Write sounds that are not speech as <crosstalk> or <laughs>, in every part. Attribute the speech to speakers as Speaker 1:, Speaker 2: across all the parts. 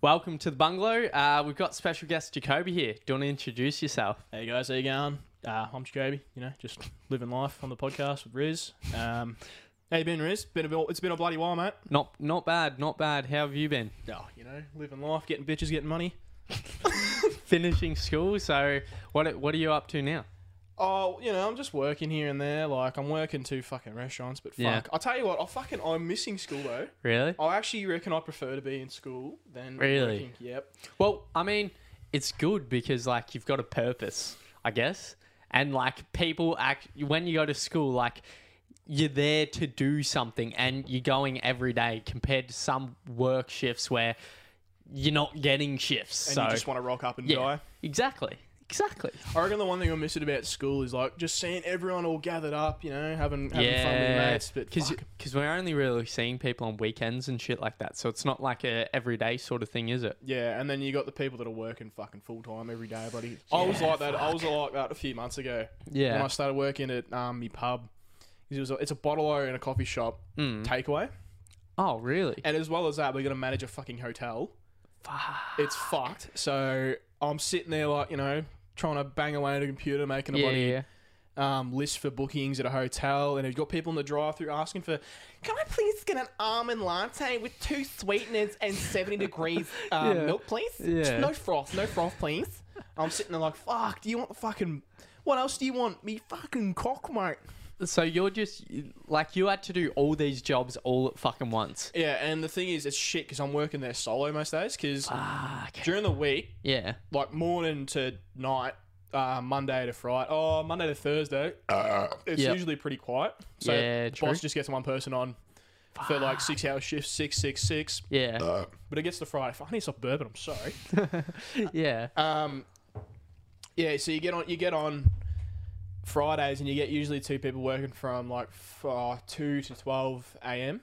Speaker 1: Welcome to the bungalow. Uh, we've got special guest Jacoby here. Do you want to introduce yourself?
Speaker 2: Hey guys, how you going? Uh, I'm Jacoby. You know, just <laughs> living life on the podcast with Riz. Um, how you been, Riz? Been a bit, it's been a bloody while, mate.
Speaker 1: Not not bad, not bad. How have you been?
Speaker 2: Oh, you know, living life, getting bitches, getting money.
Speaker 1: Finishing school, so what what are you up to now?
Speaker 2: Oh, you know, I'm just working here and there. Like, I'm working two fucking restaurants, but fuck,
Speaker 1: Yeah.
Speaker 2: I'll tell you what, I fucking I'm missing school though.
Speaker 1: Really?
Speaker 2: I actually reckon I prefer to be in school than
Speaker 1: Really?
Speaker 2: working. Yep.
Speaker 1: Well, I mean, it's good because like you've got a purpose, I guess, and like people act when you go to school, like you're there to do something and you're going every day compared to some work shifts where you're not getting shifts.
Speaker 2: And
Speaker 1: so
Speaker 2: you just want to rock up and
Speaker 1: yeah,
Speaker 2: die.
Speaker 1: exactly, exactly.
Speaker 2: I reckon the one thing I miss it about school is like just seeing everyone all gathered up, you know, having, having fun with your mates. But
Speaker 1: because
Speaker 2: fuck.
Speaker 1: we're only really seeing people on weekends and shit like that, so it's not like a everyday sort of thing, is it?
Speaker 2: Yeah, and then you got the people that are working fucking full time every day, buddy. I was
Speaker 1: Yeah,
Speaker 2: like that. I was like that a few months ago when I
Speaker 1: Yeah,
Speaker 2: started working at um my pub. It was a, it's a bottle o in a coffee shop
Speaker 1: Mm.
Speaker 2: takeaway,
Speaker 1: Oh, really?
Speaker 2: and as well as that, we're gonna manage a fucking hotel. It's fucked. So I'm sitting there like you know trying to bang away at a computer, making a
Speaker 1: Yeah,
Speaker 2: bloody
Speaker 1: yeah,
Speaker 2: um, list for bookings at a hotel, and you've got people in the drive-through asking for, "Can I please get an almond latte with two sweeteners and seventy <laughs> degrees um,
Speaker 1: Yeah.
Speaker 2: milk, please?
Speaker 1: Yeah.
Speaker 2: No froth, no froth, please." I'm sitting there like, "Fuck! Do you want the fucking? What else do you want? Me fucking cock, mate."
Speaker 1: yeah. So you're just like you had to do all these jobs all at fucking once.
Speaker 2: Yeah, and the thing is, it's shit because I'm working there solo most days. Because during the week,
Speaker 1: Yeah.
Speaker 2: like morning to night, uh, Monday to Friday, oh Monday to Thursday, it's
Speaker 1: Yep.
Speaker 2: usually pretty quiet. So
Speaker 1: Yeah, true.
Speaker 2: boss just gets one person on for like six hour shifts, six six six.
Speaker 1: Yeah.
Speaker 2: But it gets to Friday. Fuck, I need some bourbon. I'm sorry.
Speaker 1: <laughs> yeah.
Speaker 2: Um, yeah. So you get on you get on Fridays and you get usually two people working from like f- uh, two to twelve a.m.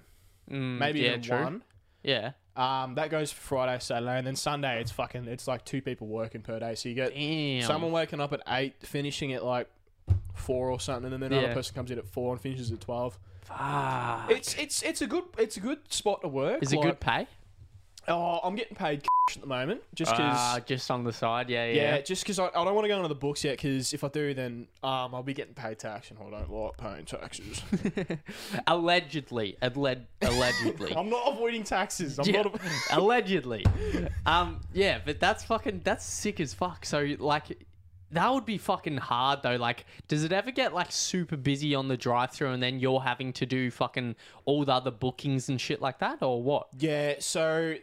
Speaker 1: Mm,
Speaker 2: Maybe
Speaker 1: yeah,
Speaker 2: even
Speaker 1: true.
Speaker 2: one.
Speaker 1: Yeah.
Speaker 2: Um, that goes for Friday, Saturday, and then Sunday. It's fucking. It's like two people working per day. So you get
Speaker 1: Damn.
Speaker 2: someone waking up at eight, finishing at like four or something, and then another
Speaker 1: Yeah.
Speaker 2: person comes in at four and finishes at twelve.
Speaker 1: Fuck.
Speaker 2: It's it's it's a good it's a good spot to work.
Speaker 1: Is it
Speaker 2: like-
Speaker 1: good pay?
Speaker 2: Oh, I'm getting paid <laughs> at the moment just because.
Speaker 1: Ah, just on the side. Yeah. Yeah.
Speaker 2: yeah, just 'cause I, I don't want to go into the books yet. Because if I do, then um, I'll be getting paid tax, and I don't like paying taxes.
Speaker 1: <laughs> Allegedly. Alleg- allegedly.
Speaker 2: <laughs> I'm not avoiding taxes. I'm
Speaker 1: Yeah.
Speaker 2: not. A-
Speaker 1: <laughs> allegedly. Um, yeah, but that's fucking that's sick as fuck. So like that would be fucking hard though. Like, does it ever get like super busy on the drive through and then you're having to do fucking all the other bookings and shit like that or what?
Speaker 2: yeah, so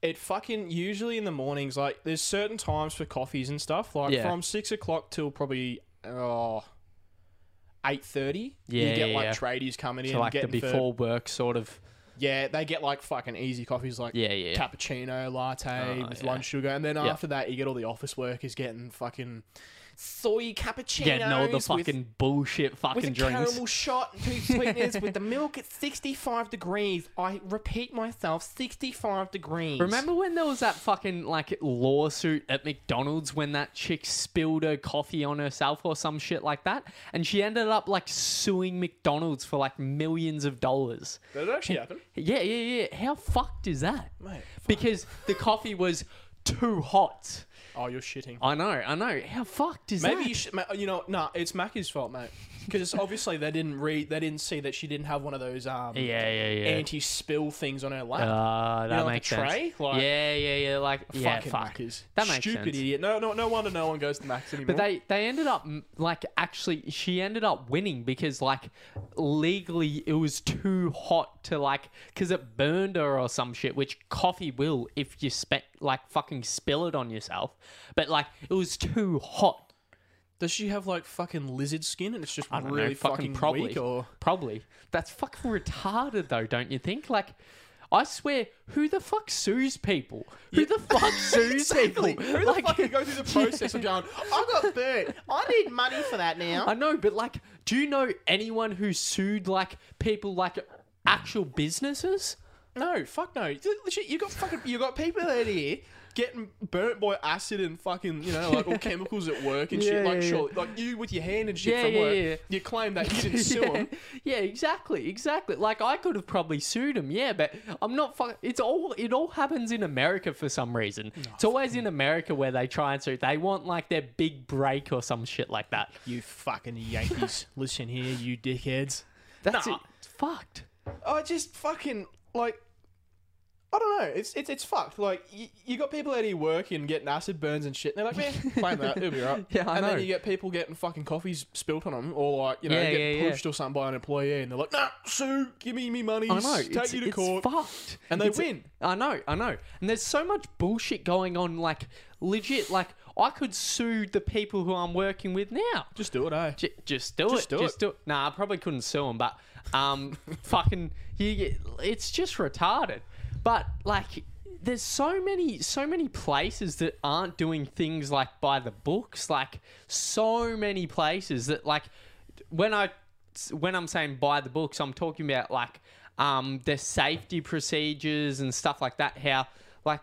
Speaker 2: it fucking usually in the mornings. Like, there's certain times for coffees and stuff. Like
Speaker 1: Yeah.
Speaker 2: from six o'clock till probably oh. Eight thirty,
Speaker 1: Yeah,
Speaker 2: you get
Speaker 1: yeah,
Speaker 2: like
Speaker 1: yeah.
Speaker 2: tradies coming in,
Speaker 1: So like the
Speaker 2: getting for-
Speaker 1: before work sort of
Speaker 2: Yeah, they get like fucking easy coffees like
Speaker 1: Yeah, yeah.
Speaker 2: cappuccino, latte
Speaker 1: Oh,
Speaker 2: with
Speaker 1: yeah.
Speaker 2: lunch sugar, and then
Speaker 1: Yeah.
Speaker 2: after that you get all the office workers getting fucking soy cappuccinos
Speaker 1: Getting all the fucking
Speaker 2: with,
Speaker 1: bullshit
Speaker 2: with a
Speaker 1: fucking drinks.
Speaker 2: caramel shot and two sweeteners with the milk at sixty five degrees. I repeat myself, sixty five degrees.
Speaker 1: Remember when there was that fucking like lawsuit at McDonald's when that chick spilled her coffee on herself or some shit like that, and she ended up like suing McDonald's for like millions of dollars.
Speaker 2: Did it actually happen?
Speaker 1: Yeah, yeah, yeah. How fucked is that?
Speaker 2: Mate, fuck.
Speaker 1: Because the coffee was too hot.
Speaker 2: Oh, you're shitting.
Speaker 1: I know, I know. How fucked is
Speaker 2: Maybe
Speaker 1: that?
Speaker 2: you should. ma- You know, nah, it's Mackie's fault, mate. Because obviously they didn't read, they didn't see that she didn't have one of those um
Speaker 1: yeah, yeah, yeah.
Speaker 2: anti-spill things on her lap.
Speaker 1: Ah, that
Speaker 2: know, like a
Speaker 1: makes
Speaker 2: tray?
Speaker 1: sense.
Speaker 2: Like-
Speaker 1: yeah, yeah, yeah. Like Uh, yeah,
Speaker 2: fucking
Speaker 1: fuck.
Speaker 2: Maccas.
Speaker 1: That makes
Speaker 2: Stupid
Speaker 1: sense.
Speaker 2: idiot. No, no, no wonder no one goes to Macs anymore.
Speaker 1: But they they ended up mm, like actually she ended up winning because like legally it was too hot to like because it burned her or some shit which coffee will if you spe- like fucking spill it on yourself but like it was too hot
Speaker 2: Does she have like fucking lizard skin and it's just
Speaker 1: I don't
Speaker 2: really
Speaker 1: know fucking, probably
Speaker 2: weak? Or
Speaker 1: probably that's fucking retarded though don't you think like. I swear, who the fuck sues people? Who the fuck <laughs> sues people?
Speaker 2: Who the
Speaker 1: Like-
Speaker 2: fuck can go through the process of going? I got burnt. I need money for that now.
Speaker 1: I know, but like, do you know anyone who sued like people like actual businesses?
Speaker 2: No, fuck no. Legit, you got fucking you got people out here getting burnt by acid and fucking, you know, like
Speaker 1: <laughs>
Speaker 2: all chemicals at work and shit.
Speaker 1: Yeah,
Speaker 2: Like,
Speaker 1: yeah,
Speaker 2: surely, like you with your hand and shit
Speaker 1: Yeah,
Speaker 2: from
Speaker 1: yeah,
Speaker 2: work,
Speaker 1: yeah.
Speaker 2: you claim that
Speaker 1: <laughs>
Speaker 2: you didn't sue
Speaker 1: yeah.
Speaker 2: him.
Speaker 1: yeah, exactly, exactly. Like I could have probably sued him, yeah, but I'm not. Fu- it's all. It all happens in America for some reason. it's always in America where they try and sue. They want like their big break or some shit like that.
Speaker 2: You fucking Yankees. Listen here, you dickheads.
Speaker 1: That's
Speaker 2: Nah.
Speaker 1: it. It's fucked.
Speaker 2: I just fucking like. I don't know. It's it's it's fucked. Like you, you got people out here working, getting acid burns and shit. And they're like,
Speaker 1: <laughs>
Speaker 2: man, claim that it'll be right.
Speaker 1: Yeah, I
Speaker 2: and
Speaker 1: know.
Speaker 2: then you get people getting fucking coffees spilt on them, or like you know,
Speaker 1: Yeah,
Speaker 2: getting
Speaker 1: yeah, yeah.
Speaker 2: pushed or something by an employee, and they're like, nah, sue, give me me money,
Speaker 1: I know.
Speaker 2: take
Speaker 1: it's,
Speaker 2: you to
Speaker 1: it's
Speaker 2: court,
Speaker 1: fucked.
Speaker 2: and they
Speaker 1: It's-
Speaker 2: win.
Speaker 1: I know, I know. And there's so much bullshit going on, like, legit, like, I could sue the people who I'm working with now.
Speaker 2: Just do it, eh?
Speaker 1: J- just do
Speaker 2: Just
Speaker 1: it.
Speaker 2: do
Speaker 1: just
Speaker 2: it.
Speaker 1: do it. Nah, I probably couldn't sue him, but, um, <laughs> fucking, you get, it's just retarded. But, like, there's so many, so many places that aren't doing things, like, by the books. Like, so many places that, like, when I, when I'm saying by the books, I'm talking about, like, um, their safety procedures and stuff like that. How, like,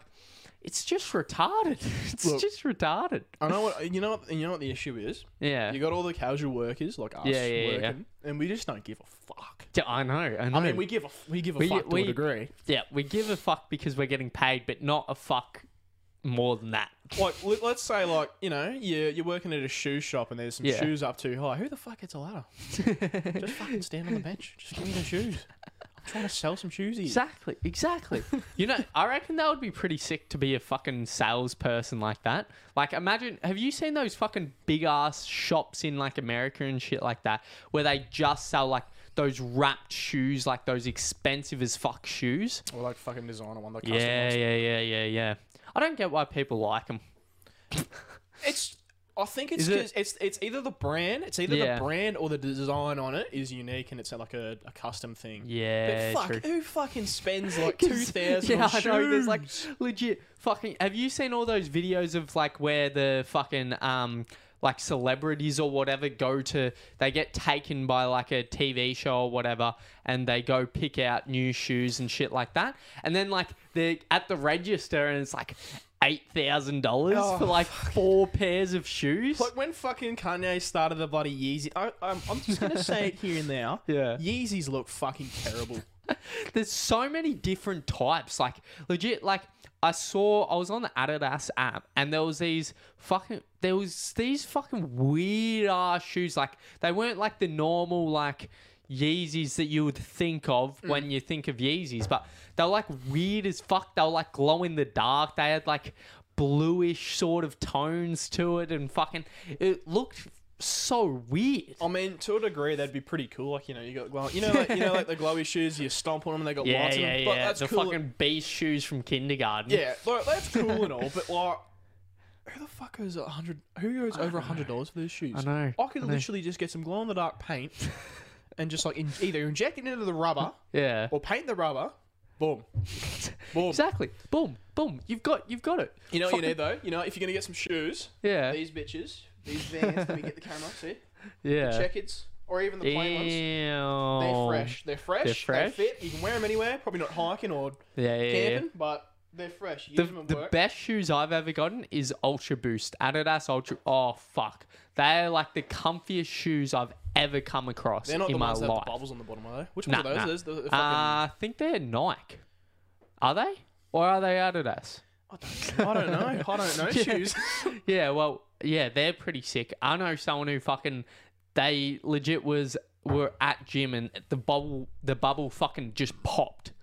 Speaker 1: it's just retarded. <laughs> It's
Speaker 2: Look.
Speaker 1: just retarded.
Speaker 2: I know what you know. What, you know what the issue is.
Speaker 1: Yeah.
Speaker 2: You got all the casual workers like us
Speaker 1: Yeah, yeah, yeah.
Speaker 2: working, and we just don't give a fuck.
Speaker 1: Yeah, I know. I know.
Speaker 2: I mean, we give a f- we give a
Speaker 1: We-
Speaker 2: fuck to
Speaker 1: we-
Speaker 2: a degree.
Speaker 1: Yeah, we give a fuck because we're getting paid, but not a fuck more than that.
Speaker 2: like let- let's say like you know you're, you're working at a shoe shop and there's some
Speaker 1: Yeah.
Speaker 2: shoes up too high who the fuck gets
Speaker 1: <laughs>
Speaker 2: a ladder just fucking stand on the bench just give me the shoes i'm trying to sell some shoes here.
Speaker 1: Exactly, exactly. <laughs> you know, I reckon that would be pretty sick to be a fucking salesperson like that. Like, imagine, have you seen those fucking big ass shops in like America and shit like that where they just sell like those wrapped shoes, like those expensive as fuck shoes?
Speaker 2: or like fucking designer one like
Speaker 1: Yeah,
Speaker 2: customized.
Speaker 1: yeah, yeah, yeah, yeah. I don't get why people like them.
Speaker 2: it's i think it's
Speaker 1: Is it-
Speaker 2: 'cause it's it's either the brand it's either
Speaker 1: Yeah.
Speaker 2: the brand or the design on it is unique and it's like a, a custom thing
Speaker 1: Yeah,
Speaker 2: but fuck
Speaker 1: true.
Speaker 2: who fucking spends
Speaker 1: <laughs>
Speaker 2: like
Speaker 1: 'Cause-
Speaker 2: 2000
Speaker 1: Yeah,
Speaker 2: on
Speaker 1: I know. There's like
Speaker 2: shoes?
Speaker 1: legit fucking. Have you seen all those videos of like where the fucking um like celebrities or whatever go to? They get taken by like a TV show or whatever, and they go pick out new shoes and shit like that. And then like they're at the register, and it's like. Eight thousand dollars
Speaker 2: Oh,
Speaker 1: for like four pairs of shoes.
Speaker 2: Like when fucking Kanye started the bloody Yeezy, I, I'm, I'm just gonna say it here and now.
Speaker 1: <laughs> Yeah.
Speaker 2: Yeezys look fucking terrible.
Speaker 1: There's so many different types. Like legit, like I saw I was on the Adidas app and there was these fucking there was these fucking weird ass shoes. Like they weren't like the normal like Yeezys that you would think of
Speaker 2: Mm.
Speaker 1: when you think of Yeezys, but they were like weird as fuck. They were like glow in the dark. They had like bluish sort of tones to it and fucking it looked so weird.
Speaker 2: I mean, to a degree, that'd be pretty cool. Like you know, you got glow, you know, like, you know,
Speaker 1: <laughs>
Speaker 2: like the glowy shoes. You stomp on them, and they got
Speaker 1: Yeah,
Speaker 2: lights in
Speaker 1: yeah, yeah.
Speaker 2: them. But that's
Speaker 1: the
Speaker 2: cool.
Speaker 1: fucking beast shoes from kindergarten.
Speaker 2: yeah,
Speaker 1: <laughs>
Speaker 2: like, that's cool and all, but like, who the fuck goes a hundred? Who goes over a hundred dollars for those shoes?
Speaker 1: I know,
Speaker 2: I could
Speaker 1: I know.
Speaker 2: literally just get some glow in the
Speaker 1: <laughs>
Speaker 2: dark paint, and just like in, either inject it into the rubber
Speaker 1: Yeah.
Speaker 2: or paint the rubber. Boom,
Speaker 1: <laughs>
Speaker 2: boom.
Speaker 1: Exactly. Boom, boom. You've got, you've got it.
Speaker 2: You know what you need though. You know if you're gonna get some shoes,
Speaker 1: Yeah,
Speaker 2: these bitches, these vans. Let me get the camera. See,
Speaker 1: <laughs> yeah.
Speaker 2: checkers, or even the plain ones.
Speaker 1: Damn.
Speaker 2: They're fresh. They're fresh.
Speaker 1: Oh, They're
Speaker 2: They're
Speaker 1: fresh.
Speaker 2: fresh. They fit. You can wear them anywhere. Probably not hiking or
Speaker 1: Yeah, yeah, yeah.
Speaker 2: camping, but they're fresh. You
Speaker 1: The,
Speaker 2: use them at
Speaker 1: the
Speaker 2: work.
Speaker 1: best shoes I've ever gotten is Ultra Boost. Adidas Ultra. Oh fuck, they're like the comfiest shoes I've ever come across
Speaker 2: they're not
Speaker 1: in
Speaker 2: the
Speaker 1: my
Speaker 2: ones that have
Speaker 1: life.
Speaker 2: the bubbles on the bottom, are they? Which
Speaker 1: Nah,
Speaker 2: one are
Speaker 1: nah.
Speaker 2: those? Those- the fucking-
Speaker 1: Uh, I think they're Nike. Are they? Or are they Adidas?
Speaker 2: I don't know. I
Speaker 1: <laughs>
Speaker 2: don't know shoes.
Speaker 1: Yeah, well, yeah, they're pretty sick. I know someone who fucking they legit was were at gym and the bubble the bubble fucking just popped.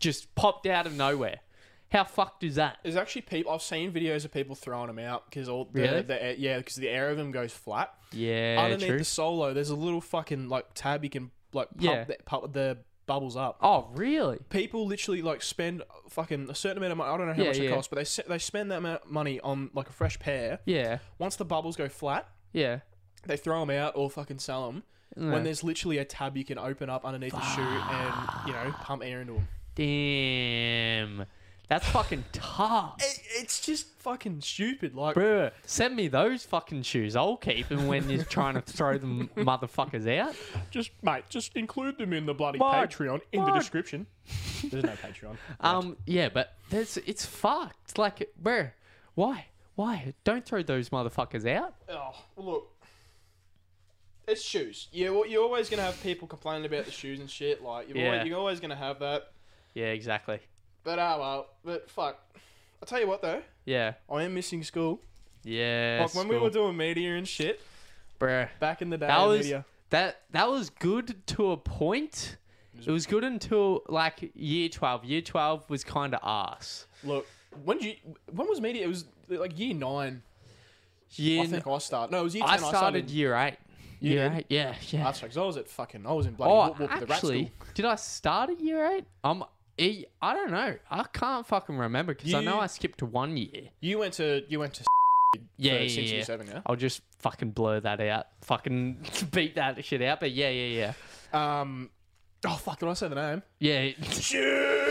Speaker 1: Just popped out of nowhere. How fucked is that?
Speaker 2: There's actually people. I've seen videos of people throwing them out because all the,
Speaker 1: Really?
Speaker 2: the air- yeah because the air of them goes flat.
Speaker 1: Yeah,
Speaker 2: Underneath
Speaker 1: true.
Speaker 2: the solo, there's a little fucking like tab you can like pump,
Speaker 1: Yeah.
Speaker 2: the, pump the bubbles up.
Speaker 1: Oh, really?
Speaker 2: people literally like spend fucking a certain amount of money. I don't know how
Speaker 1: Yeah,
Speaker 2: much it
Speaker 1: yeah.
Speaker 2: costs, but they se- they spend that amount of money on like a fresh pair.
Speaker 1: Yeah,
Speaker 2: Once the bubbles go flat,
Speaker 1: yeah.
Speaker 2: they throw them out or fucking sell them. When there's literally a tab you can open up underneath the shoe and you know pump air into them.
Speaker 1: Damn. That's fucking tough.
Speaker 2: It, it's just fucking stupid. Like,
Speaker 1: Bruh, send me those fucking shoes. I'll keep them when you're trying to throw them <laughs> motherfuckers out.
Speaker 2: just mate, just include them in the bloody
Speaker 1: Mark,
Speaker 2: Patreon in
Speaker 1: Mark.
Speaker 2: the description. There's no Patreon.
Speaker 1: Um, yeah, but there's it's fucked. Like, bruh, why? Why? Don't throw those motherfuckers out.
Speaker 2: Oh, look. It's shoes. Yeah, well, you're always gonna have people complaining about the shoes and shit. Like you're,
Speaker 1: Yeah.
Speaker 2: always, you're always gonna have that.
Speaker 1: Yeah, exactly.
Speaker 2: But ah well. But fuck. I tell you what though,
Speaker 1: Yeah.
Speaker 2: I am missing school.
Speaker 1: Yeah.
Speaker 2: Like when we
Speaker 1: school.
Speaker 2: were doing media and shit
Speaker 1: bruh.
Speaker 2: back in the day.
Speaker 1: That
Speaker 2: in
Speaker 1: was-
Speaker 2: media.
Speaker 1: That that was good to a point. It was good until like year twelve. Year twelve was kind of ass.
Speaker 2: Look, when did you? When was media? It was like year nine.
Speaker 1: Year
Speaker 2: I think I started. No, it was year
Speaker 1: I
Speaker 2: ten. I
Speaker 1: started year eight.
Speaker 2: You
Speaker 1: year
Speaker 2: did?
Speaker 1: eight, yeah, yeah.
Speaker 2: That's right, 'cause I was at fucking. I was in bloody.
Speaker 1: Oh,
Speaker 2: whoop, whoop, the rat school.
Speaker 1: actually, did I start at year eight? I'm, I I don't know. I can't fucking remember because I know
Speaker 2: You-
Speaker 1: I skipped one year.
Speaker 2: you went to you went to. <laughs>
Speaker 1: Yeah,
Speaker 2: for-
Speaker 1: yeah,
Speaker 2: since
Speaker 1: yeah.
Speaker 2: year seven, yeah.
Speaker 1: I'll just fucking blur that out. Fucking <laughs> beat that shit out. But yeah, yeah,
Speaker 2: Um, oh fuck! Did I say the <laughs> name?
Speaker 1: yeah, yeah.
Speaker 2: Shit,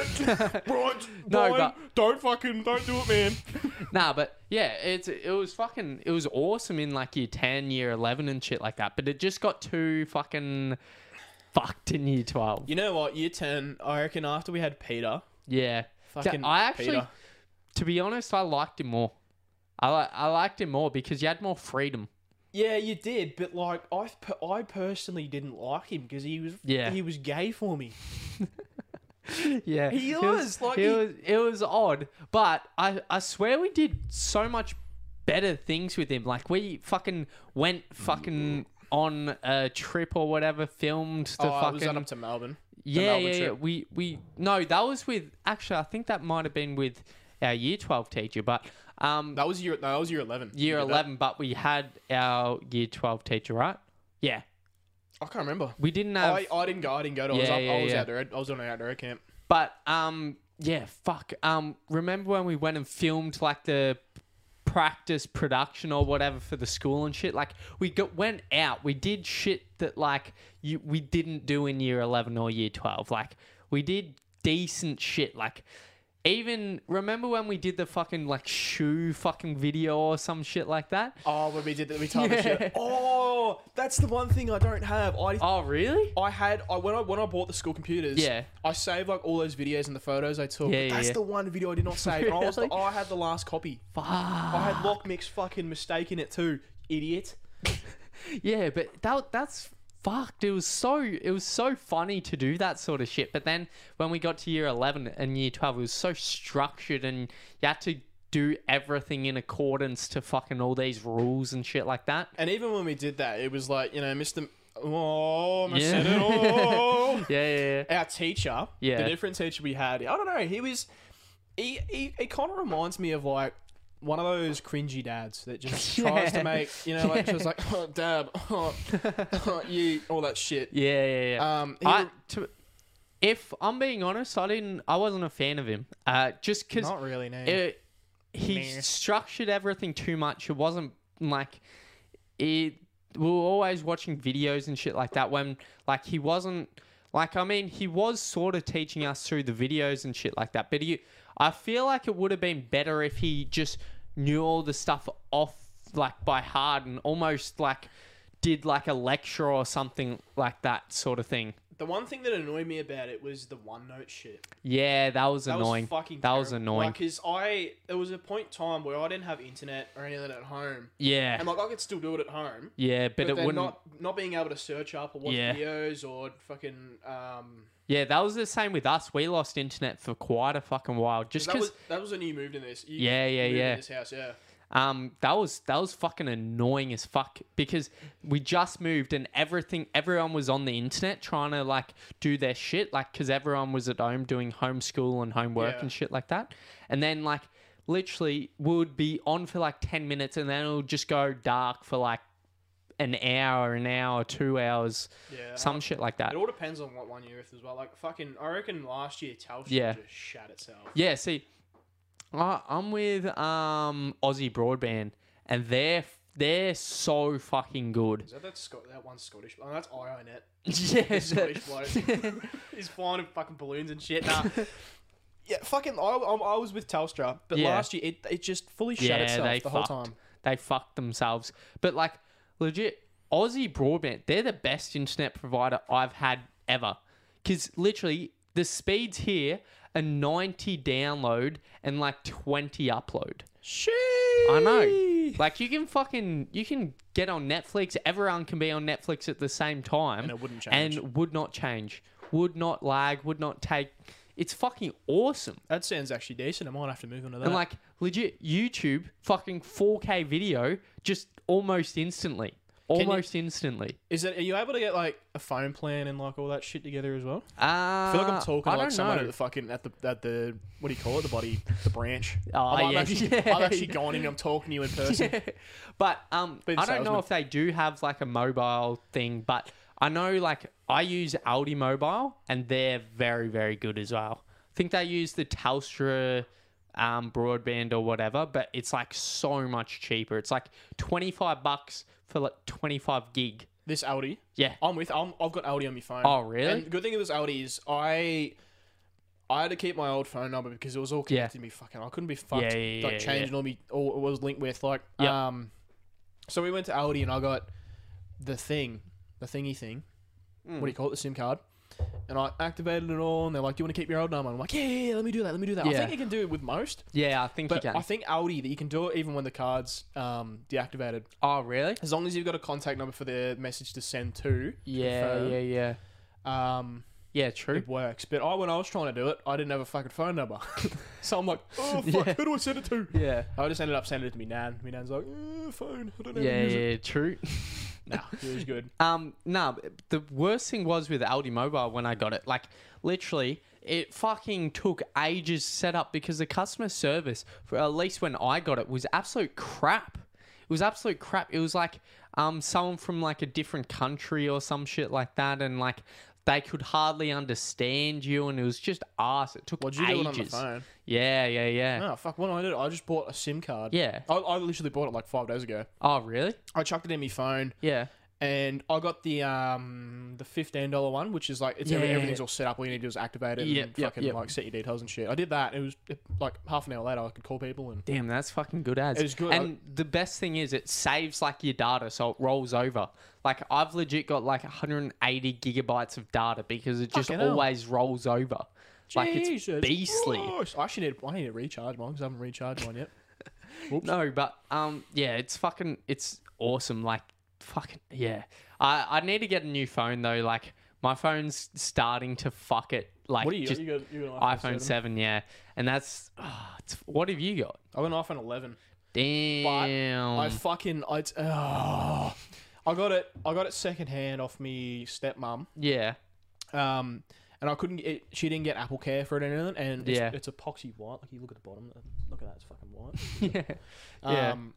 Speaker 2: <laughs> Brian,
Speaker 1: No,
Speaker 2: Brian, don't fucking don't do it, man.
Speaker 1: <laughs> nah, but yeah, it's it was fucking it was awesome in like year ten, year eleven, and shit like that. But it just got too fucking fucked in year twelve.
Speaker 2: <laughs> You know what? Year ten, I reckon. After we had Peter,
Speaker 1: Yeah, Da-
Speaker 2: fucking
Speaker 1: I actually,
Speaker 2: Peter.
Speaker 1: to be honest, I liked him more. I li- I liked him more because you had more freedom.
Speaker 2: Yeah, you did, but like I, per- I personally didn't like him because he was
Speaker 1: Yeah.
Speaker 2: he was gay for me.
Speaker 1: Yeah,
Speaker 2: He
Speaker 1: it
Speaker 2: was, like,
Speaker 1: it
Speaker 2: he-
Speaker 1: was it was odd, but I I swear we did so much better things with him. Like we fucking went fucking on a trip or whatever, filmed the
Speaker 2: oh, I was
Speaker 1: fucking
Speaker 2: on him to Melbourne. the
Speaker 1: yeah
Speaker 2: Melbourne
Speaker 1: yeah, yeah.
Speaker 2: trip.
Speaker 1: We we no, that was with actually I think that might have been with our year twelve teacher, but um
Speaker 2: That was year. No, that was year eleven.
Speaker 1: year
Speaker 2: We did that.
Speaker 1: eleven. But we had our year twelve teacher, right? Yeah,
Speaker 2: I can't remember.
Speaker 1: we didn't have.
Speaker 2: I, I didn't go. I didn't go. To, I was
Speaker 1: Yeah,
Speaker 2: up.
Speaker 1: yeah,
Speaker 2: I was
Speaker 1: yeah.
Speaker 2: out there. I was on an outdoor camp.
Speaker 1: But um, yeah, fuck. Um, remember when we went and filmed like the practice production or whatever for the school and shit? Like we got went out. We did shit that like you we didn't do in year eleven or year twelve. Like we did decent shit. Like even remember when we did the fucking like shoe fucking video or some shit like that?
Speaker 2: Oh, when we
Speaker 1: <laughs>
Speaker 2: did that, we timed the
Speaker 1: Yeah.
Speaker 2: shit. Oh, that's the one thing I don't have. I
Speaker 1: Oh really?
Speaker 2: I had I when I when I bought the school computers.
Speaker 1: Yeah.
Speaker 2: I saved like all those videos and the photos I took.
Speaker 1: Yeah,
Speaker 2: but
Speaker 1: yeah,
Speaker 2: that's
Speaker 1: yeah.
Speaker 2: the one video I did not
Speaker 1: <laughs>
Speaker 2: save. and I, was the-
Speaker 1: Really?
Speaker 2: I had the last copy.
Speaker 1: Fuck.
Speaker 2: I had Lock Mix fucking mistake in it too, idiot.
Speaker 1: Yeah, but that that's fucked. It was so it was so funny to do that sort of shit. But then when we got to year eleven and year twelve, it was so structured and you had to do everything in accordance to fucking all these rules and shit like that.
Speaker 2: And even when we did that, it was like you know, Mr. Oh, Mr.
Speaker 1: Yeah.
Speaker 2: Senate,
Speaker 1: <laughs>
Speaker 2: oh.
Speaker 1: Yeah, yeah, yeah.
Speaker 2: Our teacher,
Speaker 1: Yeah.
Speaker 2: the different teacher we had, I don't know, he was, he he, he kind of reminds me of like. One of those cringy dads that
Speaker 1: <laughs>
Speaker 2: just tries
Speaker 1: Yeah.
Speaker 2: to make, you know, like
Speaker 1: <laughs>
Speaker 2: just like, oh, dab, oh, you, all that shit.
Speaker 1: Yeah, yeah, yeah.
Speaker 2: Um, he
Speaker 1: I, to, if I'm being honest, I didn't. I wasn't a fan of him. Uh, just because
Speaker 2: Not really, no.
Speaker 1: it, he
Speaker 2: Meh.
Speaker 1: structured everything too much. It wasn't like it. We were always watching videos and shit like that. When like he wasn't like I mean he was sort of teaching us through the videos and shit like that. But he, I feel like it would have been better if he just knew all the stuff off like by heart and almost like did like a lecture or something like that sort of thing.
Speaker 2: the one thing that annoyed me about it was the OneNote shit.
Speaker 1: Yeah, that was
Speaker 2: That
Speaker 1: annoying.
Speaker 2: was fucking.
Speaker 1: that was
Speaker 2: terrible.
Speaker 1: annoying.
Speaker 2: Like, cause I there was a point in time where I didn't have internet or anything at home,
Speaker 1: yeah,
Speaker 2: and like I could still do it at home,
Speaker 1: yeah, but,
Speaker 2: but,
Speaker 1: it
Speaker 2: then
Speaker 1: wouldn't.
Speaker 2: not not being able to search up or watch
Speaker 1: Yeah.
Speaker 2: videos or fucking um.
Speaker 1: Yeah, that was the same with us. We lost internet for quite a fucking while, just
Speaker 2: That
Speaker 1: <laughs>
Speaker 2: was
Speaker 1: because.
Speaker 2: that was when you moved in this. You
Speaker 1: Yeah, yeah,
Speaker 2: moved in
Speaker 1: yeah.
Speaker 2: this house, yeah.
Speaker 1: Um, that was that was fucking annoying as fuck because we just moved and everything, everyone was on the internet trying to like do their shit, like because everyone was at home doing homeschool and homework
Speaker 2: Yeah.
Speaker 1: and shit like that. And then like literally we would be on for like ten minutes and then it would just go dark for like an hour, an hour, two hours,
Speaker 2: Yeah.
Speaker 1: some shit like that.
Speaker 2: It all depends on what one you're with as well. Like fucking, I reckon last year Telstra
Speaker 1: Yeah.
Speaker 2: just shat itself.
Speaker 1: Yeah, see, I, I'm with um Aussie Broadband, and they're they're so fucking good. <laughs>
Speaker 2: Is that that Scot- that one Scottish? Oh, that's IONet.
Speaker 1: yeah, <laughs>
Speaker 2: <laughs> Scottish bloke. He's flying in fucking balloons and shit. Nah. yeah, fucking. I, I'm- I was with Telstra, but
Speaker 1: Yeah.
Speaker 2: last year it, it just fully shut itself the whole
Speaker 1: fucked.
Speaker 2: time.
Speaker 1: They fucked themselves. But like legit, Aussie Broadband, they're the best internet provider I've had ever. Cause literally the speeds here are 90 download and like 20 upload.
Speaker 2: Shit.
Speaker 1: I know. Like you can fucking you can get on Netflix. Everyone can be on Netflix at the same time,
Speaker 2: And it wouldn't change.
Speaker 1: and would not change, would not lag, would not take. It's fucking awesome.
Speaker 2: That sounds actually decent. I might have to move on to that.
Speaker 1: And like legit YouTube fucking 4K video just almost instantly.
Speaker 2: you-
Speaker 1: Almost instantly.
Speaker 2: is that are you able to get like a phone plan and like all that shit together as well?
Speaker 1: Uh, I
Speaker 2: I feel like I'm talking
Speaker 1: I
Speaker 2: to, like
Speaker 1: don't
Speaker 2: someone
Speaker 1: know.
Speaker 2: at the fucking at the at the what do you call it? The body, the branch.
Speaker 1: Oh,
Speaker 2: I'm, I'm
Speaker 1: yeah.
Speaker 2: actually,
Speaker 1: Yeah. <laughs>
Speaker 2: I've actually gone in. and I'm talking to you in person.
Speaker 1: but um,
Speaker 2: Be the
Speaker 1: I don't know
Speaker 2: salesman.
Speaker 1: if they do have like a mobile thing, but I know like I use Aldi Mobile and they're very very good as well. I think they use the Telstra um, broadband or whatever, but it's like so much cheaper. It's like twenty five bucks for like twenty five gig.
Speaker 2: This Aldi.
Speaker 1: Yeah.
Speaker 2: I'm with. I'm, I've got Aldi on my phone.
Speaker 1: Oh, really?
Speaker 2: And the good thing with this Aldi is I, I had to keep my old phone number because it was all
Speaker 1: Yeah.
Speaker 2: connected to me. Fucking, I couldn't be fucked.
Speaker 1: Yeah, yeah,
Speaker 2: like
Speaker 1: yeah,
Speaker 2: changing all me. All it was linked with. Like,
Speaker 1: Yep.
Speaker 2: um, so we went to Aldi and I got the thing, the thingy thing. What do
Speaker 1: Hmm.
Speaker 2: you call it? The SIM card. And I activated it all, and they're like, "Do you want to keep your old number?" And I'm like, "Yeah, yeah, yeah, let me do that. Let me do that." I
Speaker 1: Yeah.
Speaker 2: think you can do it with most,
Speaker 1: Yeah, I think
Speaker 2: but
Speaker 1: you
Speaker 2: I
Speaker 1: can.
Speaker 2: think Aldi that you can do it even when the card's um, deactivated,
Speaker 1: oh, really?
Speaker 2: as long as you've got a contact number for the message to send to.
Speaker 1: Yeah,
Speaker 2: confirm.
Speaker 1: yeah, yeah.
Speaker 2: Um,
Speaker 1: Yeah, true.
Speaker 2: it works. But I, when I was trying to do it, I didn't have a fucking phone number, <laughs> so I'm like,
Speaker 1: <laughs>
Speaker 2: oh fuck,
Speaker 1: Yeah.
Speaker 2: who do I send it to?
Speaker 1: Yeah.
Speaker 2: I just ended up sending it to me nan. Me nan's like, eh, phone. I don't know. how
Speaker 1: Yeah,
Speaker 2: to use It.
Speaker 1: yeah, true.
Speaker 2: No, it was
Speaker 1: <laughs>
Speaker 2: good.
Speaker 1: Um, no, the worst thing was with Aldi Mobile when I got it. Like, literally, it fucking took ages to set up because the customer service, for at least when I got it, was absolute crap. It was absolute crap. It was like um, someone from like a different country or some shit like that, and like they could hardly understand you, and it was just ass. It took
Speaker 2: What'd you
Speaker 1: ages.
Speaker 2: do it on the phone?
Speaker 1: Yeah, yeah, yeah.
Speaker 2: No, fuck. What I did, I just bought a SIM card.
Speaker 1: Yeah.
Speaker 2: I, I literally bought it like five days ago.
Speaker 1: Oh, really?
Speaker 2: I chucked it in my phone,
Speaker 1: Yeah.
Speaker 2: and I got the um the fifteen dollar one, which is like it's every,
Speaker 1: Yeah.
Speaker 2: everything's all set up. All you need to do is activate it
Speaker 1: Yep,
Speaker 2: and
Speaker 1: yep,
Speaker 2: fucking
Speaker 1: yep.
Speaker 2: like set your details and shit. I did that. and It was it, like half an hour later, I could call people and
Speaker 1: Damn, that's fucking good ads.
Speaker 2: It was good.
Speaker 1: And the best thing is it saves like your data, so it rolls over. Like I've legit got like 180 gigabytes of data because it just
Speaker 2: Fucking hell.
Speaker 1: always rolls over. Like it's
Speaker 2: Jesus
Speaker 1: beastly.
Speaker 2: Christ. I actually need I need to recharge mine because I haven't recharged mine yet.
Speaker 1: No, but um, yeah, it's fucking, it's awesome. Like fucking, yeah. I I need to get a new phone though. Like my phone's starting to fuck it. Like
Speaker 2: What are you?
Speaker 1: just
Speaker 2: you got, you got an
Speaker 1: iPhone 7. yeah. And that's, ah, it's, what have you got?
Speaker 2: I got an iPhone 11.
Speaker 1: Damn.
Speaker 2: I fucking I. t- Oh, I got it. I got it secondhand off me stepmom.
Speaker 1: yeah. <laughs>
Speaker 2: Um, and I couldn't. It, she didn't get Apple Care for it or anything. And it's,
Speaker 1: Yeah.
Speaker 2: it's epoxy white. Like you look at the bottom. uh, Look at that. It's fucking white.
Speaker 1: yeah. <laughs> Yeah.
Speaker 2: Um,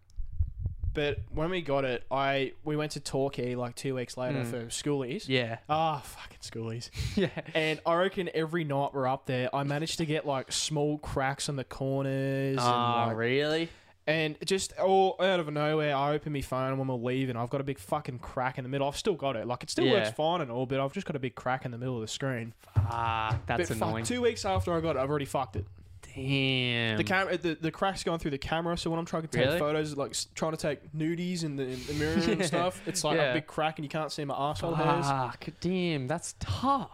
Speaker 2: but when we got it, I we went to Torquay like two weeks later
Speaker 1: Mm.
Speaker 2: for schoolies.
Speaker 1: Yeah.
Speaker 2: Ah, fucking schoolies.
Speaker 1: <laughs> Yeah.
Speaker 2: And I reckon every night we're up there, I managed to get like small cracks on the corners.
Speaker 1: Ah,
Speaker 2: and, like-
Speaker 1: really?
Speaker 2: and just all out of nowhere, I open my phone when we're leaving. I've got a big fucking crack in the middle. I've still got it. Like it still
Speaker 1: Yeah.
Speaker 2: works fine and all, but I've just got a big crack in the middle of the screen.
Speaker 1: Ah, that's
Speaker 2: but
Speaker 1: annoying.
Speaker 2: Fuck, two weeks after I got it, I've already fucked it.
Speaker 1: Damn.
Speaker 2: The camera, the, the crack's going through the camera. So when I'm trying to take
Speaker 1: Really?
Speaker 2: photos, like s- trying to take nudies in the, in the mirror
Speaker 1: <laughs>
Speaker 2: and
Speaker 1: Yeah.
Speaker 2: stuff, it's like
Speaker 1: Yeah. Ah.
Speaker 2: a big crack and you can't see my arsehole hairs.
Speaker 1: Fuck, damn, that's <laughs> tough.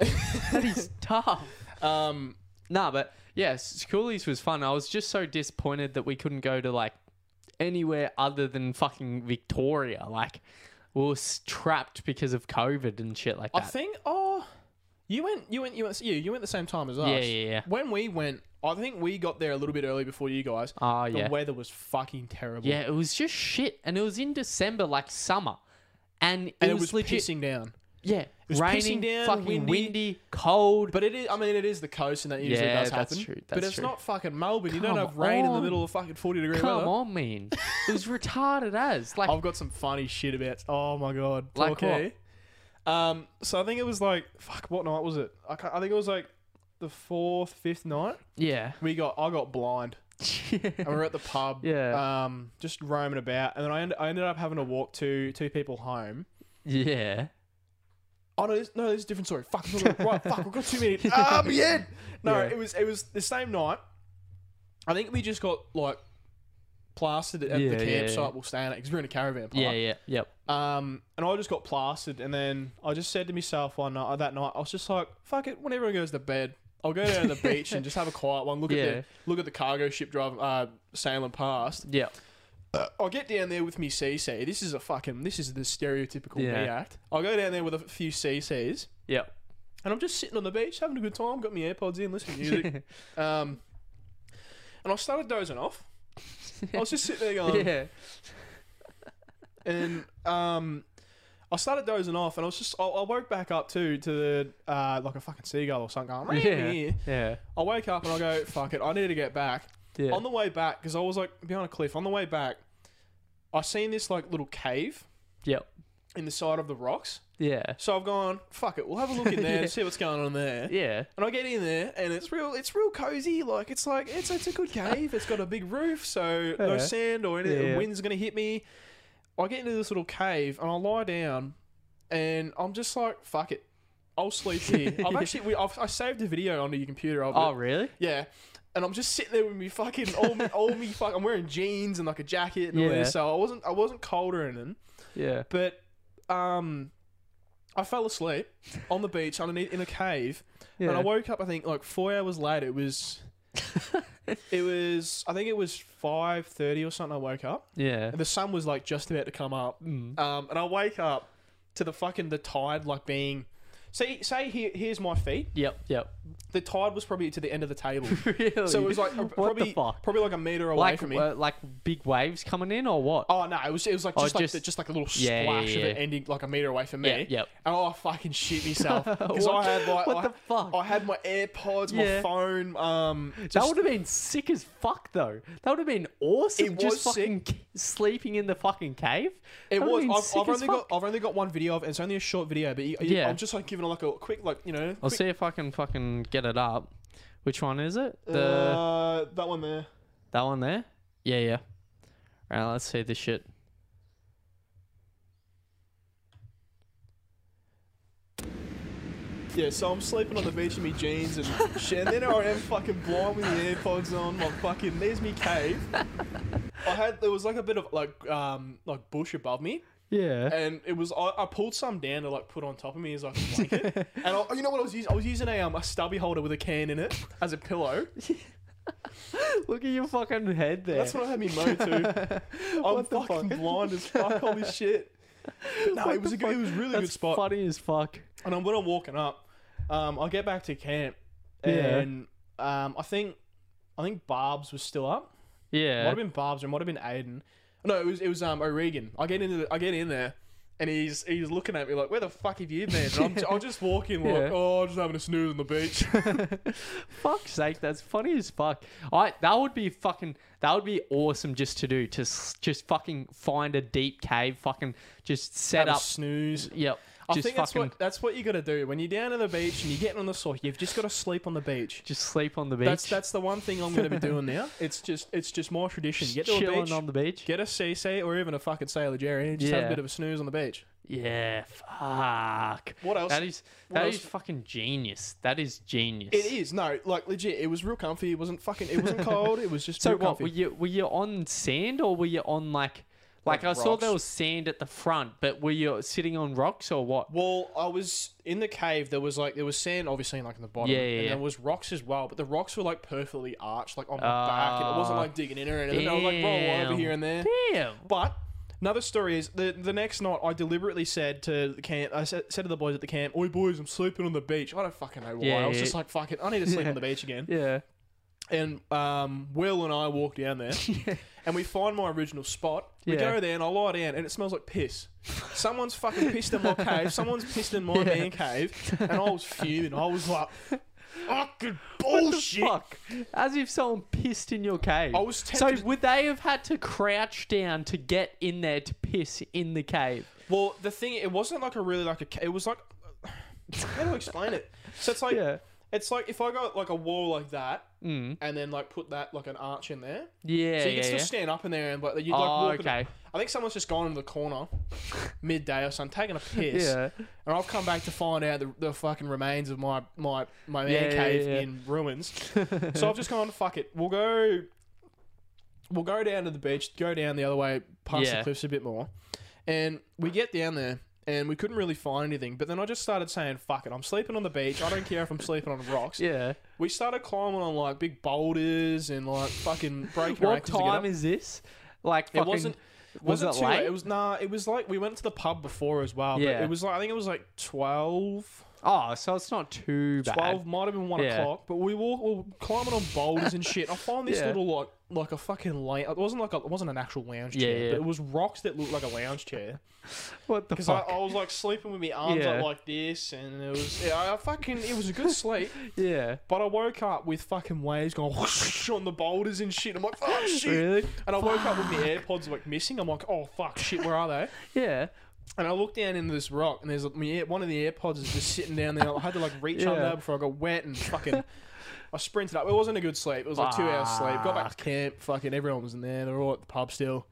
Speaker 1: that is tough.
Speaker 2: Um,
Speaker 1: Nah, but yeah, schoolies was fun. I was just so disappointed that we couldn't go to like anywhere other than fucking Victoria. Like, we were s- trapped because of COVID and shit like
Speaker 2: I
Speaker 1: that.
Speaker 2: think oh, you went you went you went you you went the same time as us.
Speaker 1: Yeah, yeah, yeah.
Speaker 2: When we went, I think we got there a little bit early before you guys.
Speaker 1: Oh,
Speaker 2: the
Speaker 1: yeah.
Speaker 2: weather was fucking terrible.
Speaker 1: Yeah, it was just shit. And it was in December, like summer. And it,
Speaker 2: and it
Speaker 1: was,
Speaker 2: was
Speaker 1: legit.
Speaker 2: pissing down.
Speaker 1: Yeah,
Speaker 2: was
Speaker 1: raining,
Speaker 2: pissing down,
Speaker 1: fucking windy,
Speaker 2: windy.
Speaker 1: cold.
Speaker 2: But it is. I mean, it is the coast, and that usually
Speaker 1: Yeah,
Speaker 2: does
Speaker 1: that's
Speaker 2: happen.
Speaker 1: true,
Speaker 2: but
Speaker 1: that's
Speaker 2: it's
Speaker 1: true.
Speaker 2: not fucking Melbourne. You don't
Speaker 1: Come
Speaker 2: have rain in the
Speaker 1: on.
Speaker 2: middle of fucking forty degree
Speaker 1: Come
Speaker 2: weather.
Speaker 1: on, man. It was retarded as. Like,
Speaker 2: I've got some funny shit about. Oh my god.
Speaker 1: Like
Speaker 2: okay. Um. So I think it was like fuck. What night was it? I can't, I think it was like the fourth, fifth night. <laughs>
Speaker 1: yeah. <laughs>
Speaker 2: We got. I got blind. and we were at the pub,
Speaker 1: Yeah.
Speaker 2: um, just roaming about, and then I, end- I ended up having to walk two two people home.
Speaker 1: yeah.
Speaker 2: Oh no, this, no, this is a different story. Fuck, I'm talking- right, fuck, we've got
Speaker 1: <laughs>
Speaker 2: two minutes. Um, yeah. No,
Speaker 1: Ah, Yeah.
Speaker 2: it was it was the same night. I think we just got like plastered at
Speaker 1: Yeah,
Speaker 2: the
Speaker 1: yeah,
Speaker 2: campsite
Speaker 1: yeah.
Speaker 2: we'll stay at because we're in a caravan park.
Speaker 1: Yeah, yeah, yep.
Speaker 2: Um, and I just got plastered, and then I just said to myself one night, that night, I was just like, "Fuck it." When everyone goes to bed, I'll go down to the beach and just have a quiet one. Look
Speaker 1: <laughs>
Speaker 2: at
Speaker 1: Yeah.
Speaker 2: the look at the cargo ship drive uh, sailing past.
Speaker 1: Yep.
Speaker 2: I'll get down there with me CC. This is a fucking this is the stereotypical me
Speaker 1: Yeah.
Speaker 2: act. I'll go down there with a few CCs,
Speaker 1: Yep.
Speaker 2: and I'm just sitting on the beach having a good time. Got my AirPods in, listening
Speaker 1: <laughs>
Speaker 2: to <laughs> music. um, and I started dozing off. I was just
Speaker 1: <laughs>
Speaker 2: sitting there going,
Speaker 1: yeah.
Speaker 2: and um, I started dozing off, and I was just I, I woke back up too to the uh, like a fucking seagull or something. Going,
Speaker 1: <laughs> Yeah.
Speaker 2: yeah.
Speaker 1: Yeah.
Speaker 2: I wake up and I go, fuck it, I need to get back.
Speaker 1: Yeah.
Speaker 2: On the way back, because I was like behind a cliff. On the way back, I seen this like little cave
Speaker 1: Yep.
Speaker 2: in the side of the rocks.
Speaker 1: Yeah.
Speaker 2: So I've gone, fuck it, we'll have a look
Speaker 1: <laughs>
Speaker 2: in there
Speaker 1: Yeah.
Speaker 2: and see what's going on there.
Speaker 1: Yeah.
Speaker 2: And I get in there, and it's real. It's real cozy. Like it's like it's it's a good cave. It's got a big roof, so
Speaker 1: Yeah.
Speaker 2: no sand or any
Speaker 1: Yeah.
Speaker 2: wind's gonna hit me. I get into this little cave, and I lie down, and I'm just like, fuck it, I'll
Speaker 1: <laughs>
Speaker 2: sleep here. I've actually we, I've, I saved a video onto your computer. Of
Speaker 1: Oh,
Speaker 2: it.
Speaker 1: really?
Speaker 2: yeah. And I'm just sitting there with me fucking all me, all me fuck. I'm wearing jeans and like a jacket and all
Speaker 1: Yeah.
Speaker 2: this, so I wasn't I wasn't cold or anything.
Speaker 1: Yeah.
Speaker 2: But um, I fell asleep on the beach underneath in a cave.
Speaker 1: Yeah.
Speaker 2: And I woke up, I think, like four hours later. It
Speaker 1: <laughs>
Speaker 2: was, it was, I think it was five thirty or something. I woke up,
Speaker 1: yeah. Mm.
Speaker 2: and the sun was like just about to come up. Um, and I wake up to the fucking the tide like being, say, say here, here's my feet.
Speaker 1: Yep. Yep. <laughs>
Speaker 2: The tide was probably to the end of the table,
Speaker 1: really?
Speaker 2: so it was like
Speaker 1: <laughs>
Speaker 2: a-
Speaker 1: what
Speaker 2: probably
Speaker 1: the fuck?
Speaker 2: probably like a meter away
Speaker 1: Like
Speaker 2: from me.
Speaker 1: uh, like big waves coming in or what?
Speaker 2: Oh no, it was it was like
Speaker 1: Oh,
Speaker 2: just like
Speaker 1: just-
Speaker 2: the, just like a little
Speaker 1: Yeah, yeah,
Speaker 2: splash
Speaker 1: yeah.
Speaker 2: of it ending like a meter away from me.
Speaker 1: Yeah, yep.
Speaker 2: And I fucking shit
Speaker 1: <laughs>
Speaker 2: myself because I
Speaker 1: What-
Speaker 2: had like
Speaker 1: what
Speaker 2: I,
Speaker 1: the fuck?
Speaker 2: I had my AirPods,
Speaker 1: Yeah.
Speaker 2: my phone. Um,
Speaker 1: that
Speaker 2: just-
Speaker 1: would have been sick as fuck though. That would have been awesome.
Speaker 2: It
Speaker 1: just
Speaker 2: was sick.
Speaker 1: fucking c- sleeping in the fucking cave.
Speaker 2: It
Speaker 1: That would've
Speaker 2: was.
Speaker 1: been
Speaker 2: I've,
Speaker 1: sick
Speaker 2: I've
Speaker 1: as
Speaker 2: only
Speaker 1: fuck.
Speaker 2: got. I've only got one video of it. It's only a short video, but you, you-
Speaker 1: Yeah.
Speaker 2: I'm just like giving it like a quick, like you know.
Speaker 1: I'll
Speaker 2: quick-
Speaker 1: see if I can fucking get it up. Which one is it? The
Speaker 2: uh, that one there.
Speaker 1: that one there? Yeah, yeah. Alright, let's see this shit.
Speaker 2: Yeah. So I'm sleeping on the beach in my jeans and shit, and then I am fucking blind with the AirPods on. My fucking there's me cave. I had there was like a bit of like um like bush above me,
Speaker 1: Yeah.
Speaker 2: and it was I, I pulled some down to like put on top of me as like a blanket. and I, you know what I was using? I was using a um a stubby holder with a can in it as a pillow.
Speaker 1: Look at your fucking head there.
Speaker 2: Uh, That's what I had me moan to.
Speaker 1: <laughs>
Speaker 2: I'm
Speaker 1: What the
Speaker 2: fucking
Speaker 1: fuck?
Speaker 2: blind as fuck.
Speaker 1: <laughs>
Speaker 2: Holy shit. No,
Speaker 1: What
Speaker 2: it was
Speaker 1: the
Speaker 2: a good, it
Speaker 1: fuck?
Speaker 2: was a really
Speaker 1: That's
Speaker 2: good spot.
Speaker 1: funny as fuck.
Speaker 2: And I'm, when I'm walking up, um, I get back to camp,
Speaker 1: Yeah.
Speaker 2: and um, I think I think Barb's was still up. Might
Speaker 1: Yeah.
Speaker 2: have been Barb's, or might have been Aiden. No, it was it was um O'Regan. I get into the, I get in there, and he's he's looking at me like, "Where the fuck have you been?"
Speaker 1: <laughs>
Speaker 2: And I'm, j- I'll just walk in like,
Speaker 1: Yeah.
Speaker 2: "Oh, I'm just having a snooze on the
Speaker 1: <laughs>
Speaker 2: beach."
Speaker 1: Fuck's sake, that's funny as fuck. I that would be fucking that would be awesome just to do to s- just fucking find a deep cave, fucking just set
Speaker 2: Have a
Speaker 1: up.
Speaker 2: snooze.
Speaker 1: Yep.
Speaker 2: I
Speaker 1: Just
Speaker 2: think that's
Speaker 1: fucking
Speaker 2: what that's what you got to do when you're down on the beach and you're getting on the soil. You've just got to sleep on the beach.
Speaker 1: just sleep on the beach.
Speaker 2: That's that's the one thing I'm going to be
Speaker 1: <laughs>
Speaker 2: doing now. It's just it's just my tradition. Get to a
Speaker 1: chilling
Speaker 2: beach,
Speaker 1: on the beach.
Speaker 2: get a CC or even a fucking Sailor Jerry, and just have
Speaker 1: Yeah.
Speaker 2: a bit of a snooze on the beach.
Speaker 1: yeah. Fuck.
Speaker 2: What else?
Speaker 1: That is
Speaker 2: what
Speaker 1: that
Speaker 2: else-
Speaker 1: is fucking genius. That is genius.
Speaker 2: It is no, like legit. It was real comfy. It wasn't fucking. It wasn't cold. It was just
Speaker 1: So
Speaker 2: real
Speaker 1: what
Speaker 2: comfy.
Speaker 1: were you were you on sand or were you on like like,
Speaker 2: Like
Speaker 1: I saw there
Speaker 2: rocks.
Speaker 1: was sand at the front, but were you sitting on rocks or what?
Speaker 2: well, I was in the cave. There was like there was sand, obviously, like in the bottom.
Speaker 1: Yeah, yeah,
Speaker 2: and
Speaker 1: yeah.
Speaker 2: there was rocks as well, but the rocks were like perfectly arched, like on my back, and it wasn't
Speaker 1: Ah.
Speaker 2: like digging in or anything. I was like rolling
Speaker 1: Damn.
Speaker 2: over here and there.
Speaker 1: Damn.
Speaker 2: But another story is the the next night I deliberately said to the camp, I said, said to the boys at the camp, "Oi boys, I'm sleeping on the beach." I don't fucking know why.
Speaker 1: Yeah,
Speaker 2: I was
Speaker 1: yeah.
Speaker 2: just like, "Fuck it, I need to sleep on
Speaker 1: <laughs>
Speaker 2: the beach again."
Speaker 1: Yeah.
Speaker 2: And um, Will and I walk
Speaker 1: <laughs>
Speaker 2: down there, and we find my original spot. We
Speaker 1: Yeah.
Speaker 2: go there and I lie down, and it smells like piss. Someone's fucking pissed
Speaker 1: <laughs>
Speaker 2: in my cave. Someone's pissed in my man cave, and I was fuming. I was like, "Fucking bullshit."
Speaker 1: Fuck. As if someone pissed in your cave.
Speaker 2: I was
Speaker 1: so
Speaker 2: tempted-
Speaker 1: would they have had to crouch down to get in there to piss in the cave?
Speaker 2: Well, <sighs> the thing it wasn't like a really like a. ca- It was like. How do I explain it? So it's like It's like if I got like a wall like that
Speaker 1: Mm.
Speaker 2: and then like put that like an arch in there.
Speaker 1: Yeah,
Speaker 2: so
Speaker 1: yeah,
Speaker 2: you can still
Speaker 1: yeah.
Speaker 2: stand up in there and but you'd like
Speaker 1: oh,
Speaker 2: walk in-
Speaker 1: okay.
Speaker 2: I think someone's just gone into the corner midday or something, taking a piss. And I've come back to find out the, the fucking remains of my my, my man
Speaker 1: Yeah, yeah,
Speaker 2: cave
Speaker 1: yeah.
Speaker 2: in
Speaker 1: <laughs>
Speaker 2: ruins. so I've just gone, fuck it. We'll go we'll go down to the beach, go down the other way, past
Speaker 1: Yeah.
Speaker 2: the cliffs a bit more. And we get down there and we couldn't really find anything. But then I just started saying, fuck it, I'm sleeping on the beach. I don't care if I'm sleeping on rocks.
Speaker 1: Yeah.
Speaker 2: We started climbing on like big boulders and like fucking breaking our
Speaker 1: What
Speaker 2: ankles to get up.
Speaker 1: time is this? Like,
Speaker 2: It
Speaker 1: fucking,
Speaker 2: wasn't-
Speaker 1: Was
Speaker 2: wasn't
Speaker 1: it
Speaker 2: too
Speaker 1: late?
Speaker 2: It was nah. It was like we went to the pub before as well.
Speaker 1: Yeah.
Speaker 2: But it was like I think it was like 12,
Speaker 1: Oh, so it's not too bad.
Speaker 2: 12 might have been one
Speaker 1: Yeah.
Speaker 2: o'clock. But we were, we were climbing on boulders and shit. I found this
Speaker 1: <laughs> Yeah.
Speaker 2: little like like a fucking lounge. It wasn't like a, it wasn't an actual lounge
Speaker 1: Yeah,
Speaker 2: chair.
Speaker 1: yeah.
Speaker 2: But it was rocks that looked like a lounge chair.
Speaker 1: What the
Speaker 2: Because I,
Speaker 1: fuck?
Speaker 2: I was like sleeping with my arms
Speaker 1: Yeah.
Speaker 2: up like this, and it was yeah, I fucking it was a good sleep. <laughs>
Speaker 1: yeah.
Speaker 2: But I woke up with fucking waves going whoosh on the boulders and shit. I'm like, oh shit.
Speaker 1: Really?
Speaker 2: And I woke up with my AirPods like missing. I'm like, oh fuck, shit, where are they?
Speaker 1: Yeah.
Speaker 2: And I looked down into this rock, and there's my ear, one of the AirPods is just sitting down there. I had to like reach
Speaker 1: Yeah.
Speaker 2: under there before I got wet and fucking. I sprinted up. It wasn't a good sleep. It was like two hours sleep. Got back to camp. Fucking everyone was in there. They were all at the pub still.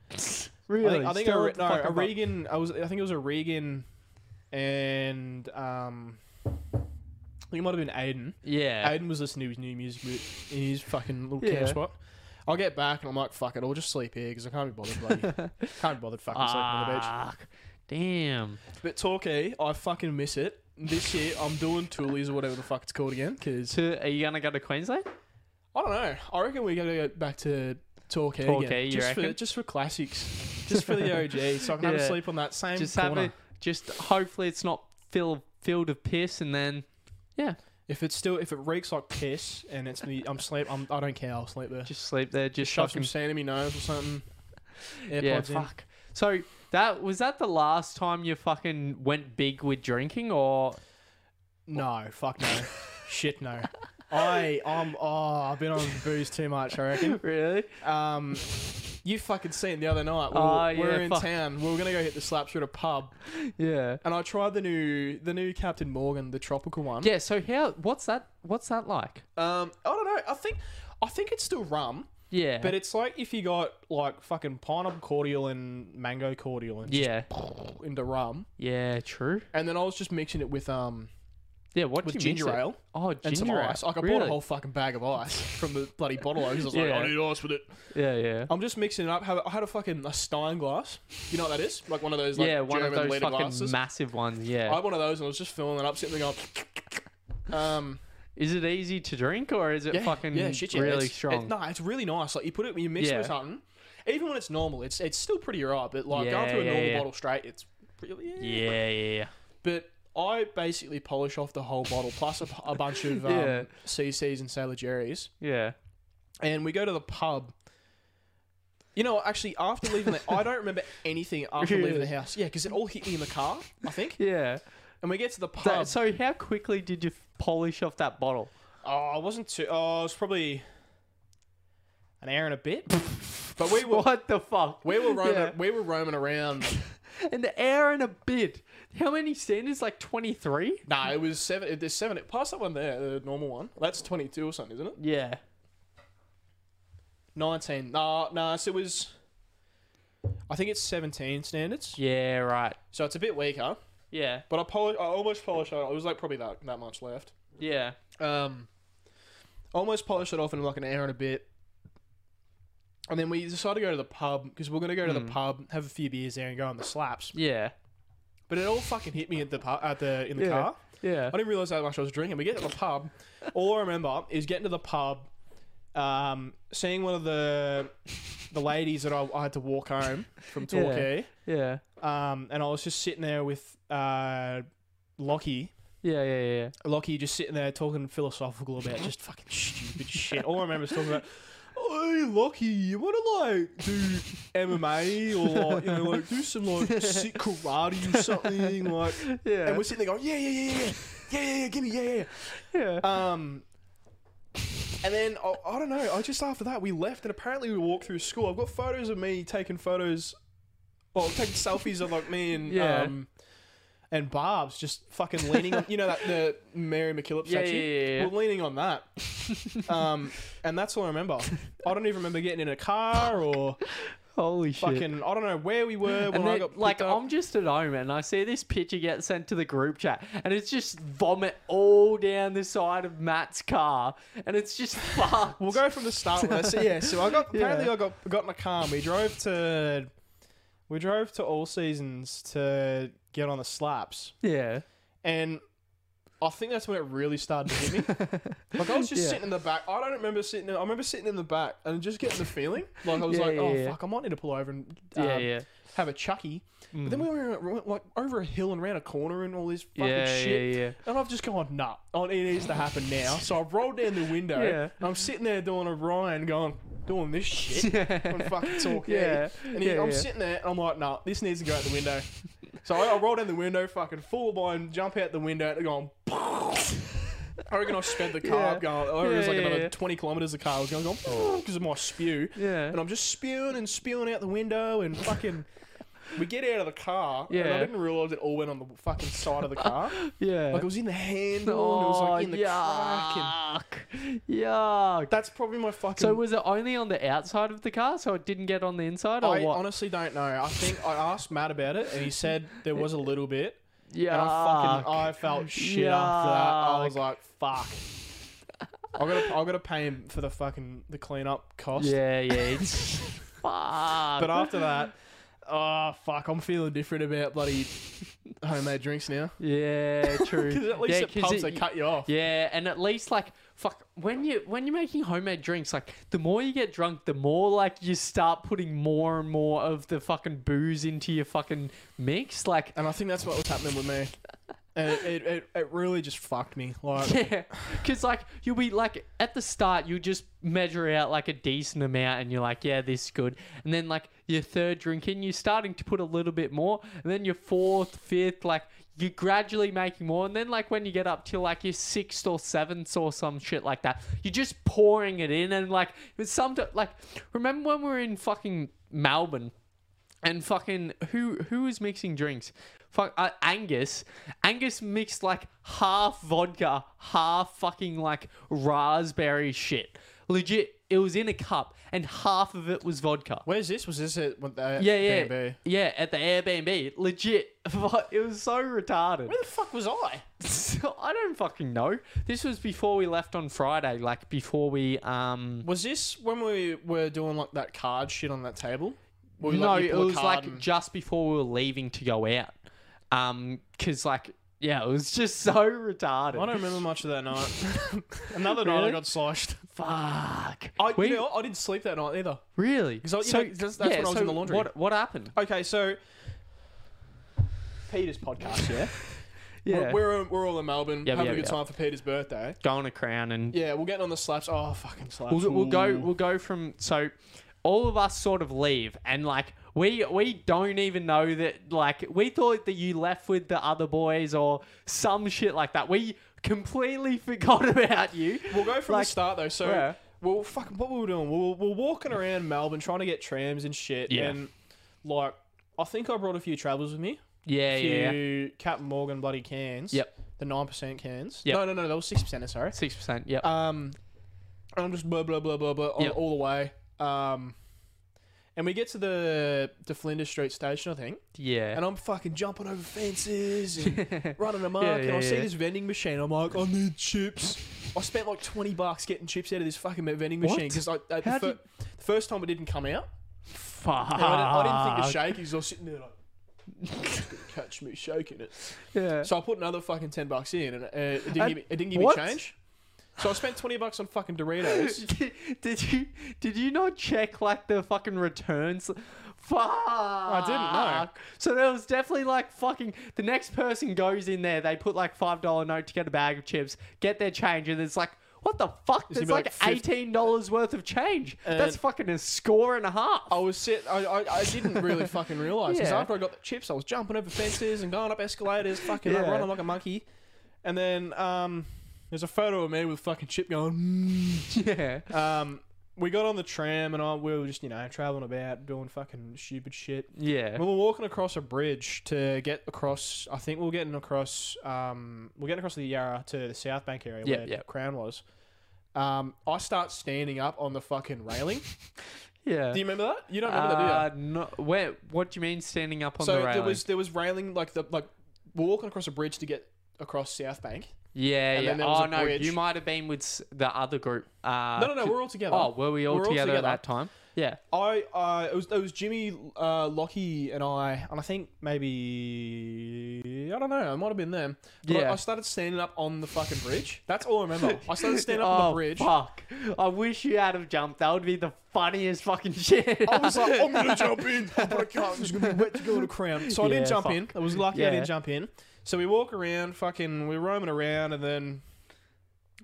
Speaker 1: Really?
Speaker 2: I think, I think
Speaker 1: Still
Speaker 2: a,
Speaker 1: at the
Speaker 2: no,
Speaker 1: fucking
Speaker 2: a
Speaker 1: pub.
Speaker 2: Regan. I was. I think it was a Regan, and um, I think it might have been Aiden.
Speaker 1: Yeah.
Speaker 2: Aiden was listening to his new music mo- in his fucking little
Speaker 1: Yeah.
Speaker 2: camp spot. I'll get back and I'm like, fuck it, I'll just sleep here because I can't be
Speaker 1: <laughs>
Speaker 2: bothered, bloody. can't be bothered fucking sleeping on the beach.
Speaker 1: Fuck. Damn.
Speaker 2: But Torquay, I fucking miss it. This year, I'm doing Toolies or whatever the fuck it's called again. Because
Speaker 1: So, are you gonna go to Queensland?
Speaker 2: I don't know. I reckon we're gonna go back to Torquay,
Speaker 1: Torquay,
Speaker 2: again,
Speaker 1: you
Speaker 2: just for
Speaker 1: reckon?
Speaker 2: just for classics, just for
Speaker 1: <laughs>
Speaker 2: the OG, so I can have
Speaker 1: Yeah.
Speaker 2: a sleep on that same
Speaker 1: Just have
Speaker 2: corner.
Speaker 1: it. Just hopefully it's not filled filled of piss, and then yeah,
Speaker 2: If it's still if it reeks like piss and it's me, I'm sleep. I'm, I don't care. I'll sleep there. Just
Speaker 1: just sleep there. Just
Speaker 2: shove some
Speaker 1: fucking
Speaker 2: sand in my nose or something. AirPods
Speaker 1: yeah.
Speaker 2: in.
Speaker 1: Fuck. So that was that the last time you fucking went big with drinking,
Speaker 2: <laughs>
Speaker 1: or
Speaker 2: No,
Speaker 1: <laughs>
Speaker 2: fuck no. Shit no. I I'm oh I've been on booze too much, I reckon.
Speaker 1: really?
Speaker 2: Um you fucking seen the other night. We were,
Speaker 1: Oh,
Speaker 2: we were
Speaker 1: yeah,
Speaker 2: in
Speaker 1: fuck.
Speaker 2: town. We were gonna go hit the slaps at a pub,
Speaker 1: Yeah.
Speaker 2: and I tried the new the new Captain Morgan, the tropical one.
Speaker 1: Yeah. So how? What's that? What's that like?
Speaker 2: Um, I don't know. I think I think it's still rum,
Speaker 1: Yeah.
Speaker 2: but it's like if you got like fucking pineapple cordial and mango cordial and
Speaker 1: yeah.
Speaker 2: just into rum,
Speaker 1: Yeah. True.
Speaker 2: and then I was just mixing it with um
Speaker 1: Yeah. What
Speaker 2: with
Speaker 1: do you mix
Speaker 2: ginger
Speaker 1: it?
Speaker 2: ale.
Speaker 1: Oh, ginger
Speaker 2: And some
Speaker 1: ale.
Speaker 2: ice. Like I bought
Speaker 1: Really?
Speaker 2: a whole fucking bag of ice <laughs> from the bloody bottle owners. I was
Speaker 1: Yeah.
Speaker 2: like, I need ice with it.
Speaker 1: Yeah. Yeah.
Speaker 2: I'm just mixing it up. Have, I had a fucking a Stein glass. You know what that is? Like one of those like
Speaker 1: yeah, one
Speaker 2: German
Speaker 1: of those
Speaker 2: liter
Speaker 1: fucking
Speaker 2: glasses.
Speaker 1: massive ones.
Speaker 2: I
Speaker 1: Yeah.
Speaker 2: had one of those and I was just filling it up, sitting there going. <laughs> um,
Speaker 1: Is it easy to drink or is it
Speaker 2: yeah,
Speaker 1: fucking
Speaker 2: yeah, shit, yeah.
Speaker 1: really
Speaker 2: it's,
Speaker 1: strong?
Speaker 2: It, no, it's really nice. Like you put it, you mix it with
Speaker 1: Yeah.
Speaker 2: something. Even when it's normal, it's it's still pretty alright. But like
Speaker 1: Yeah,
Speaker 2: going through a
Speaker 1: yeah,
Speaker 2: normal
Speaker 1: yeah.
Speaker 2: bottle straight, it's really
Speaker 1: yeah, yeah,
Speaker 2: But I basically polish off the whole bottle plus a, a
Speaker 1: <laughs>
Speaker 2: bunch of um,
Speaker 1: Yeah.
Speaker 2: CCs and Sailor Jerry's.
Speaker 1: yeah.
Speaker 2: and we go to the pub. You know, actually, after leaving the, I don't remember anything
Speaker 1: <laughs>
Speaker 2: after leaving
Speaker 1: Really?
Speaker 2: the house. Yeah, because it all hit me in the car, I think.
Speaker 1: Yeah. Yeah.
Speaker 2: And we get to the pub.
Speaker 1: That- so how quickly did you f- polish off that bottle?
Speaker 2: oh, I wasn't too. Oh, it was probably an hour and a bit. but we were
Speaker 1: What the fuck?
Speaker 2: <laughs> we were roaming
Speaker 1: Yeah.
Speaker 2: we were roaming around.
Speaker 1: An hour and a bit. How many standards? Like twenty three?
Speaker 2: nah, it was seven. There's seven. Past that one there, the normal one. That's twenty two or something, isn't it?
Speaker 1: Yeah.
Speaker 2: Nineteen. Nah, nah. So it was. I think it's seventeen standards.
Speaker 1: Yeah. Right.
Speaker 2: So it's a bit weaker.
Speaker 1: Yeah.
Speaker 2: But I poli- I almost polished it. It was like probably that that much left.
Speaker 1: Yeah.
Speaker 2: Um, almost polished it off in like an hour and a bit. And then we decided to go to the pub because we're going to go to the pub, have a few beers there, and go on the slaps.
Speaker 1: Yeah.
Speaker 2: But it all fucking hit me at the pub, at the in the
Speaker 1: Yeah.
Speaker 2: car.
Speaker 1: Yeah.
Speaker 2: I didn't realize how much I was drinking. We get to the pub. All I remember is getting to the pub, um, seeing one of the the ladies that I, I had to walk home from
Speaker 1: Yeah.
Speaker 2: Torquay,
Speaker 1: Yeah.
Speaker 2: um, and I was just sitting there with uh, Lockie.
Speaker 1: Yeah. Yeah. Yeah.
Speaker 2: Lockie just sitting there talking philosophical about just fucking stupid shit. All I remember is talking about, "Hey Lockie, you want to like do MMA or like you
Speaker 1: <laughs>
Speaker 2: know like do some like sick karate or something like?"
Speaker 1: Yeah.
Speaker 2: And we're sitting there going, "Yeah, yeah, yeah, yeah, yeah, yeah, yeah, yeah, give me, yeah, yeah."
Speaker 1: yeah.
Speaker 2: yeah." Um, and then I, I don't know. I just after that we left, and apparently we walked through school. I've got photos of me taking photos, well, taking selfies of like me and
Speaker 1: Yeah.
Speaker 2: um, and Barb's just fucking leaning on, you know, that the Mary MacKillop
Speaker 1: Yeah,
Speaker 2: statue?
Speaker 1: yeah, yeah, yeah.
Speaker 2: We're leaning on that. um, and that's all I remember. I don't even remember getting in a car or
Speaker 1: <laughs> Holy shit.
Speaker 2: fucking, I don't know where we were when
Speaker 1: and
Speaker 2: I
Speaker 1: then,
Speaker 2: got picked
Speaker 1: like
Speaker 2: up.
Speaker 1: I'm just at home and I see this picture get sent to the group chat and it's just vomit all down the side of Matt's car and it's just <laughs> fucked.
Speaker 2: We'll go from the start. With this. So, yeah, so I
Speaker 1: <laughs>
Speaker 2: got
Speaker 1: Yeah.
Speaker 2: apparently I got got in a car. And we drove to we drove to All Seasons to get on the slaps,
Speaker 1: Yeah.
Speaker 2: and I think that's when it really started to hit
Speaker 1: <laughs>
Speaker 2: me. like I was just
Speaker 1: Yeah.
Speaker 2: sitting in the back. I don't remember sitting. In, I remember sitting in the back and just getting the feeling. Like I was
Speaker 1: Yeah,
Speaker 2: like,
Speaker 1: yeah,
Speaker 2: oh
Speaker 1: yeah.
Speaker 2: fuck, I might need to pull over and um,
Speaker 1: Yeah, yeah. Mm.
Speaker 2: have a chucky. But then we were, we went, like over a hill and around a corner and all this fucking
Speaker 1: Yeah,
Speaker 2: shit.
Speaker 1: yeah, yeah.
Speaker 2: And I've just gone, nah, oh, it needs to happen now. So I've rolled down the window.
Speaker 1: Yeah.
Speaker 2: And I'm sitting there doing a Ryan going, doing
Speaker 1: <laughs>
Speaker 2: this shit. I'm fucking talking.
Speaker 1: Yeah.
Speaker 2: And he,
Speaker 1: Yeah,
Speaker 2: I'm
Speaker 1: yeah.
Speaker 2: sitting there and I'm like, nah, this needs to go out the window. so I, I roll down the window, fucking full blind, jump out the window and going, <laughs> I reckon I spent the car
Speaker 1: Yeah.
Speaker 2: going, I reckon it was
Speaker 1: Yeah,
Speaker 2: like
Speaker 1: yeah,
Speaker 2: another
Speaker 1: yeah.
Speaker 2: 20 kilometers of car was going, <laughs> because of my spew.
Speaker 1: Yeah.
Speaker 2: And I'm just spewing and spewing out the window and fucking. We get out of the car, and I
Speaker 1: Yeah.
Speaker 2: didn't realize it all went on the fucking side of
Speaker 1: <laughs>
Speaker 2: the car.
Speaker 1: Yeah.
Speaker 2: Like it was in the handle, and it
Speaker 1: <laughs>
Speaker 2: was
Speaker 1: oh,
Speaker 2: like in the crack. And
Speaker 1: yuck. Yuck.
Speaker 2: that's probably my fucking.
Speaker 1: So was it only on the outside of the car so it didn't get on the inside or
Speaker 2: I
Speaker 1: what?
Speaker 2: honestly don't know. I think I asked Matt about it, and he said there was a little bit.
Speaker 1: yeah. Ah,
Speaker 2: And I fucking I felt shit after that. I was like, fuck. I gotta I gotta pay him for the fucking the cleanup cost.
Speaker 1: Yeah,
Speaker 2: <laughs>
Speaker 1: yeah. It's fuck.
Speaker 2: But after that, oh fuck, I'm feeling different about bloody homemade drinks now.
Speaker 1: Yeah,
Speaker 2: <laughs>
Speaker 1: true.
Speaker 2: Because at least
Speaker 1: yeah,
Speaker 2: at
Speaker 1: 'cause
Speaker 2: pubs
Speaker 1: it-
Speaker 2: they cut you off.
Speaker 1: Yeah, and at least like fuck when you when you're making homemade drinks, like the more you get drunk, the more like you start putting more and more of the fucking booze into your fucking mix. Like
Speaker 2: And I think that's what was happening with me. And it, it, it, it really just fucked me. Like
Speaker 1: <sighs> Yeah, because like you'll be like at the start you just measure out like a decent amount and you're like yeah this is good and then like your third drink in you're starting to put a little bit more and then your fourth fifth like you're gradually making more and then like when you get up to like your sixth or seventh or some shit like that you're just pouring it in and like it's some like remember when we were in fucking Melbourne and fucking who who was mixing drinks? Fuck uh, Angus. Angus mixed like half vodka, half fucking like raspberry shit. Legit, it was in a cup, and half of it was vodka.
Speaker 2: Where's this? Was this at what the
Speaker 1: Yeah, yeah,
Speaker 2: B&B?
Speaker 1: yeah. At the Airbnb, legit. <laughs> It was so retarded. <laughs>
Speaker 2: Where the fuck was I?
Speaker 1: So, I don't fucking know. This was before we left on Friday, like before we um.
Speaker 2: Was this when we were doing like that card shit on that table? Where we,
Speaker 1: no,
Speaker 2: you
Speaker 1: it
Speaker 2: pull a
Speaker 1: was
Speaker 2: card
Speaker 1: like
Speaker 2: and-
Speaker 1: just before we were leaving to go out. Um, cause like yeah, it was just <laughs> so retarded.
Speaker 2: <laughs> I don't remember much of that night. <laughs> Another night I
Speaker 1: Really?
Speaker 2: got sloshed.
Speaker 1: Fuck.
Speaker 2: <laughs> I,
Speaker 1: We-
Speaker 2: you know, I didn't sleep that night either.
Speaker 1: really?
Speaker 2: So, you know, that's- that's when I was in the laundry.
Speaker 1: What, what happened?
Speaker 2: Okay, so Peter's podcast, <laughs> yeah,
Speaker 1: Yeah.
Speaker 2: We're, we're, we're all in Melbourne,
Speaker 1: Yeah,
Speaker 2: having
Speaker 1: yeah,
Speaker 2: a good
Speaker 1: yeah.
Speaker 2: time for Peter's birthday.
Speaker 1: going to crown and
Speaker 2: Yeah, we're getting on the slaps. Oh, fucking slaps.
Speaker 1: we'll, we'll go
Speaker 2: Ooh.
Speaker 1: we'll go from so all of us sort of leave and like we we don't even know that like we thought that you left with the other boys or some shit like that. We completely <laughs> forgot about you.
Speaker 2: We'll go from
Speaker 1: Like,
Speaker 2: the start though. So,
Speaker 1: yeah.
Speaker 2: well, fucking, what we were doing? We were, we were walking around Melbourne trying to get trams and shit.
Speaker 1: Yeah.
Speaker 2: And like, I think I brought a few travels with me.
Speaker 1: Yeah,
Speaker 2: A
Speaker 1: yeah. yeah.
Speaker 2: few Captain Morgan bloody cans.
Speaker 1: Yep.
Speaker 2: The nine percent cans.
Speaker 1: Yep.
Speaker 2: No, no, no. That was six percent. Sorry.
Speaker 1: Six percent. Yep.
Speaker 2: Um, and I'm just blah blah blah blah blah on,
Speaker 1: Yep.
Speaker 2: all the way. Um, and we get to the to Flinders Street station, I think.
Speaker 1: yeah.
Speaker 2: And I'm fucking jumping over fences
Speaker 1: <laughs>
Speaker 2: and running amok.
Speaker 1: Yeah,
Speaker 2: and I
Speaker 1: yeah,
Speaker 2: see
Speaker 1: yeah.
Speaker 2: this vending machine. I'm like, I need chips. I spent like 20 bucks getting chips out of this fucking vending
Speaker 1: What?
Speaker 2: machine because I at the,
Speaker 1: How
Speaker 2: fir-
Speaker 1: did-
Speaker 2: the first time it didn't come out.
Speaker 1: Fuck.
Speaker 2: And I, didn't, I
Speaker 1: Ah,
Speaker 2: didn't think to shake because I was sitting there like, "It's gonna catch me shaking it.
Speaker 1: <laughs> Yeah.
Speaker 2: So I put another fucking 10 bucks in and uh, it didn't
Speaker 1: And
Speaker 2: give me, it didn't give
Speaker 1: what?
Speaker 2: me change. So I spent 20 bucks on fucking
Speaker 1: <laughs>
Speaker 2: Doritos.
Speaker 1: did you did you not check like the fucking returns? Fuck. I
Speaker 2: didn't,
Speaker 1: So there was definitely like fucking the next person goes in there, they put like five dollar note to get a bag of chips, get their change, and it's like what the fuck?
Speaker 2: It's
Speaker 1: There's
Speaker 2: gonna be
Speaker 1: like,
Speaker 2: like fif-
Speaker 1: eighteen dollars worth of change.
Speaker 2: And- Oh.
Speaker 1: That's fucking a score and a half.
Speaker 2: I was sit. I, I, I didn't
Speaker 1: <laughs>
Speaker 2: really fucking realize because
Speaker 1: Yeah.
Speaker 2: after I got the chips, I was jumping over fences and going up escalators, fucking
Speaker 1: Yeah.
Speaker 2: running like a monkey. And then um, there's a photo of me with fucking chip going.
Speaker 1: <laughs>
Speaker 2: <laughs>
Speaker 1: yeah.
Speaker 2: Um, we got on the tram and I, we were just, you know, traveling about, doing fucking stupid shit.
Speaker 1: Yeah.
Speaker 2: We were walking across a bridge to get across. I think we were getting across. Um, we we're getting across the Yarra to the South Bank area
Speaker 1: Yep,
Speaker 2: where
Speaker 1: yep.
Speaker 2: Crown was. Um, I start standing up on the
Speaker 1: <laughs>
Speaker 2: fucking railing.
Speaker 1: Yeah.
Speaker 2: do you remember that? You don't remember that, do you?
Speaker 1: Uh, no, where? What do you mean standing up on
Speaker 2: so
Speaker 1: the railing?
Speaker 2: there was there was railing like the like we're walking across a bridge to get across South Bank.
Speaker 1: yeah,
Speaker 2: and
Speaker 1: yeah.
Speaker 2: then there was
Speaker 1: Oh
Speaker 2: a
Speaker 1: no,
Speaker 2: bridge.
Speaker 1: you might have been with s- the other group. Uh,
Speaker 2: No, no, no,
Speaker 1: c-
Speaker 2: we're all together.
Speaker 1: oh, were we all,
Speaker 2: we're all
Speaker 1: together, at
Speaker 2: together.
Speaker 1: that time? Yeah.
Speaker 2: I uh, it was it was Jimmy, uh, Lockie, and I, and I think maybe I don't know. It might have been them. But I,
Speaker 1: Yeah.
Speaker 2: I started standing up on the fucking bridge. That's all I remember. I started standing up on
Speaker 1: Oh,
Speaker 2: the bridge.
Speaker 1: Fuck! I wish you had have jumped. That would be the funniest fucking <laughs> shit.
Speaker 2: I was like, "Oh,
Speaker 1: <laughs>
Speaker 2: I'm gonna jump in, but I can't. It's gonna be wet to go to crown. So I didn't
Speaker 1: Yeah,
Speaker 2: jump
Speaker 1: fuck.
Speaker 2: in. I was lucky I
Speaker 1: Yeah.
Speaker 2: didn't jump in. So we walk around, fucking, we're roaming around, and then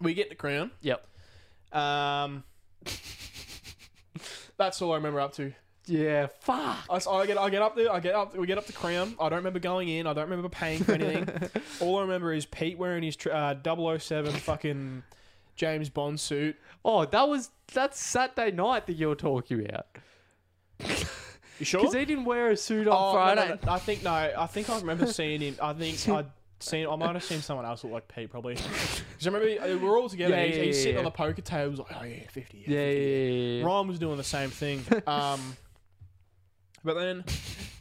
Speaker 2: we get to crown.
Speaker 1: Yep.
Speaker 2: Um, that's all I remember up to.
Speaker 1: yeah. Fuck.
Speaker 2: I, I get I get up there. I get up. We get up to Crown. I don't remember going in. I don't remember paying for <laughs> anything. All I remember is Pete wearing his tr- uh, 007 fucking James Bond suit.
Speaker 1: Oh, that was that's Saturday night that you're talking about.
Speaker 2: You sure?
Speaker 1: Because he didn't wear a suit on
Speaker 2: Oh, no, no,
Speaker 1: Friday.
Speaker 2: no. I think no. I think I remember seeing him.
Speaker 1: <laughs>
Speaker 2: I think I. would Seen, I might have seen someone else look like Pete probably. Because remember uh, we're all together.
Speaker 1: Yeah,
Speaker 2: he's,
Speaker 1: yeah,
Speaker 2: he's
Speaker 1: yeah,
Speaker 2: sitting
Speaker 1: yeah.
Speaker 2: on the poker table. He's like, oh yeah, fifty.
Speaker 1: Yeah, yeah,
Speaker 2: 50."
Speaker 1: yeah, yeah.
Speaker 2: Ryan was doing the same thing.
Speaker 1: <laughs>
Speaker 2: Um, but then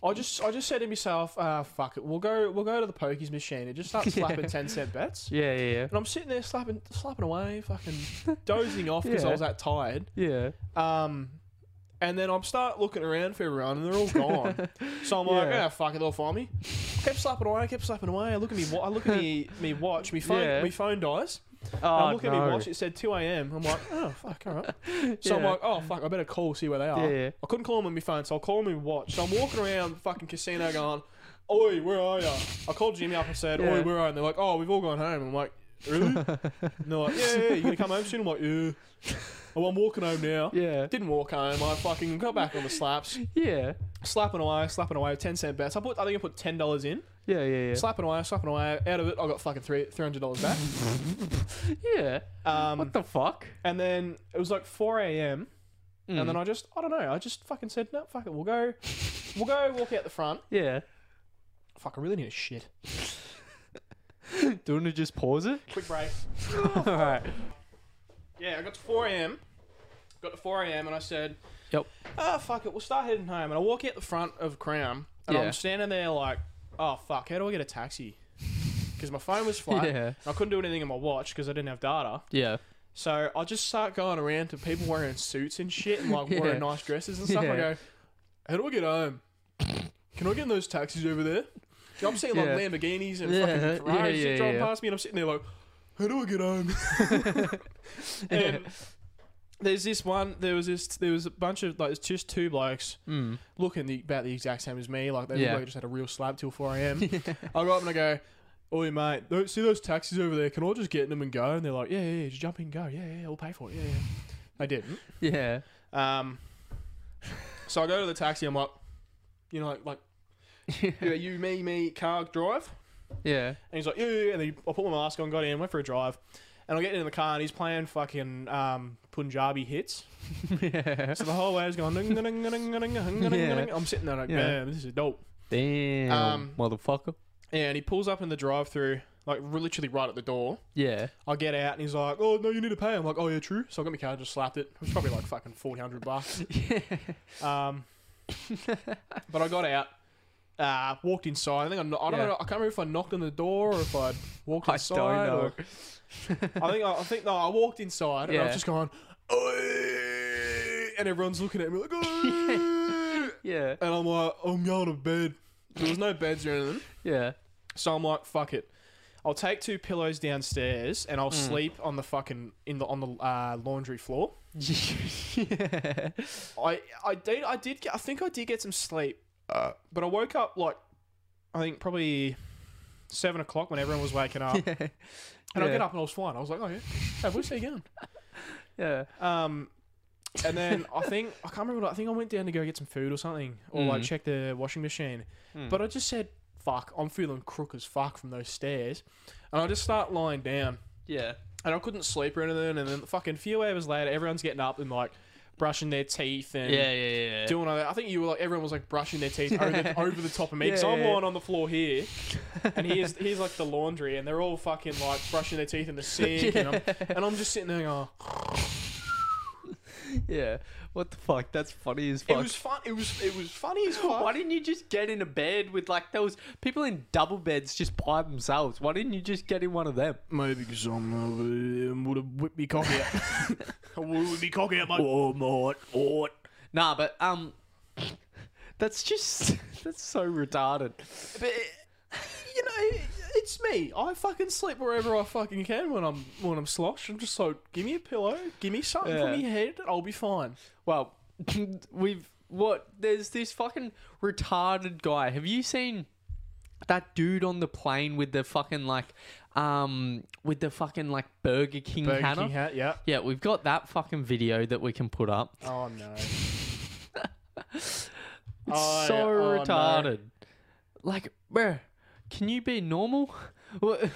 Speaker 2: I just I just said to myself, uh, fuck it, we'll go we'll go to the pokies machine and just
Speaker 1: <laughs>
Speaker 2: start slapping ten cent bets.
Speaker 1: yeah, yeah,
Speaker 2: And I'm sitting there slapping slapping away, fucking dozing off because I
Speaker 1: Yeah.
Speaker 2: was that tired.
Speaker 1: yeah, yeah.
Speaker 2: Um, and then I'm start looking around for everyone, and they're all
Speaker 1: <laughs>
Speaker 2: gone. so I'm like,
Speaker 1: Yeah.
Speaker 2: ah, fuck it, they'll find me. Kept slapping away, kept slapping away. I look at me, wa- I look at me, me watch, me phone,
Speaker 1: Yeah.
Speaker 2: me phone dies.
Speaker 1: Oh,
Speaker 2: I look at
Speaker 1: no.
Speaker 2: me watch, it said 2 a.m. I'm like, oh, fuck, all
Speaker 1: <laughs>
Speaker 2: right. So I'm
Speaker 1: Yeah.
Speaker 2: like, oh, fuck, I better call, see where they
Speaker 1: Yeah,
Speaker 2: are.
Speaker 1: yeah.
Speaker 2: I couldn't call them on my phone, so I'll call them on my watch. So I'm walking around the fucking casino going, oi, where are ya? I called Jimmy up and said,
Speaker 1: Yeah.
Speaker 2: oi, where are you? And they're like, oh, we've all gone home. I'm like,
Speaker 1: <laughs>
Speaker 2: really? and they're like, yeah, yeah, you gonna come home soon? I'm like, yeah. Oh, I'm walking home now.
Speaker 1: Yeah,
Speaker 2: Didn't walk home. I fucking got back on the slaps,
Speaker 1: yeah,
Speaker 2: slapping away, slapping away, ten cent bets. I put, I think I put ten dollars in,
Speaker 1: yeah, yeah,
Speaker 2: slapping away, slapping away. Out of it, I got fucking three three hundred
Speaker 1: <laughs>
Speaker 2: dollars back.
Speaker 1: yeah. yeah.
Speaker 2: Um,
Speaker 1: What the fuck?
Speaker 2: and then it was like 4 a.m.
Speaker 1: Mm.
Speaker 2: And then I just, I don't know, I just fucking said, no, fuck it, we'll go, we'll go walk out the front.
Speaker 1: Yeah.
Speaker 2: Fuck, I really need a shit.
Speaker 1: Do you want to just pause it?
Speaker 2: Quick break.
Speaker 1: All <laughs> right.
Speaker 2: Yeah, I got to 4 a.m. Got to 4 a.m. and I said,
Speaker 1: Yep.
Speaker 2: ah, fuck it, we'll start heading home. And I walk out the front of Crown and
Speaker 1: Yeah.
Speaker 2: I'm standing there like, oh, fuck, how do I get a taxi? Because my phone was
Speaker 1: <laughs>
Speaker 2: flat.
Speaker 1: Yeah.
Speaker 2: and I couldn't do anything on my watch because I didn't have data.
Speaker 1: Yeah.
Speaker 2: So I just start going around to people wearing suits and shit and
Speaker 1: <laughs>
Speaker 2: like
Speaker 1: Yeah.
Speaker 2: wearing nice dresses and stuff. I
Speaker 1: Yeah.
Speaker 2: go, how do I get home? Can I get in those taxis over there? You know, I'm seeing like
Speaker 1: Yeah.
Speaker 2: Lamborghinis and
Speaker 1: Yeah, yeah,
Speaker 2: fucking Ferraris
Speaker 1: yeah,
Speaker 2: shit driving
Speaker 1: yeah.
Speaker 2: past me, and I'm sitting there like, how do I get home?
Speaker 1: <laughs>
Speaker 2: <laughs> and there's this one. There was this. There was a bunch of like it's just two blokes
Speaker 1: <laughs> Mm.
Speaker 2: looking the, about the exact same as me. Like they look
Speaker 1: Yeah.
Speaker 2: like they just had a real slab till 4
Speaker 1: <laughs>
Speaker 2: a.m. I go up and I go, "Oi, mate, tho- see those taxis over there? Can I just get in them and go?" And they're like, "Yeah, yeah, yeah just jump in, and go. Yeah, yeah, we'll pay for it. Yeah, yeah." They didn't.
Speaker 1: Yeah.
Speaker 2: Um, so I go to the taxi. I'm like, you know,
Speaker 1: <laughs>
Speaker 2: like, like yeah, you, me, me, car drive.
Speaker 1: Yeah.
Speaker 2: And he's like, yeah, yeah, yeah. And then I put my mask on, got in, went for a drive. And I get in the car and he's playing fucking um, Punjabi hits.
Speaker 1: yeah.
Speaker 2: So the whole way is going. "Ding, ding, ding, ding, ding, ding, ding, ding." I'm sitting there like,
Speaker 1: Yeah.
Speaker 2: man, this is dope.
Speaker 1: <laughs> Damn,
Speaker 2: Um,
Speaker 1: motherfucker.
Speaker 2: Yeah, and he pulls up in the drive-through, like r- literally right at the door.
Speaker 1: Yeah.
Speaker 2: I get out and he's like, "Oh no, you need to pay." I'm like, "Oh yeah, true." So I got my card, just slapped it. It was probably like fucking four hundred bucks.
Speaker 1: <laughs> Yeah.
Speaker 2: Um, but I got out, uh, walked inside. I think I, kno- I don't
Speaker 1: Yeah.
Speaker 2: know. I can't remember if I knocked on the door or if I walked
Speaker 1: I
Speaker 2: inside.
Speaker 1: don't know.
Speaker 2: or- I think I, I think no, I walked inside and I was
Speaker 1: Yeah.
Speaker 2: just going, "Oi!" and everyone's looking at
Speaker 1: <laughs>
Speaker 2: me like, "Oi!"
Speaker 1: yeah.
Speaker 2: and I'm like, "I'm going to bed." There was no beds or anything.
Speaker 1: <laughs> Yeah.
Speaker 2: So I'm like, fuck it. I'll take two pillows downstairs and I'll
Speaker 1: Mm.
Speaker 2: sleep on the fucking in the on the uh, laundry floor.
Speaker 1: yeah.
Speaker 2: I I did I did get, I think I did get some sleep, uh, but I woke up like I think probably seven o'clock when everyone was
Speaker 1: <laughs>
Speaker 2: waking up, and I
Speaker 1: Yeah.
Speaker 2: get up and I was fine. I was like, oh yeah, hey, where's he going?
Speaker 1: Yeah.
Speaker 2: Um, and then I think I can't remember. what- I think I went down to go get some food or something, or like
Speaker 1: Mm.
Speaker 2: check the washing machine.
Speaker 1: Mm.
Speaker 2: But I just said, "Fuck!" I'm feeling crook as fuck from those stairs, and I just start lying down,
Speaker 1: Yeah.
Speaker 2: and I couldn't sleep or anything. And then fucking few hours later, everyone's getting up and like brushing their teeth and
Speaker 1: yeah, yeah, yeah.
Speaker 2: doing all that. I think you were like everyone was like brushing their teeth
Speaker 1: <laughs>
Speaker 2: over, over the top of me because
Speaker 1: Yeah,
Speaker 2: I'm
Speaker 1: yeah.
Speaker 2: lying on the floor here,
Speaker 1: <laughs>
Speaker 2: and here's here's like the laundry, and they're all fucking like brushing their teeth in the sink, and, I'm, and I'm just sitting there going, oh,
Speaker 1: yeah. What the fuck? That's funny as
Speaker 2: it
Speaker 1: fuck.
Speaker 2: was fun, it was it was funny as fuck.
Speaker 1: Why didn't you just get in a bed with like those people in double beds just by themselves? Why didn't you just get in one of them?
Speaker 2: Maybe because I'm uh, would have whipped me cock out. <laughs> would be cock out, mate.
Speaker 1: Oh my, oh. Nah, but um, <laughs> that's just <laughs> that's so retarded.
Speaker 2: But you know, it's me. I fucking sleep wherever I fucking can when I'm when I'm sloshed. I'm just like, give me a pillow, give me something
Speaker 1: Yeah.
Speaker 2: for me head, I'll be fine.
Speaker 1: Well, <laughs> we've what? There's this fucking retarded guy. Have you seen that dude on the plane with the fucking like, um, with the fucking like Burger King
Speaker 2: Burger
Speaker 1: hat?
Speaker 2: King
Speaker 1: on?
Speaker 2: hat, yeah.
Speaker 1: Yeah, we've got that fucking video that we can put up.
Speaker 2: Oh no.
Speaker 1: <laughs> It's
Speaker 2: Oh,
Speaker 1: so retarded. Like, bruh, can you be normal? <laughs> What-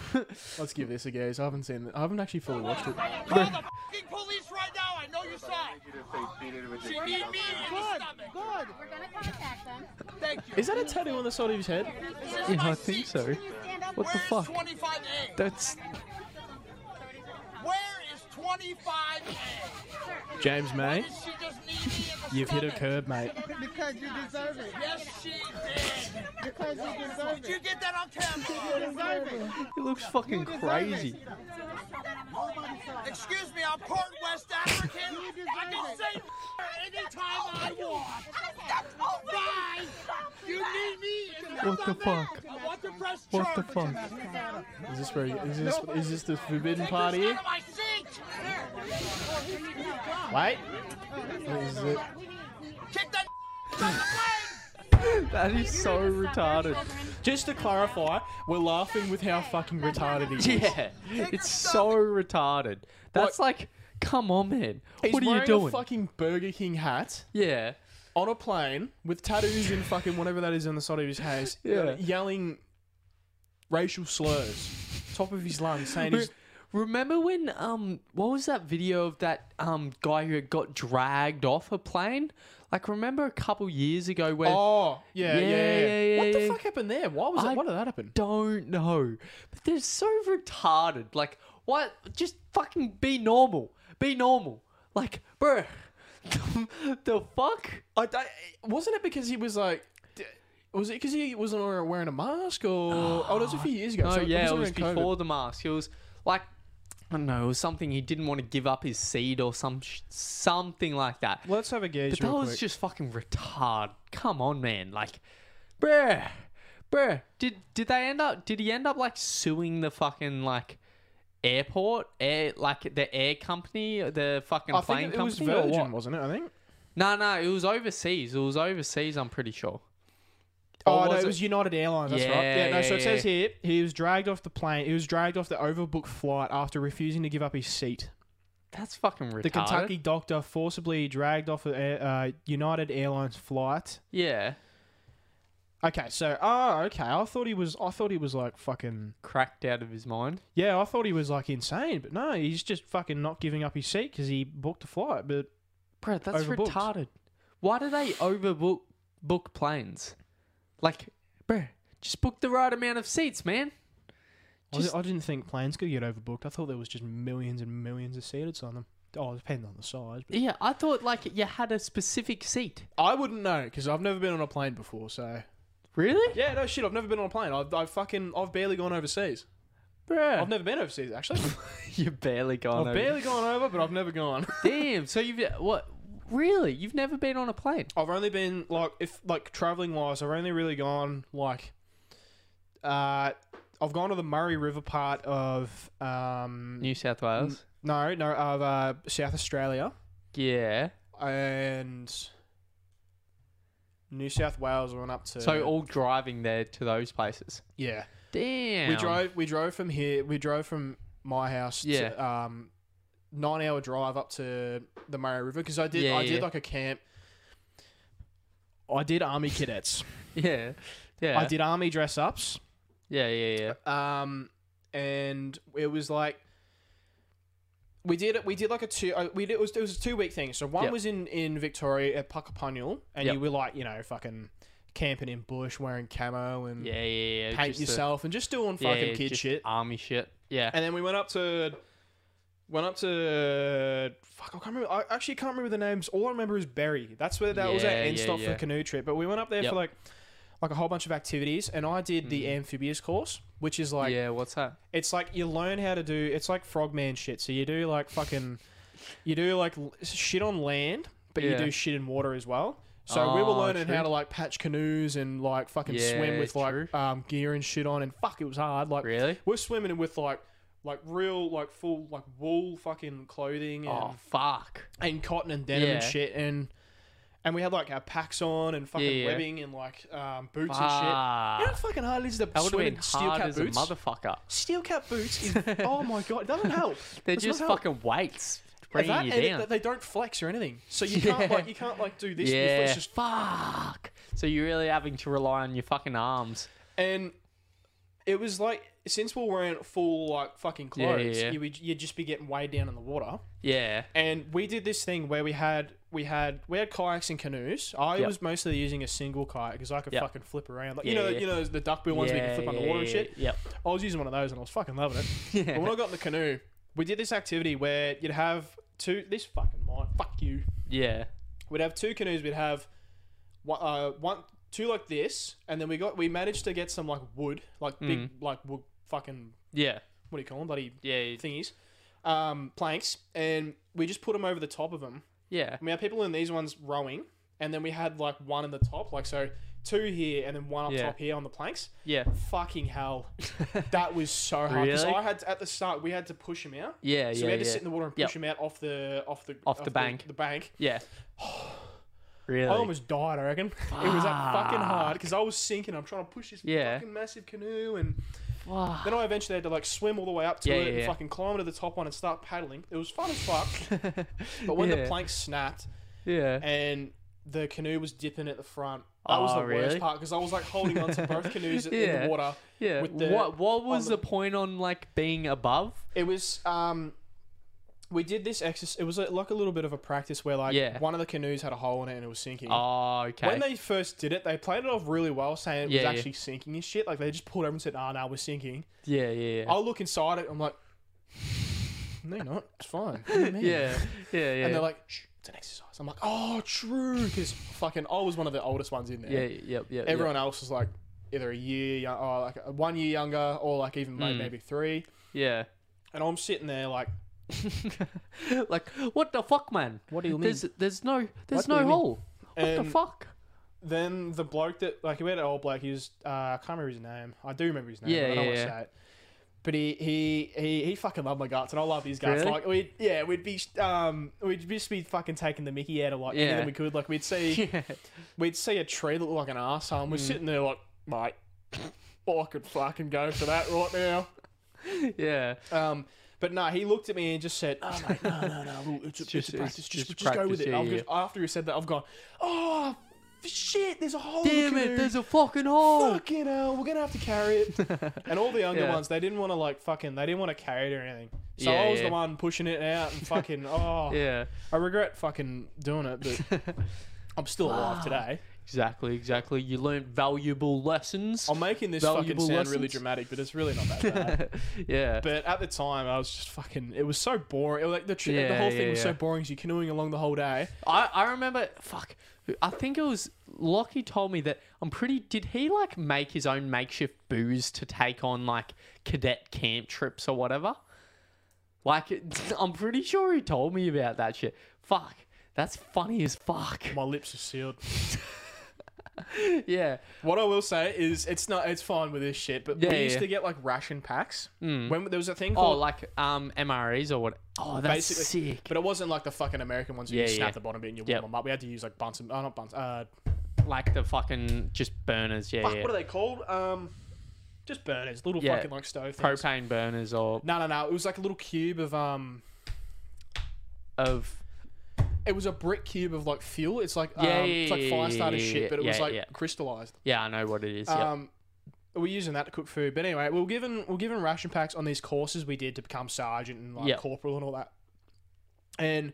Speaker 2: Let's give this a gaze. I haven't seen it. I haven't actually fully watched it.
Speaker 3: Call the fucking police right now. I know you saw it. She beat me in the stomach.
Speaker 4: We're gonna contact them.
Speaker 3: Thank you.
Speaker 2: Is that a tattoo on the side of his head?
Speaker 3: This is
Speaker 1: yeah,
Speaker 3: my
Speaker 1: I think
Speaker 3: seat.
Speaker 1: so.
Speaker 4: Can you stand up?
Speaker 1: What the fuck?
Speaker 3: Where's 25A?
Speaker 1: That's
Speaker 3: Where is 25A?
Speaker 2: James May.
Speaker 3: Did she just knee me in the
Speaker 2: You've hit a
Speaker 3: stomach?
Speaker 2: curb, mate.
Speaker 5: Because you deserve it.
Speaker 3: Yes, she did.
Speaker 5: Because you deserve
Speaker 3: Did you
Speaker 5: it.
Speaker 3: get that on camera?
Speaker 5: You deserve it.
Speaker 1: it looks fucking
Speaker 5: deserve
Speaker 1: crazy.
Speaker 5: it.
Speaker 3: Excuse me, I'm part West African. I can
Speaker 5: deserve
Speaker 3: say anytime I want. Bye. You need me in the
Speaker 1: What the
Speaker 3: stomach.
Speaker 1: fuck?
Speaker 3: I want to press
Speaker 1: What the
Speaker 3: charge.
Speaker 1: fuck?
Speaker 2: Is this where? he- Is this? Is this the forbidden part
Speaker 3: Get
Speaker 2: here?
Speaker 3: out of my seat.
Speaker 2: Wait. Is it?
Speaker 3: Kick that on the <laughs> plane.
Speaker 1: That is so retarded.
Speaker 2: Just to clarify, we're laughing with how fucking retarded he is.
Speaker 1: <laughs> Yeah, it's so retarded. That's like, come on, man.
Speaker 2: He's
Speaker 1: what are
Speaker 2: wearing
Speaker 1: you doing?
Speaker 2: A fucking Burger King hat
Speaker 1: yeah,
Speaker 2: on a plane with tattoos and fucking whatever that is on the side of his head.
Speaker 1: <laughs> Yeah.
Speaker 2: Yelling racial slurs, top of his lungs, saying
Speaker 1: Re-
Speaker 2: he's
Speaker 1: remember when um what was that video of that um guy who got dragged off a plane? Like remember a couple years ago where
Speaker 2: Oh, yeah, yeah, yeah.
Speaker 1: yeah, yeah,
Speaker 2: what the
Speaker 1: yeah.
Speaker 2: fuck happened there? Why was
Speaker 1: I-
Speaker 2: it? Why did that happen?
Speaker 1: don't know, but they're so retarded. Like what? Just fucking be normal. Be normal. Like bro, <laughs> the fuck?
Speaker 2: I, I- wasn't it because he was like, d- was it because he wasn't wear- wearing a mask or? Oh, that
Speaker 1: <sighs>
Speaker 2: was a few years ago.
Speaker 1: Oh
Speaker 2: so
Speaker 1: yeah, it was
Speaker 2: wasn't during
Speaker 1: before the mask. It was like I don't know, it was something he didn't want to give up his seed or some sh- something like that.
Speaker 2: COVID. Let's have a gaze
Speaker 1: But that
Speaker 2: real
Speaker 1: was
Speaker 2: quick.
Speaker 1: just fucking retard. Come on, man. Like, bruh, bruh. Did did they end up? Did he end up like suing the fucking like airport, air like the air company, the fucking
Speaker 2: I
Speaker 1: plane
Speaker 2: think it was
Speaker 1: company? or
Speaker 2: Virgin,
Speaker 1: what?
Speaker 2: wasn't it? I think.
Speaker 1: No, no, it was overseas. It was overseas. I'm pretty sure.
Speaker 2: Oh,
Speaker 1: Or
Speaker 2: no,
Speaker 1: was
Speaker 2: it
Speaker 1: it-
Speaker 2: was United Airlines. That's
Speaker 1: Yeah,
Speaker 2: right. Yeah, no.
Speaker 1: yeah,
Speaker 2: so it
Speaker 1: yeah.
Speaker 2: says here he was dragged off the plane. He was dragged off the overbooked flight after refusing to give up his seat.
Speaker 1: That's fucking retarded.
Speaker 2: The Kentucky doctor forcibly dragged off a air- uh, United Airlines flight.
Speaker 1: yeah,
Speaker 2: Okay, so oh, okay. I thought he was. I thought he was like fucking.
Speaker 1: cracked out of his mind.
Speaker 2: Yeah, I thought he was like insane, but no, he's just fucking not giving up his seat because he booked a flight. But
Speaker 1: Bro, that's
Speaker 2: Overbooked.
Speaker 1: retarded. Why do they overbook book planes? Like, bro, just book the right amount of seats, man.
Speaker 2: I di-
Speaker 1: Just-
Speaker 2: I didn't think planes could get overbooked. I thought there was just millions and millions of seats on them. Oh, depending on the size. But
Speaker 1: Yeah, I thought like you had a specific seat.
Speaker 2: I wouldn't know because I've never been on a plane before. So
Speaker 1: Really?
Speaker 2: yeah, no shit. I've never been on a plane. I've, I've fucking I've barely gone overseas.
Speaker 1: Bro, <laughs>
Speaker 2: I've never been overseas actually.
Speaker 1: you barely gone.
Speaker 2: I've barely gone over, but I've never gone. <laughs>
Speaker 1: Damn. So you've uh, what? Really? You've never been on a plane?
Speaker 2: I've only been like if like traveling wise, I've only really gone like uh I've gone to the Murray River part of um
Speaker 1: New South Wales.
Speaker 2: no no of uh, South Australia
Speaker 1: Yeah.
Speaker 2: and New South Wales went up to
Speaker 1: So all driving there to those places.
Speaker 2: yeah
Speaker 1: Damn.
Speaker 2: we drove we drove from here we drove from my house
Speaker 1: Yeah.
Speaker 2: to, um nine hour drive up to the Murray River because I did
Speaker 1: Yeah,
Speaker 2: I
Speaker 1: yeah.
Speaker 2: did like a camp I did army cadets
Speaker 1: <laughs> Yeah. Yeah.
Speaker 2: I did army dress ups
Speaker 1: Yeah. Yeah. Yeah.
Speaker 2: Um, and it was like we did we did like a two uh, we did, it was it was a two week thing. So one
Speaker 1: Yep.
Speaker 2: was in in Victoria at Puckapunyal, and
Speaker 1: Yep.
Speaker 2: you were like you know fucking camping in bush, wearing camo and
Speaker 1: Yeah, yeah, yeah.
Speaker 2: paint
Speaker 1: just the-
Speaker 2: yourself and just doing
Speaker 1: yeah,
Speaker 2: fucking
Speaker 1: yeah,
Speaker 2: kid
Speaker 1: just
Speaker 2: shit.
Speaker 1: Army shit. Yeah.
Speaker 2: And then we went up to went up to fuck. I can't remember. I actually can't remember the names. All I remember is Berry. That's where that was our
Speaker 1: Yeah,
Speaker 2: end
Speaker 1: yeah,
Speaker 2: stop
Speaker 1: yeah.
Speaker 2: for canoe trip. But we went up there
Speaker 1: Yep. Mm-hmm.
Speaker 2: for like like a whole bunch of activities, and I did the amphibious course, which is like
Speaker 1: yeah, what's that?
Speaker 2: it's like you learn how to do it's like frogman shit. So you do like fucking you do like l- shit on land, but you
Speaker 1: Yeah.
Speaker 2: do shit in water as well. So we were
Speaker 1: Oh,
Speaker 2: learning how
Speaker 1: true.
Speaker 2: to like patch canoes and like fucking swim
Speaker 1: Yeah,
Speaker 2: with
Speaker 1: true.
Speaker 2: like um, gear and shit on, and fuck, it was hard. Like
Speaker 1: Really?
Speaker 2: we're swimming with like like real like full like wool fucking clothing and,
Speaker 1: Oh, fuck.
Speaker 2: and cotton and denim and
Speaker 1: Yeah.
Speaker 2: shit and and we had like our packs on and fucking
Speaker 1: Yeah, yeah.
Speaker 2: webbing and like um, boots and shit. You know how
Speaker 1: Fuck.
Speaker 2: fucking hard it is to
Speaker 1: That would have
Speaker 2: swim
Speaker 1: been
Speaker 2: in steel
Speaker 1: hard
Speaker 2: cap
Speaker 1: as
Speaker 2: boots.
Speaker 1: a motherfucker.
Speaker 2: Steel cap
Speaker 1: <laughs>
Speaker 2: boots is oh my god, it doesn't help.
Speaker 1: They're
Speaker 2: Does not
Speaker 1: just
Speaker 2: help.
Speaker 1: fucking weights
Speaker 2: And
Speaker 1: bringing
Speaker 2: that-
Speaker 1: you
Speaker 2: and it-
Speaker 1: down.
Speaker 2: they don't flex or anything, so you can't like you can't like do this.
Speaker 1: yeah.
Speaker 2: It's just
Speaker 1: fuck. So you're really having to rely on your fucking arms.
Speaker 2: and it was like since we were wearing full like fucking
Speaker 1: Yeah, yeah,
Speaker 2: clothes,
Speaker 1: yeah.
Speaker 2: you would you'd just be getting way down in the water.
Speaker 1: Yeah.
Speaker 2: And we did this thing where we had we had we had kayaks and canoes. I
Speaker 1: Yep.
Speaker 2: was mostly using a single kayak because I could
Speaker 1: Yep.
Speaker 2: fucking flip around, like you
Speaker 1: Yeah,
Speaker 2: know
Speaker 1: yeah.
Speaker 2: you know the duckbill ones where you
Speaker 1: Yeah,
Speaker 2: can flip
Speaker 1: yeah,
Speaker 2: underwater and
Speaker 1: yeah,
Speaker 2: shit.
Speaker 1: Yep.
Speaker 2: I was using one of those and I was fucking loving it.
Speaker 1: <laughs>
Speaker 2: <laughs> But when I got in the canoe, we did this activity where you'd have two. This fucking mine. Fuck you.
Speaker 1: Yeah.
Speaker 2: We'd have two canoes. We'd have one, uh, one, two like this, and then we got we managed to get some like wood, like big, like wood, fucking
Speaker 1: Yeah.
Speaker 2: what do you call them, bloody
Speaker 1: Mm. Yeah.
Speaker 2: thingies, um, planks, and we just put them over the top of them.
Speaker 1: Yeah.
Speaker 2: We had people in these ones rowing, and then we had like one in the top, like so two here and then one up
Speaker 1: Yeah.
Speaker 2: top here on the planks.
Speaker 1: <laughs> Yeah.
Speaker 2: Fucking hell, that was so hard. 'cause
Speaker 1: Really?
Speaker 2: I had to, at the start we had to push him out.
Speaker 1: Yeah.
Speaker 2: So
Speaker 1: yeah.
Speaker 2: we had to
Speaker 1: yeah.
Speaker 2: sit in the water and push
Speaker 1: Yep.
Speaker 2: him out off the off the
Speaker 1: Off the bank.
Speaker 2: The, bank.
Speaker 1: yeah. <sighs> really?
Speaker 2: I almost died. I reckon <laughs> it was that fucking hard because I was sinking. I'm trying to push this
Speaker 1: Yeah.
Speaker 2: fucking massive canoe, and
Speaker 1: Fuck.
Speaker 2: then I eventually had to like swim all the way up to
Speaker 1: Yeah,
Speaker 2: it
Speaker 1: yeah,
Speaker 2: and
Speaker 1: yeah.
Speaker 2: fucking climb to the top one and start paddling. It was fun as fuck,
Speaker 1: <laughs>
Speaker 2: but when the
Speaker 1: Yeah.
Speaker 2: plank snapped
Speaker 1: Yeah.
Speaker 2: and the canoe was dipping at the front, that was
Speaker 1: Oh,
Speaker 2: the worst
Speaker 1: really?
Speaker 2: part because I was like holding on to both
Speaker 1: <laughs>
Speaker 2: canoes in
Speaker 1: Yeah.
Speaker 2: the water.
Speaker 1: yeah.
Speaker 2: with the-
Speaker 1: what what
Speaker 2: on
Speaker 1: was
Speaker 2: the-
Speaker 1: the point on like being above?
Speaker 2: It was um, we did this exercise. It was a, like a little bit of a practice where like
Speaker 1: Yeah.
Speaker 2: one of the canoes had a hole in it and it was sinking.
Speaker 1: Oh, okay.
Speaker 2: When they first did it, they played it off really well, saying it
Speaker 1: Yeah, yeah.
Speaker 2: was actually sinking and shit. Like they just pulled over and said, "Ah, no, we're sinking."
Speaker 1: yeah, yeah, yeah.
Speaker 2: I'll look inside it. I'm like, "No, you're not. It's fine." What
Speaker 1: <laughs>
Speaker 2: do you mean?"
Speaker 1: yeah, yeah, yeah.
Speaker 2: And they're like, Shh, "It's an exercise." I'm like, "Oh, true," because fucking I was one of the oldest ones in there.
Speaker 1: yeah, yeah, yeah.
Speaker 2: Everyone else was like either a year, young, or like one year younger, or like even
Speaker 1: Mm.
Speaker 2: like maybe three.
Speaker 1: yeah. <laughs>
Speaker 2: And I'm sitting there like,
Speaker 1: like, what the fuck, man? What
Speaker 2: do you
Speaker 1: There's, there's no, there's
Speaker 2: What do you
Speaker 1: no
Speaker 2: mean?
Speaker 1: hole. What
Speaker 2: And-
Speaker 1: the fuck?
Speaker 2: then the bloke that like we had an old bloke. He was uh, I can't remember his name. I do remember his name.
Speaker 1: Yeah,
Speaker 2: but I don't
Speaker 1: yeah,
Speaker 2: want to
Speaker 1: yeah.
Speaker 2: say it. But he, he he he fucking loved my guts, and I love his guts.
Speaker 1: Really?
Speaker 2: Like we yeah, we'd be um we'd just be fucking taking the Mickey out of like anything
Speaker 1: Yeah.
Speaker 2: we could. Like
Speaker 1: <laughs>
Speaker 2: we'd see
Speaker 1: Yeah,
Speaker 2: we'd see a tree that looked like an arsehole,
Speaker 1: Mm.
Speaker 2: and we're sitting there like mate. <laughs> I could fucking go for that right now.
Speaker 1: yeah.
Speaker 2: Um, but no, he looked at me and just said, "Oh mate, no, no, no, look, it's, it's,
Speaker 1: just-
Speaker 2: just a
Speaker 1: <laughs>
Speaker 2: practice.
Speaker 1: it's
Speaker 2: just,
Speaker 1: just
Speaker 2: just go
Speaker 1: practice,
Speaker 2: with it."
Speaker 1: yeah,
Speaker 2: I've
Speaker 1: yeah.
Speaker 2: just- after he said that, I've gone, "Oh shit, there's a hole." in the
Speaker 1: Damn
Speaker 2: canoe."
Speaker 1: it! There's a fucking hole.
Speaker 2: fucking hell, we're gonna have to carry
Speaker 1: <laughs>
Speaker 2: it. and all the younger
Speaker 1: Oh. Yeah.
Speaker 2: ones, they didn't want to like fucking, they didn't want to carry it or anything. So
Speaker 1: Yeah,
Speaker 2: I was
Speaker 1: yeah.
Speaker 2: the one pushing it out
Speaker 1: <laughs>
Speaker 2: and fucking, oh,
Speaker 1: Yeah,
Speaker 2: I regret fucking doing it, but
Speaker 1: <laughs>
Speaker 2: I'm still alive today.
Speaker 1: exactly, exactly. You learned valuable lessons.
Speaker 2: I'm making this fucking
Speaker 1: Valuable
Speaker 2: sound really
Speaker 1: lessons.
Speaker 2: dramatic, but it's really not that bad.
Speaker 1: <laughs> yeah,
Speaker 2: but at the time, I was just fucking, it was so boring. It was like the, tri- the
Speaker 1: Yeah,
Speaker 2: whole thing
Speaker 1: yeah,
Speaker 2: was so
Speaker 1: yeah.
Speaker 2: boring 'cause you're canoeing along the whole day.
Speaker 1: I, I remember. Fuck, I think it was Lockie told me that. I'm pretty. Did he like make his own makeshift booze to take on like cadet camp trips or whatever? Like, <laughs> I'm pretty sure he told me about that shit. Fuck, that's funny as fuck.
Speaker 2: My lips are sealed.
Speaker 1: <laughs> Yeah.
Speaker 2: What I will say is, it's not, it's fine with this shit, but
Speaker 1: Yeah,
Speaker 2: we
Speaker 1: yeah,
Speaker 2: used
Speaker 1: yeah.
Speaker 2: to get like ration packs. When there was a thing
Speaker 1: Oh,
Speaker 2: called
Speaker 1: like um MREs or what? Oh, that's
Speaker 2: basically.
Speaker 1: sick.
Speaker 2: But it wasn't like the fucking American ones. where
Speaker 1: Yeah,
Speaker 2: you snap
Speaker 1: yeah.
Speaker 2: the bottom bit and you warm
Speaker 1: Yep.
Speaker 2: them up. We had to use like Bunsen, oh, not Bunsen. Uh,
Speaker 1: Like the fucking just burners. Yeah.
Speaker 2: fuck,
Speaker 1: yeah.
Speaker 2: what are they called? Um, just burners, little
Speaker 1: Yeah.
Speaker 2: fucking like stove. Things.
Speaker 1: Propane burners or
Speaker 2: No, no, no. It was like a little cube of um.
Speaker 1: of
Speaker 2: It was a brick cube of like fuel. It's like um,
Speaker 1: Yeah, yeah,
Speaker 2: it's like
Speaker 1: yeah,
Speaker 2: fire
Speaker 1: yeah,
Speaker 2: starter
Speaker 1: yeah,
Speaker 2: shit, but it was
Speaker 1: yeah,
Speaker 2: like
Speaker 1: yeah.
Speaker 2: crystallized.
Speaker 1: yeah, I know what it is. yeah.
Speaker 2: Um, we're using that to cook food. But anyway, we we're given we we're given ration packs on these courses we did to become sergeant and like
Speaker 1: Yep.
Speaker 2: corporal and all that and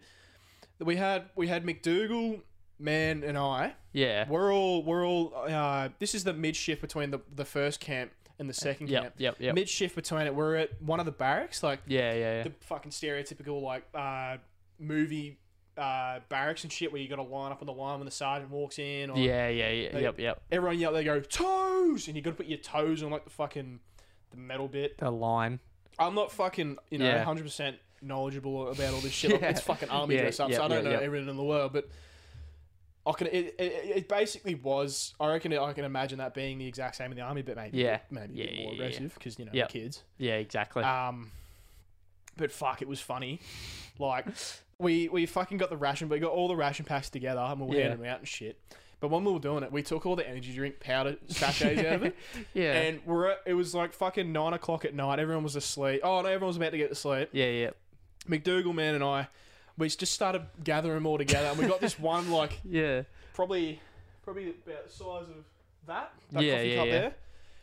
Speaker 2: we had we had McDougal, man, and I.
Speaker 1: Yeah.
Speaker 2: We're all we're all. Uh, this is the mid shift between the the first camp and the second
Speaker 1: Yep,
Speaker 2: camp.
Speaker 1: yep, yep.
Speaker 2: Mid shift between it. We're at one of the barracks, like
Speaker 1: Yeah, yeah, yeah.
Speaker 2: the fucking stereotypical like uh, movie uh, barracks and shit, where you got to line up on the line when the sergeant walks in. Or
Speaker 1: Yeah, yeah, yeah. Yep, yep.
Speaker 2: Everyone yell, they go toes, and you got to put your toes on like the fucking the metal bit.
Speaker 1: The line.
Speaker 2: I'm not fucking you know
Speaker 1: Yeah.
Speaker 2: 100 percent knowledgeable about all
Speaker 1: <laughs>
Speaker 2: this shit.
Speaker 1: Yeah.
Speaker 2: It's fucking army
Speaker 1: Yeah,
Speaker 2: dress up,
Speaker 1: yeah,
Speaker 2: so I don't
Speaker 1: yeah,
Speaker 2: know
Speaker 1: yeah.
Speaker 2: everything in the world. But I can it, it, it basically was. I reckon I can imagine that being the exact same in the army, but maybe
Speaker 1: Yeah.
Speaker 2: maybe a bit
Speaker 1: Yeah,
Speaker 2: more
Speaker 1: yeah, yeah.
Speaker 2: aggressive because you know
Speaker 1: Yep.
Speaker 2: kids.
Speaker 1: Yeah, exactly.
Speaker 2: Um, but fuck, it was funny. Like we we fucking got the ration, but we got all the ration packs together and we were
Speaker 1: Yeah.
Speaker 2: handing them out and shit. But when we were doing it, we took all the energy
Speaker 1: <laughs>
Speaker 2: drink powder sachets out of it,
Speaker 1: yeah.
Speaker 2: and we're at, it was like fucking nine o'clock at night. Everyone was asleep. Oh no, everyone was about to get to sleep.
Speaker 1: yeah, yeah.
Speaker 2: McDougal man and I, we just started gathering them all together, and we got this
Speaker 1: <laughs>
Speaker 2: one like
Speaker 1: Yeah.
Speaker 2: probably probably about the size of that, that
Speaker 1: Yeah,
Speaker 2: coffee
Speaker 1: yeah,
Speaker 2: cup
Speaker 1: yeah.
Speaker 2: there.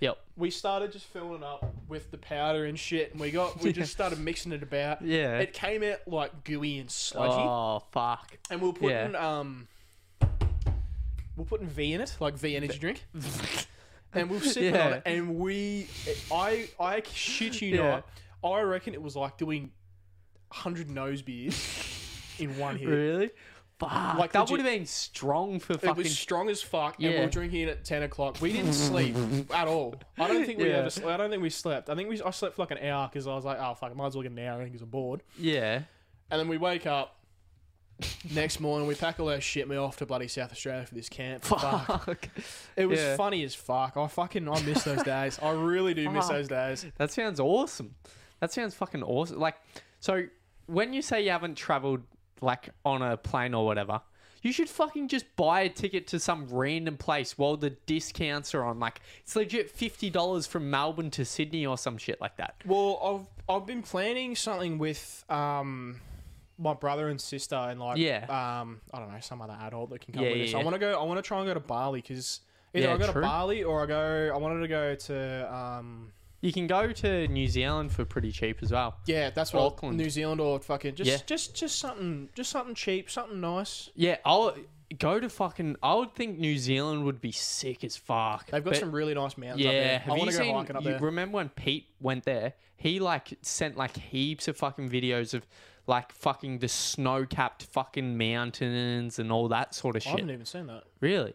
Speaker 1: Yep.
Speaker 2: We started just filling up with the powder and shit, and we
Speaker 1: <laughs>
Speaker 2: got we just started mixing it about.
Speaker 1: Yeah.
Speaker 2: It came out like gooey and sludgy,
Speaker 1: Oh, fuck.
Speaker 2: and we were
Speaker 1: yeah.
Speaker 2: putting um, we we're putting V in it, like V
Speaker 1: <laughs>
Speaker 2: energy drink, and we we're sipping on
Speaker 1: Yeah.
Speaker 2: it, and we, I, I shit you
Speaker 1: Yeah.
Speaker 2: not, I reckon it was like doing hundred
Speaker 1: <laughs>
Speaker 2: nose beers in one hit.
Speaker 1: really? Fuck.
Speaker 2: Like,
Speaker 1: that
Speaker 2: legit-
Speaker 1: would have been strong for
Speaker 2: It
Speaker 1: fucking.
Speaker 2: was strong as fuck, and we
Speaker 1: Yeah.
Speaker 2: were drinking it at ten o'clock. We didn't sleep at all. I don't think we
Speaker 1: Yeah.
Speaker 2: ever. Sl- I don't think we slept. I think we. I slept for like an hour because I was like, oh fuck, I might as well get an hour because I'm bored.
Speaker 1: yeah.
Speaker 2: And then we wake up next morning, we pack all our shit, and we're off to bloody South Australia for this camp. Fuck.
Speaker 1: Fuck. <laughs>
Speaker 2: It was
Speaker 1: Yeah.
Speaker 2: funny as fuck. I fucking I miss those days. I really do miss
Speaker 1: Fuck.
Speaker 2: those days.
Speaker 1: That sounds awesome. That sounds fucking awesome. Like, so when you say you haven't traveled like on a plane or whatever, you should fucking just buy a ticket to some random place while the discounts are on. Like, it's legit fifty dollars from Melbourne to Sydney or some shit like that.
Speaker 2: Well, I've I've been planning something with um my brother and sister and like
Speaker 1: Yeah.
Speaker 2: um I don't know some other adult that can come
Speaker 1: Yeah,
Speaker 2: with
Speaker 1: yeah,
Speaker 2: us. I
Speaker 1: yeah.
Speaker 2: want to go. I want to try and go to Bali because either
Speaker 1: Yeah,
Speaker 2: I go to
Speaker 1: true.
Speaker 2: Bali or I go. I wanted to go to um
Speaker 1: You can go to New Zealand for pretty cheap as well.
Speaker 2: yeah that's what
Speaker 1: Auckland.
Speaker 2: New Zealand or fucking just
Speaker 1: Yeah.
Speaker 2: just just something just something cheap something nice.
Speaker 1: Yeah, I'll go to fucking. I would think New Zealand would be sick as fuck.
Speaker 2: They've got
Speaker 1: But-
Speaker 2: some really nice mountains up
Speaker 1: Yeah,
Speaker 2: there. I
Speaker 1: have
Speaker 2: want
Speaker 1: you
Speaker 2: to go
Speaker 1: seen?
Speaker 2: hiking up
Speaker 1: you
Speaker 2: there.
Speaker 1: remember when Pete went there? He like sent like heaps of fucking videos of like fucking the snow-capped fucking mountains and all that sort of
Speaker 2: I
Speaker 1: shit.
Speaker 2: haven't even seen that.
Speaker 1: Really?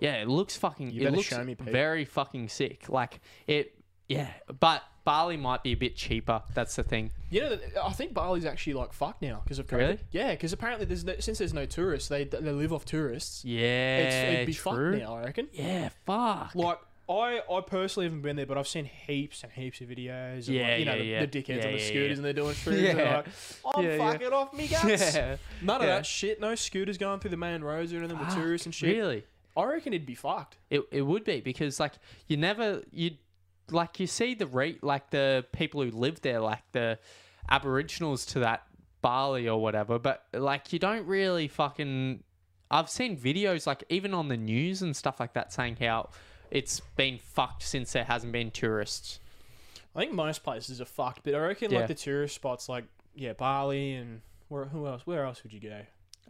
Speaker 1: Yeah, it looks fucking. it
Speaker 2: better
Speaker 1: looks
Speaker 2: show me, Pete.
Speaker 1: very fucking sick. Like it. Yeah, but Bali might be a bit cheaper. That's the thing.
Speaker 2: You know, I think Bali's actually like fucked now because of COVID.
Speaker 1: Really?
Speaker 2: Yeah, because apparently there's no, since there's no tourists, they they live off tourists.
Speaker 1: Yeah,
Speaker 2: It's, it'd be
Speaker 1: true.
Speaker 2: fucked now, I reckon.
Speaker 1: Yeah, fuck.
Speaker 2: Like I, I personally haven't been there, but I've seen heaps and heaps of videos. Of,
Speaker 1: Yeah,
Speaker 2: like, you know,
Speaker 1: yeah,
Speaker 2: the,
Speaker 1: yeah.
Speaker 2: the dickheads
Speaker 1: Yeah,
Speaker 2: on the
Speaker 1: yeah,
Speaker 2: scooters
Speaker 1: yeah.
Speaker 2: and
Speaker 1: <laughs>
Speaker 2: they're doing shrooms. And
Speaker 1: Yeah.
Speaker 2: they're like, I'm
Speaker 1: Yeah, yeah.
Speaker 2: fucking off me guts.
Speaker 1: yeah.
Speaker 2: None of
Speaker 1: Yeah.
Speaker 2: that shit. No scooters going through the main roads or anything with
Speaker 1: Fuck,
Speaker 2: tourists and shit.
Speaker 1: Really?
Speaker 2: I reckon it'd be fucked.
Speaker 1: It, it would be because like you never you like you see the rate like the people who live there like the aboriginals to that Bali or whatever but like you don't really fucking I've seen videos like even on the news and stuff like that saying how it's been fucked since there hasn't been tourists.
Speaker 2: I think most places are fucked, but I reckon
Speaker 1: Yeah.
Speaker 2: like the tourist spots, like yeah, Bali and where who else? Where else would you go?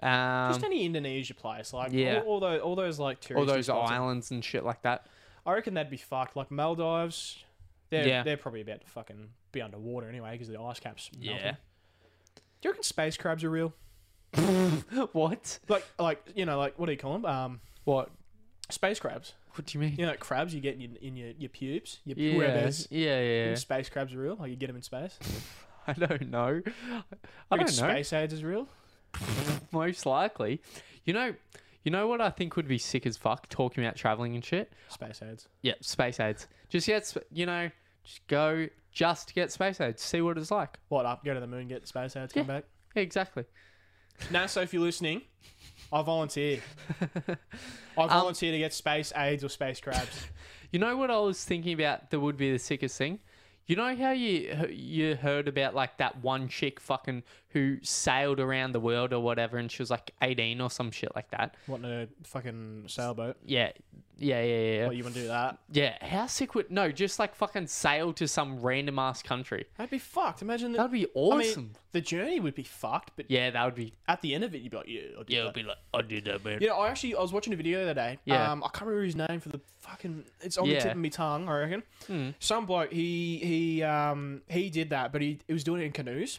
Speaker 1: Um,
Speaker 2: Just any Indonesia place, like
Speaker 1: yeah.
Speaker 2: all, all those all those like tourist
Speaker 1: all those islands and shit like that.
Speaker 2: I reckon that'd be fucked. Like Maldives, they're
Speaker 1: Yeah.
Speaker 2: they're probably about to fucking be underwater anyway because the ice caps. Melting.
Speaker 1: Yeah.
Speaker 2: Do you reckon space crabs are real?
Speaker 1: <laughs> what?
Speaker 2: Like like you know like what do you call them? Um,
Speaker 1: What?
Speaker 2: space crabs.
Speaker 1: What do you mean?
Speaker 2: You know like crabs you get in your in your, your pubes, your
Speaker 1: Yeah.
Speaker 2: pubes.
Speaker 1: Yeah, yeah. yeah.
Speaker 2: Space crabs are real. Like you get them in space.
Speaker 1: <laughs> I don't know. I
Speaker 2: Reckon
Speaker 1: don't know.
Speaker 2: Space AIDS is real.
Speaker 1: <laughs> Most likely. You know, you know what I think would be sick as fuck talking about traveling and shit.
Speaker 2: Space AIDS.
Speaker 1: Yeah, space aids. Just get, sp- you know, just go, just get space aids. See what it's like.
Speaker 2: What up? Go to the moon, get space AIDS, come back. <laughs>
Speaker 1: Yeah, exactly.
Speaker 2: NASA, if you're listening, I <laughs> volunteer. I
Speaker 1: Um,
Speaker 2: volunteer to get space AIDS or space crabs. <laughs>
Speaker 1: You know what I was thinking about that would be the sickest thing. You know how you you heard about like that one chick fucking who sailed around the world or whatever, and she was like eighteen or some shit like that.
Speaker 2: What in a fucking sailboat?
Speaker 1: Yeah, Yeah, yeah, yeah.
Speaker 2: What, you want to do that?
Speaker 1: yeah, how sick would no? Just like fucking sail to some random ass country.
Speaker 2: That'd be fucked. Imagine that.
Speaker 1: That'd be
Speaker 2: I mean,
Speaker 1: awesome.
Speaker 2: the journey would be fucked, but
Speaker 1: yeah, that would be.
Speaker 2: at the end of it, you'd be like, yeah, I did
Speaker 1: Yeah,
Speaker 2: that.
Speaker 1: it'd be like I did that, man.
Speaker 2: You know, I actually I was watching a video the other day.
Speaker 1: Yeah.
Speaker 2: Um, I can't remember his name for the fucking. It's on the
Speaker 1: Yeah. Hmm.
Speaker 2: tip of my tongue. I reckon. Some bloke. He he um he did that, but he, he was doing it in canoes.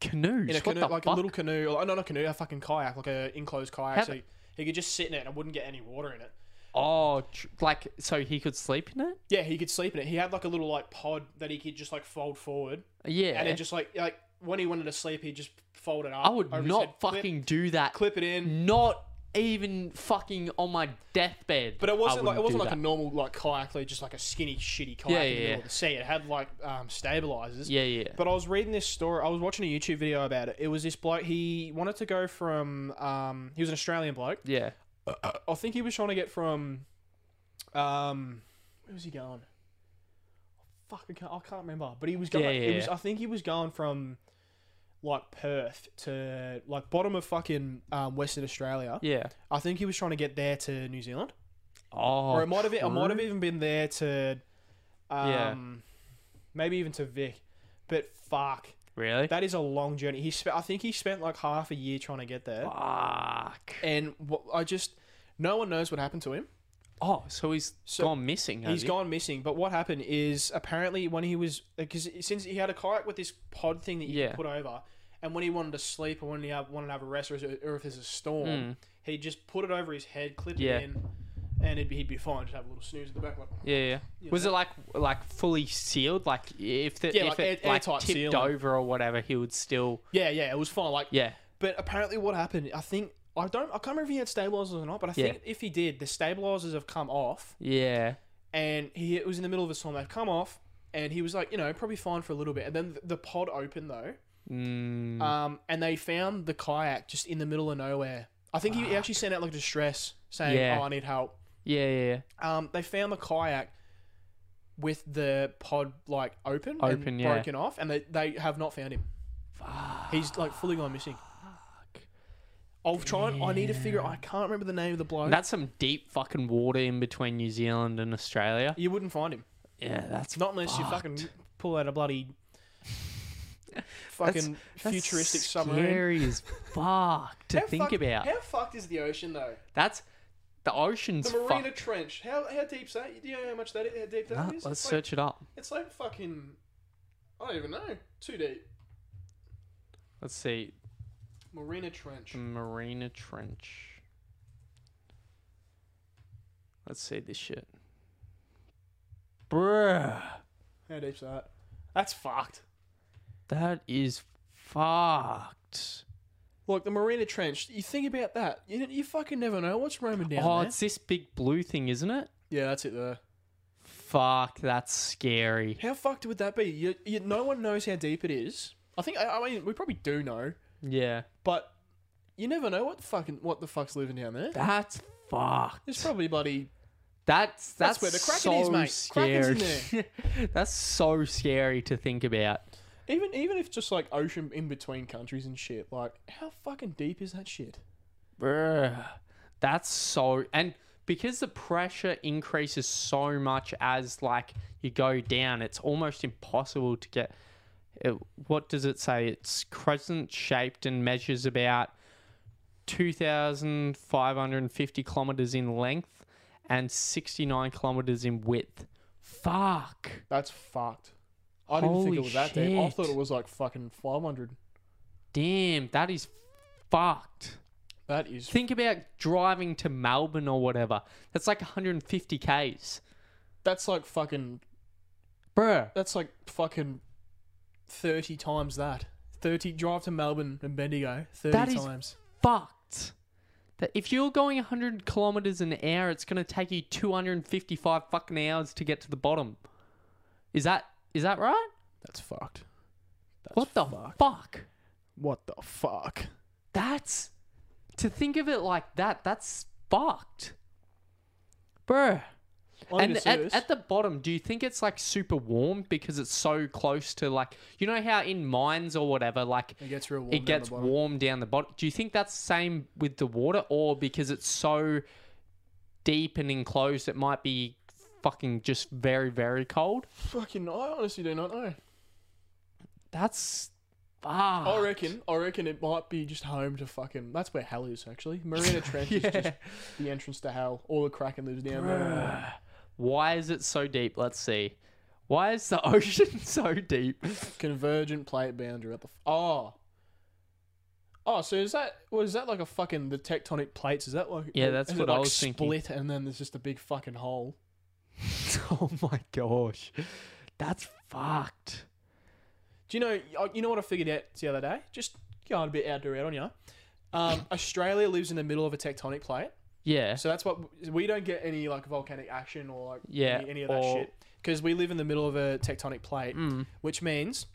Speaker 1: Canoes.
Speaker 2: In a
Speaker 1: what
Speaker 2: canoe,
Speaker 1: the
Speaker 2: like
Speaker 1: fuck?
Speaker 2: a little canoe, or not a canoe, a fucking kayak, like a enclosed kayak.
Speaker 1: How
Speaker 2: so
Speaker 1: the-
Speaker 2: he, he could just sit in it and it wouldn't get any water in it.
Speaker 1: Oh, tr- like so he could sleep in it.
Speaker 2: Yeah, he could sleep in it. He had like a little like pod that he could just like fold forward,
Speaker 1: Yeah.
Speaker 2: and it just like like when he wanted to sleep, he would just fold it up.
Speaker 1: I would
Speaker 2: over his head,
Speaker 1: not
Speaker 2: clip-
Speaker 1: fucking do that.
Speaker 2: clip, it in.
Speaker 1: Not even fucking on my deathbed.
Speaker 2: But it
Speaker 1: I
Speaker 2: wasn't like it
Speaker 1: wouldn't do
Speaker 2: wasn't like a
Speaker 1: that.
Speaker 2: normal like kayak, like just like a skinny shitty kayak
Speaker 1: Yeah,
Speaker 2: in the
Speaker 1: yeah,
Speaker 2: middle
Speaker 1: yeah.
Speaker 2: of the sea. It had like um, stabilizers.
Speaker 1: Yeah, yeah.
Speaker 2: But I was reading this story. I was watching a YouTube video about it. It was this bloke. He wanted to go from. Um, he was an Australian bloke.
Speaker 1: yeah.
Speaker 2: I think he was trying to get from. Um, where was he going? Fuck, I can't, I can't remember. But he was going.
Speaker 1: Yeah,
Speaker 2: like,
Speaker 1: yeah,
Speaker 2: it was.
Speaker 1: yeah.
Speaker 2: I think he was going from, like Perth to like bottom of fucking um, Western Australia.
Speaker 1: Yeah.
Speaker 2: I think he was trying to get there to New Zealand
Speaker 1: Oh.
Speaker 2: or it might have been, it
Speaker 1: true.
Speaker 2: might have even been there to, um,
Speaker 1: Yeah.
Speaker 2: maybe even to Vic, but fuck,
Speaker 1: Really?
Speaker 2: that is a long journey. He spent, I think he spent like half a year trying to get there,
Speaker 1: Fuck.
Speaker 2: and wh- I just, no one knows what happened to him.
Speaker 1: Oh, so he's gone missing. has
Speaker 2: He's
Speaker 1: he?
Speaker 2: gone missing. But what happened is apparently when he was, because since he had a kayak with this pod thing that you
Speaker 1: Yeah.
Speaker 2: can put over, and when he wanted to sleep or when he had- wanted to have a rest or, or if there's a storm,
Speaker 1: Mm.
Speaker 2: he'd just put it over his head, clip
Speaker 1: Yeah.
Speaker 2: it in. And it'd be, he'd be fine. Just have a little snooze at the back. Like,
Speaker 1: Yeah, yeah. Was it like like fully sealed? Like if the,
Speaker 2: Yeah,
Speaker 1: if
Speaker 2: like
Speaker 1: it
Speaker 2: air-
Speaker 1: like
Speaker 2: airtight
Speaker 1: tipped
Speaker 2: sealing.
Speaker 1: over or whatever, he would still
Speaker 2: yeah, yeah, it was fine. Like,
Speaker 1: yeah.
Speaker 2: But apparently, what happened? I think I don't. I can't remember if he had stabilizers or not. But I think if he did, the stabilizers have come off,
Speaker 1: Yeah.
Speaker 2: and he it was in the middle of a storm. They've come off, and he was like, you know, probably fine for a little bit. And then th- the pod opened though,
Speaker 1: Mm,
Speaker 2: um, and they found the kayak just in the middle of nowhere. I think he actually sent out like a distress saying,
Speaker 1: Yeah.
Speaker 2: "Oh, I need help."
Speaker 1: yeah, yeah, yeah.
Speaker 2: Um, they found the kayak with the pod like open,
Speaker 1: Open,
Speaker 2: and
Speaker 1: yeah.
Speaker 2: broken off, and they, they have not found him. He's like fully gone missing. I'll try. and I need to figure. I can't remember the name of the bloke.
Speaker 1: That's some deep fucking water in between New Zealand and Australia.
Speaker 2: you wouldn't find him.
Speaker 1: Yeah, that's
Speaker 2: Not unless you
Speaker 1: fucked.
Speaker 2: fucking pull out
Speaker 1: <laughs>
Speaker 2: a bloody fucking
Speaker 1: That's
Speaker 2: futuristic submarine.
Speaker 1: scary
Speaker 2: <laughs>
Speaker 1: as fuck to
Speaker 2: How
Speaker 1: think
Speaker 2: fuck-
Speaker 1: about.
Speaker 2: How fucked is the ocean though?
Speaker 1: That's the ocean's
Speaker 2: The Marina
Speaker 1: fucked.
Speaker 2: Trench. How how deep's that? Do you know how much that? How deep that
Speaker 1: Nah,
Speaker 2: is?
Speaker 1: let's
Speaker 2: It's like-
Speaker 1: search it up.
Speaker 2: It's like fucking. I don't even know. Too deep.
Speaker 1: Let's see.
Speaker 2: Marina
Speaker 1: Mm.
Speaker 2: Trench.
Speaker 1: Marina Trench. Let's see this shit. Bruh.
Speaker 2: How deep's that? That's fucked.
Speaker 1: That is fucked.
Speaker 2: Look, the Marina Trench. You think about that. You, you fucking never know what's roaming down
Speaker 1: oh,
Speaker 2: there.
Speaker 1: it's this big blue thing, isn't it?
Speaker 2: Yeah, that's it there.
Speaker 1: Fuck, that's scary.
Speaker 2: How fucked would that be? You, you, no one knows how deep it is. I think. I, I mean, we probably do know,
Speaker 1: Yeah.
Speaker 2: but you never know what fucking what the fuck's living down there.
Speaker 1: That's fucked.
Speaker 2: It's probably bloody.
Speaker 1: That's that's,
Speaker 2: That's where the Kraken
Speaker 1: so
Speaker 2: is, mate.
Speaker 1: Scary.
Speaker 2: Kraken's
Speaker 1: <laughs> that's so scary to think about.
Speaker 2: Even even if just like ocean in between countries and shit. Like, how fucking deep is that shit?
Speaker 1: Bruh. That's so and because the pressure increases so much as like you go down, it's almost impossible to get it, what does it say? It's crescent shaped and measures about 2,550 kilometers in length and 69 kilometers in width. Fuck.
Speaker 2: That's fucked. I didn't think
Speaker 1: Holy
Speaker 2: it was that deep. I
Speaker 1: shit.
Speaker 2: thought it was like fucking five hundred.
Speaker 1: Damn, that is fucked.
Speaker 2: That is
Speaker 1: Think about driving to Melbourne or whatever. That's like 150 Ks.
Speaker 2: that's like fucking
Speaker 1: Bruh.
Speaker 2: That's like fucking thirty times that. Thirty drive to Melbourne and Bendigo. Thirty
Speaker 1: That is-
Speaker 2: times.
Speaker 1: fucked. That if you're going 100 kilometers an hour, it's going to take you 255 fucking hours to get to the bottom. Is that is that right?
Speaker 2: That's fucked. That's
Speaker 1: what the
Speaker 2: fucked.
Speaker 1: fuck?
Speaker 2: What the fuck?
Speaker 1: That's to think of it like that. That's fucked, bruh.
Speaker 2: I need
Speaker 1: And
Speaker 2: to see
Speaker 1: at,
Speaker 2: this.
Speaker 1: at the bottom, do you think it's like super warm because it's so close to like you know how in mines or whatever like
Speaker 2: it gets real warm.
Speaker 1: it gets
Speaker 2: down the bottom.
Speaker 1: warm down the bottom. Do you think that's the same with the water, or because it's so deep and enclosed that might be fucking just very, very cold.
Speaker 2: Fucking, I honestly do not know.
Speaker 1: That's ah.
Speaker 2: I reckon, I reckon it might be just home to fucking. That's where hell is actually.
Speaker 1: <laughs>
Speaker 2: Marina Trench is just the entrance to hell. All the Kraken lives down there.
Speaker 1: Why is it so deep? Let's see. Why is the <laughs> ocean so deep? <laughs>
Speaker 2: Convergent plate boundary at the. F- oh. Oh, so is that was that like a fucking the tectonic plates? Is that like
Speaker 1: Yeah, that's
Speaker 2: is it
Speaker 1: what I
Speaker 2: like
Speaker 1: was
Speaker 2: split
Speaker 1: thinking.
Speaker 2: and then there's just a big fucking hole.
Speaker 1: oh my gosh. That's fucked.
Speaker 2: Do you know? uh, You know what I figured out the other day? Just going a bit outdoor out on you. Um, <laughs> Australia lives in the middle of a tectonic plate,
Speaker 1: Yeah.
Speaker 2: <laughs> so that's what we don't get any like volcanic action or like
Speaker 1: Yeah,
Speaker 2: any, any of that
Speaker 1: or- Hmm.
Speaker 2: shit because we live in the middle of a tectonic plate, which means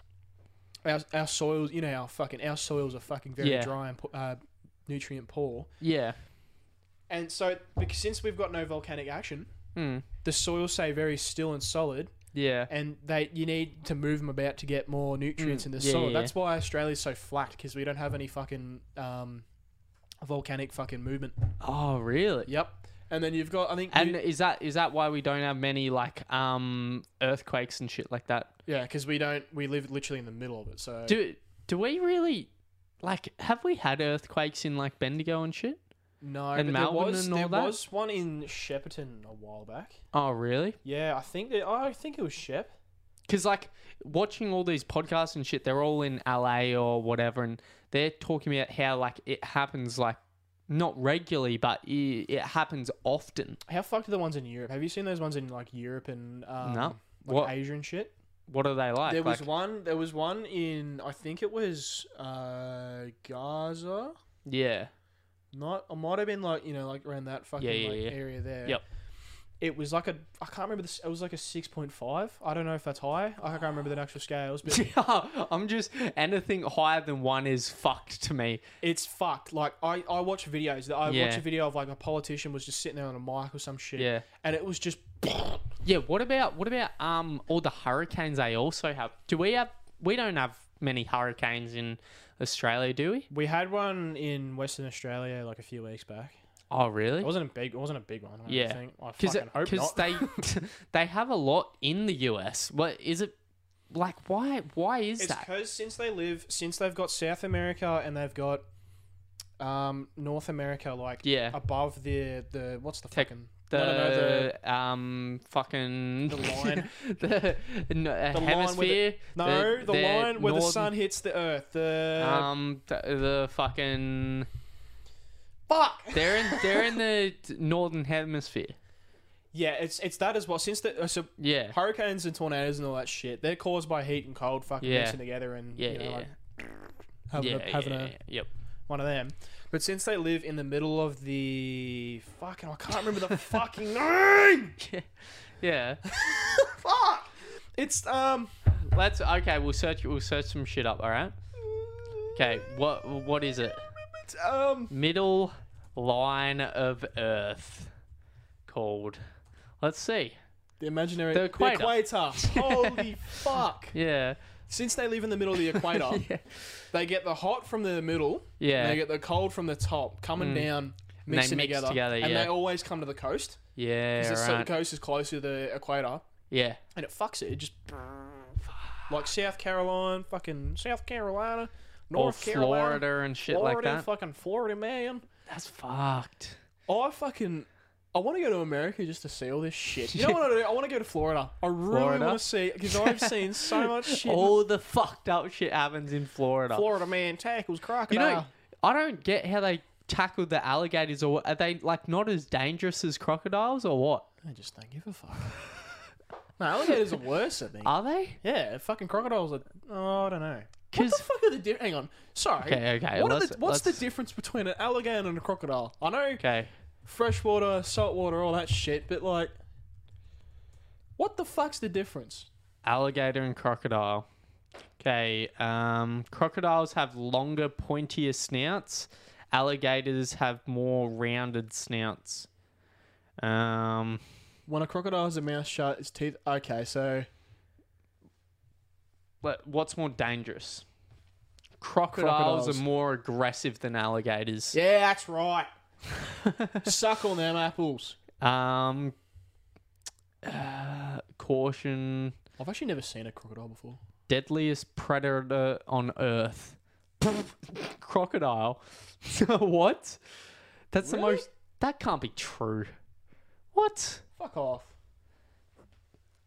Speaker 2: our our soils, you know, our fucking our soils are fucking very
Speaker 1: Yeah.
Speaker 2: dry and po- uh, nutrient poor,
Speaker 1: Yeah.
Speaker 2: and so because since we've got no volcanic action,
Speaker 1: Hmm.
Speaker 2: the soils stay very still and solid,
Speaker 1: Yeah.
Speaker 2: and they you need to move them about to get more nutrients
Speaker 1: Mm,
Speaker 2: in the
Speaker 1: yeah,
Speaker 2: soil.
Speaker 1: yeah, yeah.
Speaker 2: That's why Australia's so flat because we don't have any fucking um, volcanic fucking movement.
Speaker 1: Oh really?
Speaker 2: Yep. And then you've got I think
Speaker 1: And
Speaker 2: you-
Speaker 1: is that is that why we don't have many like um earthquakes and shit like that?
Speaker 2: yeah, because we don't we live literally in the middle of it. So
Speaker 1: Do do we really like have we had earthquakes in like Bendigo and shit?
Speaker 2: no,
Speaker 1: and
Speaker 2: but
Speaker 1: Melbourne
Speaker 2: there was
Speaker 1: and all
Speaker 2: there
Speaker 1: that?
Speaker 2: was one in Shepparton a while back.
Speaker 1: Oh really?
Speaker 2: Yeah, I think that I think it was Shep.
Speaker 1: Because like watching all these podcasts and shit, they're all in LA or whatever, and they're talking about how like it happens like not regularly, but i it happens often.
Speaker 2: How fucked are the ones in Europe? Have you seen those ones in like Europe and um,
Speaker 1: No.
Speaker 2: like
Speaker 1: What-
Speaker 2: Asia and shit?
Speaker 1: What are they like?
Speaker 2: There was
Speaker 1: Like-
Speaker 2: one. There was one in I think it was uh, Gaza.
Speaker 1: yeah. <laughs>
Speaker 2: Not it might have been like you know like around that fucking
Speaker 1: Yeah, yeah,
Speaker 2: like,
Speaker 1: yeah.
Speaker 2: area there.
Speaker 1: Yep.
Speaker 2: It was like a I can't remember this. It was like a six point five. I don't know if that's high. I can't remember the actual scales, but
Speaker 1: I'm just anything higher than one is fucked to me.
Speaker 2: it's fucked. Like I I watch videos that I watch
Speaker 1: Yeah.
Speaker 2: a video of like a politician was just sitting there on a mic or some shit.
Speaker 1: Yeah.
Speaker 2: And it was just
Speaker 1: Yeah. What about what about um all the hurricanes they also have? Do we have? We don't have many hurricanes in Australia, do we?
Speaker 2: we had one in Western Australia like a few weeks back.
Speaker 1: Oh really?
Speaker 2: It wasn't a big. It wasn't a big one. I don't
Speaker 1: Yeah.
Speaker 2: think. I
Speaker 1: Because
Speaker 2: fucking hope not.
Speaker 1: they
Speaker 2: <laughs>
Speaker 1: they have a lot in the US. What is it like? Why why is
Speaker 2: It's
Speaker 1: that?
Speaker 2: because since they live, since they've got South America and they've got um, North America, like
Speaker 1: Yeah.
Speaker 2: above the the what's the
Speaker 1: Tec-
Speaker 2: fucking
Speaker 1: the,
Speaker 2: no, no, no, the,
Speaker 1: um fucking
Speaker 2: The line.
Speaker 1: <laughs> the, no, uh,
Speaker 2: the line where
Speaker 1: hemisphere
Speaker 2: the, no the,
Speaker 1: their
Speaker 2: line where the
Speaker 1: northern-
Speaker 2: sun hits the earth. The
Speaker 1: um the, the fucking
Speaker 2: fuck.
Speaker 1: they're in they're in the <laughs> northern hemisphere
Speaker 2: yeah, it's it's that as well. Since the uh, so
Speaker 1: yeah
Speaker 2: hurricanes and tornadoes and all that shit, they're caused by heat and cold fucking
Speaker 1: Yeah.
Speaker 2: mixing together and
Speaker 1: yeah
Speaker 2: you know,
Speaker 1: yeah
Speaker 2: like having
Speaker 1: yeah,
Speaker 2: a, having
Speaker 1: yeah,
Speaker 2: a
Speaker 1: yeah, yep
Speaker 2: one of them. But since they live in the middle of the fucking, I can't remember
Speaker 1: <laughs>
Speaker 2: the fucking name. <laughs>
Speaker 1: yeah
Speaker 2: Fuck. It's um.
Speaker 1: let's okay we'll search we'll search some shit up all right okay what what is it
Speaker 2: It's, um.
Speaker 1: middle line of Earth called. Let's see.
Speaker 2: The imaginary.
Speaker 1: The equator. <laughs>
Speaker 2: Holy fuck!
Speaker 1: Yeah.
Speaker 2: Since they live in the middle of
Speaker 1: <laughs>
Speaker 2: the equator, <laughs> they get the hot from the middle.
Speaker 1: Yeah. Mm.
Speaker 2: And they get the cold from the top, coming down, mixing
Speaker 1: mix
Speaker 2: together,
Speaker 1: together,
Speaker 2: and
Speaker 1: yeah.
Speaker 2: they always come to the coast.
Speaker 1: Yeah.
Speaker 2: 'cause the
Speaker 1: Right.
Speaker 2: coast is closer to the equator,
Speaker 1: Yeah.
Speaker 2: and it fucks it. It just like South Carolina, fucking South Carolina,
Speaker 1: Or
Speaker 2: North Carolina,
Speaker 1: Florida and shit like
Speaker 2: Florida,
Speaker 1: that.
Speaker 2: fucking Florida, man.
Speaker 1: That's fucked.
Speaker 2: I fucking I want to go to America just to see all this shit. You know what I do? I want to go to Florida. I really
Speaker 1: Florida?
Speaker 2: want to see because I've
Speaker 1: <laughs>
Speaker 2: seen so much shit.
Speaker 1: All the fucked up shit happens in Florida.
Speaker 2: Florida man tackles
Speaker 1: you
Speaker 2: crocodile.
Speaker 1: know, I don't get how they tackled the alligators or are they like not as dangerous as crocodiles or what?
Speaker 2: I just don't give a fuck. <laughs> no, alligators are worse. I think.
Speaker 1: Are they?
Speaker 2: yeah, fucking crocodiles are. Oh, I don't know. What
Speaker 1: Because
Speaker 2: the fuck are the difference? Hang on. Sorry.
Speaker 1: Okay, okay,
Speaker 2: What are
Speaker 1: let's-
Speaker 2: the, what's the
Speaker 1: let's-
Speaker 2: difference between an alligator and a crocodile? I know
Speaker 1: okay,
Speaker 2: freshwater, saltwater, all that shit, but like, what the fuck's the difference?
Speaker 1: alligator and crocodile. Okay, um, crocodiles have longer, pointier snouts. Alligators have more rounded snouts. Um,
Speaker 2: When a crocodile has a mouth shut, its teeth. Okay, so
Speaker 1: but what's more dangerous? Crocodiles,
Speaker 2: Crocodiles.
Speaker 1: are more aggressive than alligators.
Speaker 2: <laughs> yeah, that's right. Suck on them apples.
Speaker 1: Um, uh, caution.
Speaker 2: I've actually never seen a crocodile before.
Speaker 1: Deadliest predator on earth. <laughs> Crocodile. <laughs> what? That's the
Speaker 2: Really?
Speaker 1: most. That can't be true. What?
Speaker 2: Fuck off.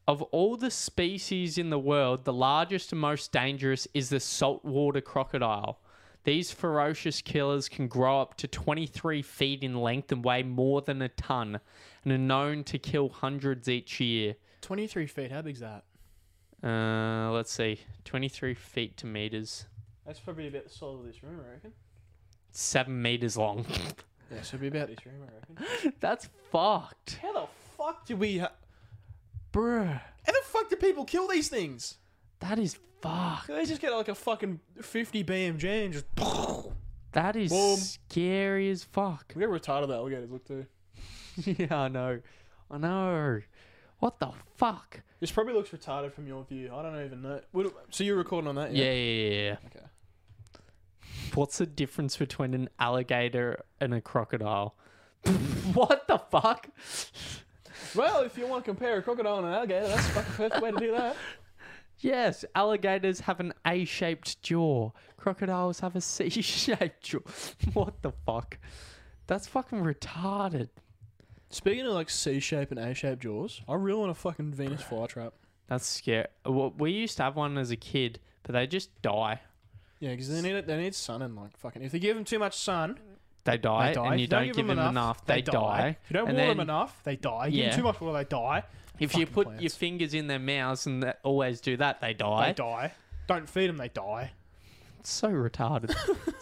Speaker 1: Of all the species in the world, the largest and most dangerous is the saltwater crocodile. These ferocious killers can grow up to 23 feet in length and weigh more than a ton, and are known to kill hundreds each year.
Speaker 2: 23 feet, how big's that?
Speaker 1: Uh, let's see, 23 feet to meters,
Speaker 6: That's probably about the size of this room, I reckon.
Speaker 1: seven meters long. <laughs>
Speaker 2: Yeah, so it'd be about.
Speaker 6: This room, I reckon.
Speaker 1: That's fucked.
Speaker 6: How the fuck did we? Ha-
Speaker 1: Bruh,
Speaker 6: How the fuck did people kill these things?
Speaker 1: that is fucked.
Speaker 6: They just get like a fucking fifty BMG and just.
Speaker 1: That is
Speaker 2: Boom.
Speaker 1: scary as fuck.
Speaker 2: We got retarded alligators, look too.
Speaker 1: <laughs> yeah, I know. I know. What the fuck?
Speaker 6: This probably looks retarded from your view. I don't even know. What, so you're recording on that?
Speaker 1: Yeah, yeah, yeah, yeah.
Speaker 2: Okay.
Speaker 1: What's the difference between an alligator and a <laughs> crocodile? what the fuck?
Speaker 2: Well, if you want to compare a crocodile and an alligator, that's the fucking perfect way to do that.
Speaker 1: Yes, alligators have an A shaped jaw. Crocodiles have a C shaped jaw. <laughs> what the fuck? That's fucking retarded.
Speaker 2: <laughs> Speaking of like C shape and A shape jaws, I really want a fucking Venus flytrap.
Speaker 1: That's scary. Well, we used to have one as a kid, but they just die.
Speaker 2: Yeah, because they need it. They need sun and like fucking. If they give them too much sun,
Speaker 1: They die,
Speaker 6: They die.
Speaker 1: and you
Speaker 6: If don't
Speaker 1: don't give them enough, they, die.
Speaker 6: If you don't
Speaker 1: And
Speaker 6: water
Speaker 1: then
Speaker 6: them enough, they die. You Give
Speaker 1: Yeah.
Speaker 6: them too much water, they die.
Speaker 1: If you
Speaker 2: Fucking
Speaker 1: put your
Speaker 2: plants.
Speaker 1: fingers in their mouths and they always do that, they die.
Speaker 6: They die. Don't feed them, they die.
Speaker 1: So <laughs> retarded.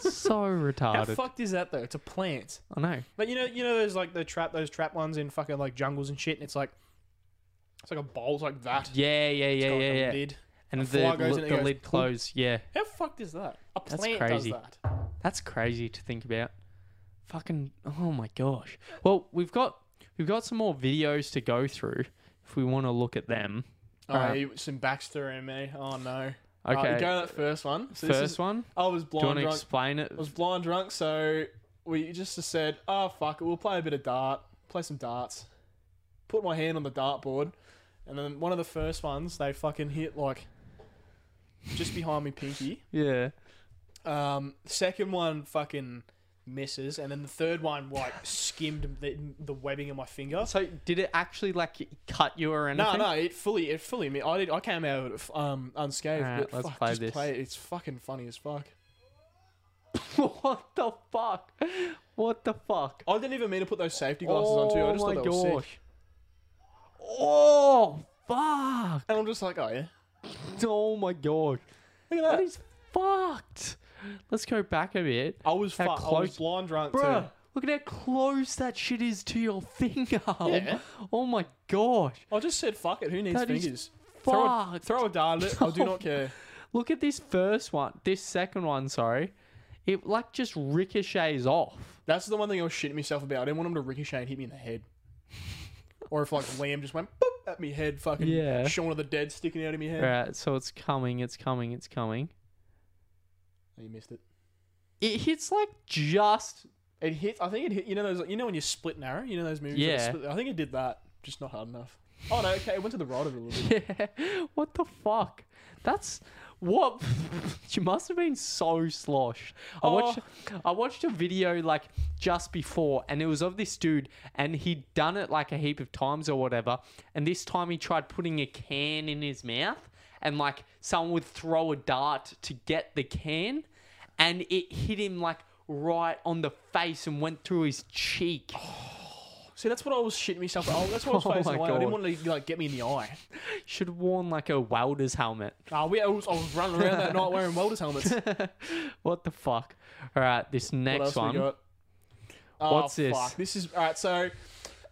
Speaker 1: so
Speaker 2: how
Speaker 1: retarded.
Speaker 2: fucked is that though? It's a plant.
Speaker 1: I know.
Speaker 6: But you know, you know, there's like the trap, those trap ones in fucking like jungles and shit, and it's like, it's like a bowl's like that.
Speaker 1: Yeah, yeah, yeah,
Speaker 6: Got, like,
Speaker 1: yeah,
Speaker 6: a
Speaker 1: yeah.
Speaker 6: lid.
Speaker 1: And
Speaker 6: A
Speaker 1: the,
Speaker 6: fly goes
Speaker 1: li-
Speaker 6: in, it
Speaker 1: the
Speaker 6: goes
Speaker 1: lid
Speaker 6: plunk.
Speaker 1: closed. Yeah,
Speaker 2: How fucked is that?
Speaker 6: A
Speaker 2: That's
Speaker 6: plant
Speaker 1: crazy.
Speaker 6: does that.
Speaker 1: that's crazy to think about. Fucking oh my gosh. Well, we've got we've got some more videos to go through if we want to look at them.
Speaker 2: Oh,
Speaker 1: Alright.
Speaker 2: you- some Baxter and me. Oh no.
Speaker 1: Uh,
Speaker 6: Uh,
Speaker 1: Okay,
Speaker 2: Alright, we go to that first one. So
Speaker 1: first
Speaker 2: this is,
Speaker 1: one.
Speaker 2: I was
Speaker 1: Do you want
Speaker 2: blind
Speaker 1: to
Speaker 2: drunk.
Speaker 1: explain it?
Speaker 2: I was blind drunk, so we just said, "Oh fuck it, we'll play a bit of dart, play some darts." Put my hand on the dartboard, and then one of the first ones they fucking hit like just behind me pinky.
Speaker 1: Yeah.
Speaker 6: Um, second one fucking misses, and then the third one like skimmed the, the webbing of my finger.
Speaker 1: So did it actually like cut you or anything?
Speaker 2: No, no, it fully, it fully. Me, I did. I came out of it, um unscathed.
Speaker 1: Alright,
Speaker 2: but
Speaker 1: let's
Speaker 2: fuck,
Speaker 1: play
Speaker 2: just
Speaker 1: this.
Speaker 2: play it. It's fucking funny as fuck.
Speaker 1: <laughs> what the fuck? What the fuck? Oh
Speaker 2: I didn't even mean to put those safety glasses on too. I just
Speaker 1: my
Speaker 2: thought they were sick.
Speaker 1: gosh. Oh fuck!
Speaker 2: And I'm just like, oh yeah.
Speaker 1: Oh my god!
Speaker 2: Look at
Speaker 1: That
Speaker 2: that.
Speaker 1: is fucked. Let's go back a bit.
Speaker 2: Oh,
Speaker 6: I was fu-
Speaker 1: How
Speaker 6: I was
Speaker 1: close-
Speaker 6: blind drunk
Speaker 1: Bruh,
Speaker 6: too.
Speaker 1: look at how close that shit is to your <laughs> finger.
Speaker 2: Yeah.
Speaker 1: Oh my gosh.
Speaker 2: I just said, fuck it. Who needs
Speaker 1: That is
Speaker 2: fingers? Throw a,
Speaker 1: Fuck.
Speaker 2: throw a dart at it. I
Speaker 1: <laughs>
Speaker 2: do not care.
Speaker 1: Look at this first one. This second one, sorry. It like just ricochets off.
Speaker 2: That's the one thing I was shitting myself about. I didn't want him to ricochet and hit me in the head. Or if like Liam just went boop at me head, fucking
Speaker 1: Yeah.
Speaker 2: Shaun of the Dead sticking out of my head.
Speaker 1: Right, so it's coming, it's coming, it's coming.
Speaker 2: Oh, you missed it.
Speaker 1: It hits like just
Speaker 2: It hit. I think it hit. You know those. You know when you split an arrow. You know those movies. where you
Speaker 1: Yeah.
Speaker 2: split- I think it did that. Just not hard enough. Oh no. Okay. It went to the right of it a little bit.
Speaker 1: Yeah. <laughs> What the fuck? That's what <laughs> you must have been so sloshed. I watched I watched a video like just before and it was of this dude and he'd done it like a heap of times or whatever and this time he tried putting a can in his mouth and like someone would throw a dart to get the can and it hit him like right on the face and went through his cheek.
Speaker 2: See, that's what I was shitting myself. Oh, that's what I
Speaker 1: <laughs>
Speaker 2: was
Speaker 1: Oh
Speaker 2: facing
Speaker 1: my
Speaker 2: away. I didn't
Speaker 1: God.
Speaker 2: want it to like get me in the eye.
Speaker 1: Should have worn like a welder's helmet.
Speaker 2: Ah, we. I was, I was running
Speaker 1: <laughs>
Speaker 2: around that night wearing welders helmets. What
Speaker 1: What the fuck? All right, this next
Speaker 2: else we
Speaker 1: one.
Speaker 2: got? Oh,
Speaker 1: What's this?
Speaker 2: Fuck. This is all right. So,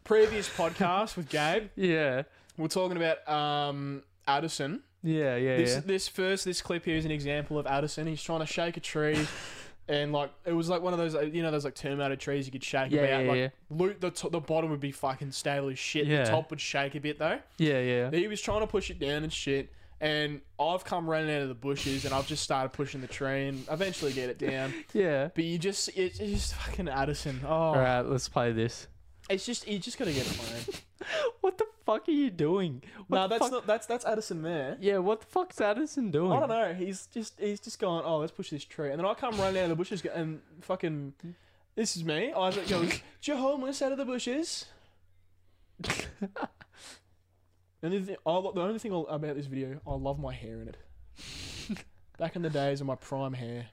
Speaker 2: previous podcast with Gabe,
Speaker 1: Yeah,
Speaker 2: we're talking about um Addison.
Speaker 1: yeah, yeah,
Speaker 2: This
Speaker 1: yeah.
Speaker 2: this first this clip here is an example of Addison. He's trying to shake
Speaker 1: <laughs>
Speaker 2: a tree, and like it was like one of those uh, you know those like Terminator trees you could shake
Speaker 1: Yeah,
Speaker 2: about.
Speaker 1: yeah,
Speaker 2: like
Speaker 1: yeah.
Speaker 2: Loot the to- the bottom would be fucking stable as shit.
Speaker 1: Yeah.
Speaker 2: The top would shake a bit though.
Speaker 1: yeah, yeah.
Speaker 2: He was trying to push it down and shit. And I've come running out of the bushes, and I've just started pushing the tree, and eventually get it down.
Speaker 1: <laughs> Yeah.
Speaker 2: But you just, it, it's just fucking Addison. Oh,
Speaker 1: All right, let's play this. <laughs>
Speaker 2: It's just you just gotta get it, man.
Speaker 1: What the fuck are you doing? <laughs> What
Speaker 2: no,
Speaker 1: the
Speaker 2: that's
Speaker 1: fuck-
Speaker 2: not that's that's Addison there.
Speaker 1: Yeah, what the fuck's Addison doing?
Speaker 2: I don't know. He's just he's just going. Oh, let's push this tree, and then I come running out of the bushes go- and fucking. This is me. Isaac goes, "You're homeless out of
Speaker 1: <laughs>
Speaker 2: the bushes." and the, thing, I, lo- the only thing I'll- about this video, I love my hair in it.
Speaker 1: <laughs>
Speaker 2: Back in the days of my prime hair,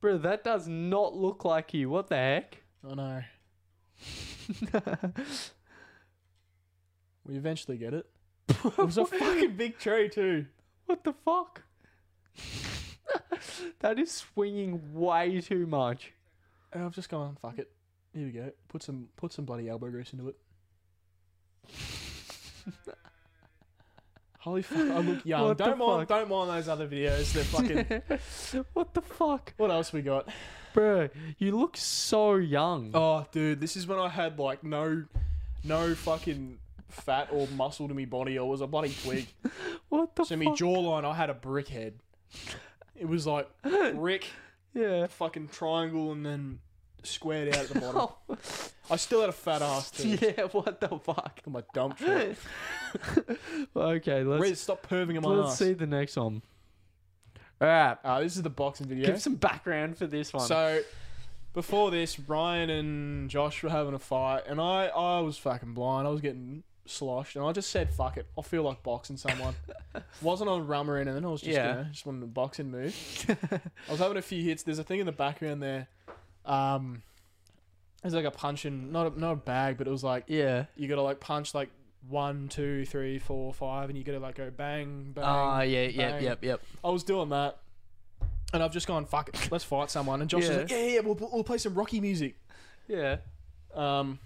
Speaker 1: Bro, that does not look like you. What the heck? <laughs>
Speaker 2: I know. We eventually get
Speaker 1: <laughs>
Speaker 2: it. It was a fucking big tree too.
Speaker 1: What the fuck? <laughs> that is swinging way too much. <laughs>
Speaker 2: And I've just gone, fuck it. Here we go. Put some put some bloody elbow grease into it.
Speaker 1: <laughs>
Speaker 2: Holy fuck, I look young.
Speaker 1: What the
Speaker 2: don't mind
Speaker 1: fuck?
Speaker 2: don't mind those other videos. They're
Speaker 1: <laughs>
Speaker 2: fucking
Speaker 1: what the fuck?
Speaker 2: What else we got?
Speaker 1: Bro, you look so young.
Speaker 2: Oh dude, this is when I had like no no fucking fat or muscle to me body. I was a bloody twig.
Speaker 1: <laughs> what the
Speaker 2: so
Speaker 1: fuck?
Speaker 2: me jawline I had a brick head. It was like brick, <laughs>
Speaker 1: yeah.
Speaker 2: fucking triangle and then squared out at the bottom.
Speaker 1: <laughs> Oh,
Speaker 2: I still had a fat ass too.
Speaker 1: <laughs> yeah, what the fuck?
Speaker 2: Got my dump truck.
Speaker 1: okay, let's
Speaker 2: Riz, stop perving on my
Speaker 1: let's
Speaker 2: ass.
Speaker 1: see the next one. Alright.
Speaker 2: Uh, this is the boxing video.
Speaker 1: Give some background for this one.
Speaker 2: so before this, Ryan and Josh were having a fight, and I, I was fucking blind. I was getting sloshed, and I just said, "Fuck it, I feel like boxing someone."
Speaker 1: <laughs>
Speaker 2: Wasn't on rummer and then I was just
Speaker 1: Yeah.
Speaker 2: you know, just wanting to box and
Speaker 1: <laughs>
Speaker 2: move. I was having a few hits. There's a thing in the background there. Um, there's like a punching, not a, not a bag, but it was like
Speaker 1: yeah.
Speaker 2: you gotta like punch like one, two, three, four, five, and you gotta like go bang, bang.
Speaker 1: Ah, yeah, yep,
Speaker 2: bang.
Speaker 1: yep, yep.
Speaker 2: I was doing that, and I've just gone, fuck it, let's fight someone. And Josh
Speaker 1: Yeah.
Speaker 2: is like, yeah, yeah, we'll, we'll play some Rocky music.
Speaker 1: Yeah.
Speaker 2: Um,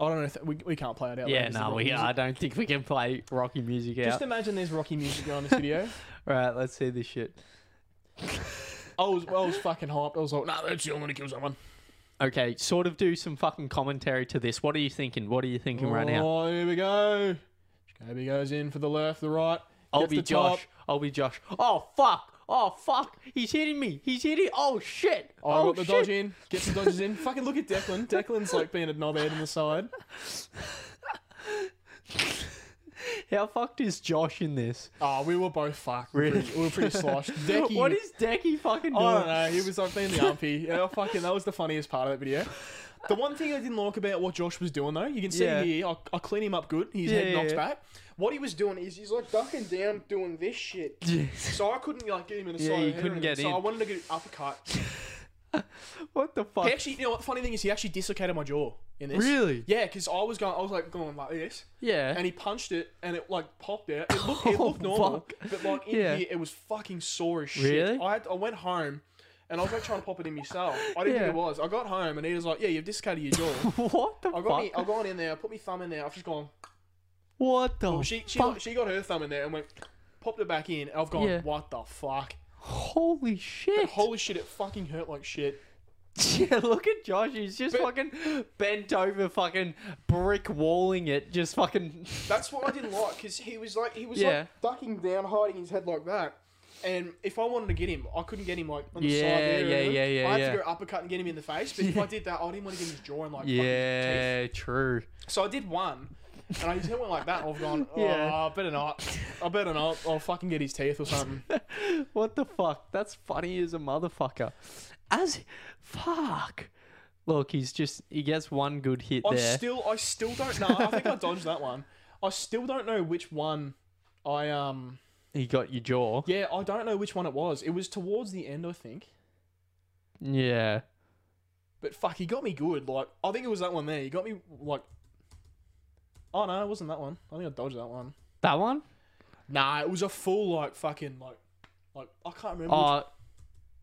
Speaker 2: I don't know, if we, we can't play it out. loud,
Speaker 1: Yeah,
Speaker 2: 'cause the
Speaker 1: no,
Speaker 2: Rocky
Speaker 1: we,
Speaker 2: music-
Speaker 1: I don't think we can play Rocky music out.
Speaker 2: Just imagine there's Rocky music going on this video.
Speaker 1: Alright, let's see this shit.
Speaker 2: I was, I was fucking hyped. I was like, nah, that's you. I'm gonna kill someone.
Speaker 1: Okay, sort of do some fucking commentary to this. What are you thinking? What are you thinking right now?
Speaker 2: Oh, here we go. Scobie goes in for the left, the right.
Speaker 1: I'll
Speaker 2: gets
Speaker 1: be
Speaker 2: the top.
Speaker 1: Josh. I'll be Josh. Oh fuck! Oh fuck! He's hitting me! He's hitting! Oh shit!
Speaker 2: I
Speaker 1: oh
Speaker 2: got the
Speaker 1: shit!
Speaker 2: dodge in. Gets the dodges in. Fucking look at Declan. Declan's like being a knobhead on the side.
Speaker 1: How fucked is Josh in this?
Speaker 2: Oh, we were both fucked.
Speaker 1: Really?
Speaker 2: We were pretty sloshed.
Speaker 1: <laughs>
Speaker 2: Decky.
Speaker 1: What is Decky fucking doing?
Speaker 2: I don't know. He was like being the
Speaker 1: <laughs>
Speaker 2: umpy. Yeah, fucking, that was the funniest part of that video. The one thing I didn't like about what Josh was doing though, you can see
Speaker 1: Yeah.
Speaker 2: here, I, I clean him up good. His
Speaker 1: Yeah,
Speaker 2: head knocks
Speaker 1: yeah.
Speaker 2: back. What he was doing is he's like ducking down, doing this shit. So I couldn't like get him in a
Speaker 1: Yeah,
Speaker 2: side.
Speaker 1: you
Speaker 2: head or
Speaker 1: couldn't get
Speaker 2: anything.
Speaker 1: in.
Speaker 2: So I wanted to get an uppercut.
Speaker 1: <laughs> <laughs> What the fuck?
Speaker 2: He actually, you know what? The funny thing is, he actually dislocated my jaw in this.
Speaker 1: Really?
Speaker 2: Yeah, because I was going, I was like going like this,
Speaker 1: yeah.
Speaker 2: and he punched it, and it like popped out. It looked, it
Speaker 1: <laughs>
Speaker 2: looked
Speaker 1: Oh,
Speaker 2: normal,
Speaker 1: fuck.
Speaker 2: but like in
Speaker 1: Yeah.
Speaker 2: here, it was fucking sore as shit.
Speaker 1: Really?
Speaker 2: I, had, I went home, and I was like trying to pop it in myself. I didn't
Speaker 1: Yeah.
Speaker 2: think it was. I got home, and he was like, "Yeah, you've dislocated your
Speaker 1: <laughs>
Speaker 2: jaw."
Speaker 1: what the
Speaker 2: I
Speaker 1: fuck?
Speaker 2: got, me, I got in there. I put my thumb in there. I've just gone.
Speaker 1: what the
Speaker 2: She she
Speaker 1: fuck?
Speaker 2: got, she got her thumb in there and went, popped it back in. And I've gone,
Speaker 1: Yeah.
Speaker 2: what the fuck?
Speaker 1: Holy shit!
Speaker 2: Holy shit! It fucking hurt like shit.
Speaker 1: <laughs> Yeah, look at Josh. He's just
Speaker 2: But-
Speaker 1: fucking bent over, fucking brick walling it. Just fucking. <laughs>
Speaker 2: That's what I didn't like because he was like he was
Speaker 1: Yeah.
Speaker 2: like ducking down, hiding his head like that. And if I wanted to get him, I couldn't get him like on the
Speaker 1: Yeah,
Speaker 2: side there.
Speaker 1: yeah,
Speaker 2: and
Speaker 1: yeah, yeah,
Speaker 2: I had
Speaker 1: yeah.
Speaker 2: to go uppercut and get him in the face. But if
Speaker 1: <laughs>
Speaker 2: I did that, I didn't want to get his jaw and like fucking
Speaker 1: Yeah, true.
Speaker 2: teeth. So I did one, and I just went like that. and I've gone, oh,
Speaker 1: <laughs> Yeah.
Speaker 2: I better not. I better not. I'll fucking get his teeth or
Speaker 1: <laughs>
Speaker 2: something.
Speaker 1: What the fuck? That's funny as a motherfucker. As fuck. Look, he's just he gets one good hit
Speaker 2: I
Speaker 1: there.
Speaker 2: still, I still don't know. I think I dodged that one. I still don't know which one. I um,
Speaker 1: he got your jaw.
Speaker 2: yeah, I don't know which one it was. It was towards the end, I think.
Speaker 1: Yeah.
Speaker 2: But fuck, he got me good. Like, I think it was that one there. He got me like. Oh no, it wasn't that one. I think I dodged that one.
Speaker 1: That one?
Speaker 2: Nah, it was a full like fucking like, like I can't remember.
Speaker 1: Oh,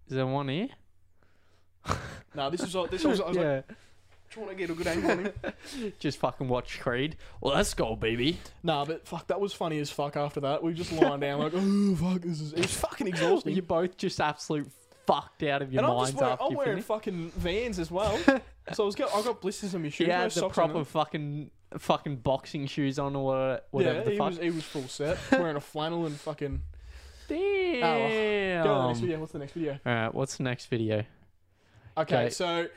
Speaker 1: is there one here?
Speaker 2: which- Nah, this was like, this was I
Speaker 1: <laughs>
Speaker 2: was like trying to get a good angle on him.
Speaker 1: just fucking watch Creed. Well, let's go, baby.
Speaker 2: nah, but fuck, that was funny as fuck. After that, we were just lying down like, oh fuck, this is it was fucking exhausting.
Speaker 1: You're both just absolute fucked out of your
Speaker 2: and I'm
Speaker 1: minds
Speaker 2: just wearing,
Speaker 1: after
Speaker 2: I'm
Speaker 1: you
Speaker 2: wearing
Speaker 1: finish.
Speaker 2: fucking Vans as
Speaker 1: <laughs>
Speaker 2: well. so I was got, I got blisters on my shoes.
Speaker 1: He
Speaker 2: no
Speaker 1: had the
Speaker 2: socks on
Speaker 1: proper
Speaker 2: them.
Speaker 1: fucking fucking boxing shoes on or wha- whatever
Speaker 2: yeah,
Speaker 1: the
Speaker 2: he
Speaker 1: fuck.
Speaker 2: was he was full set, wearing a flannel and fucking.
Speaker 1: Damn.
Speaker 2: Oh,
Speaker 1: Um,
Speaker 2: Go to the next video. What's the next video?
Speaker 1: All right, what's the next video?
Speaker 2: Okay,
Speaker 1: Okay.
Speaker 2: so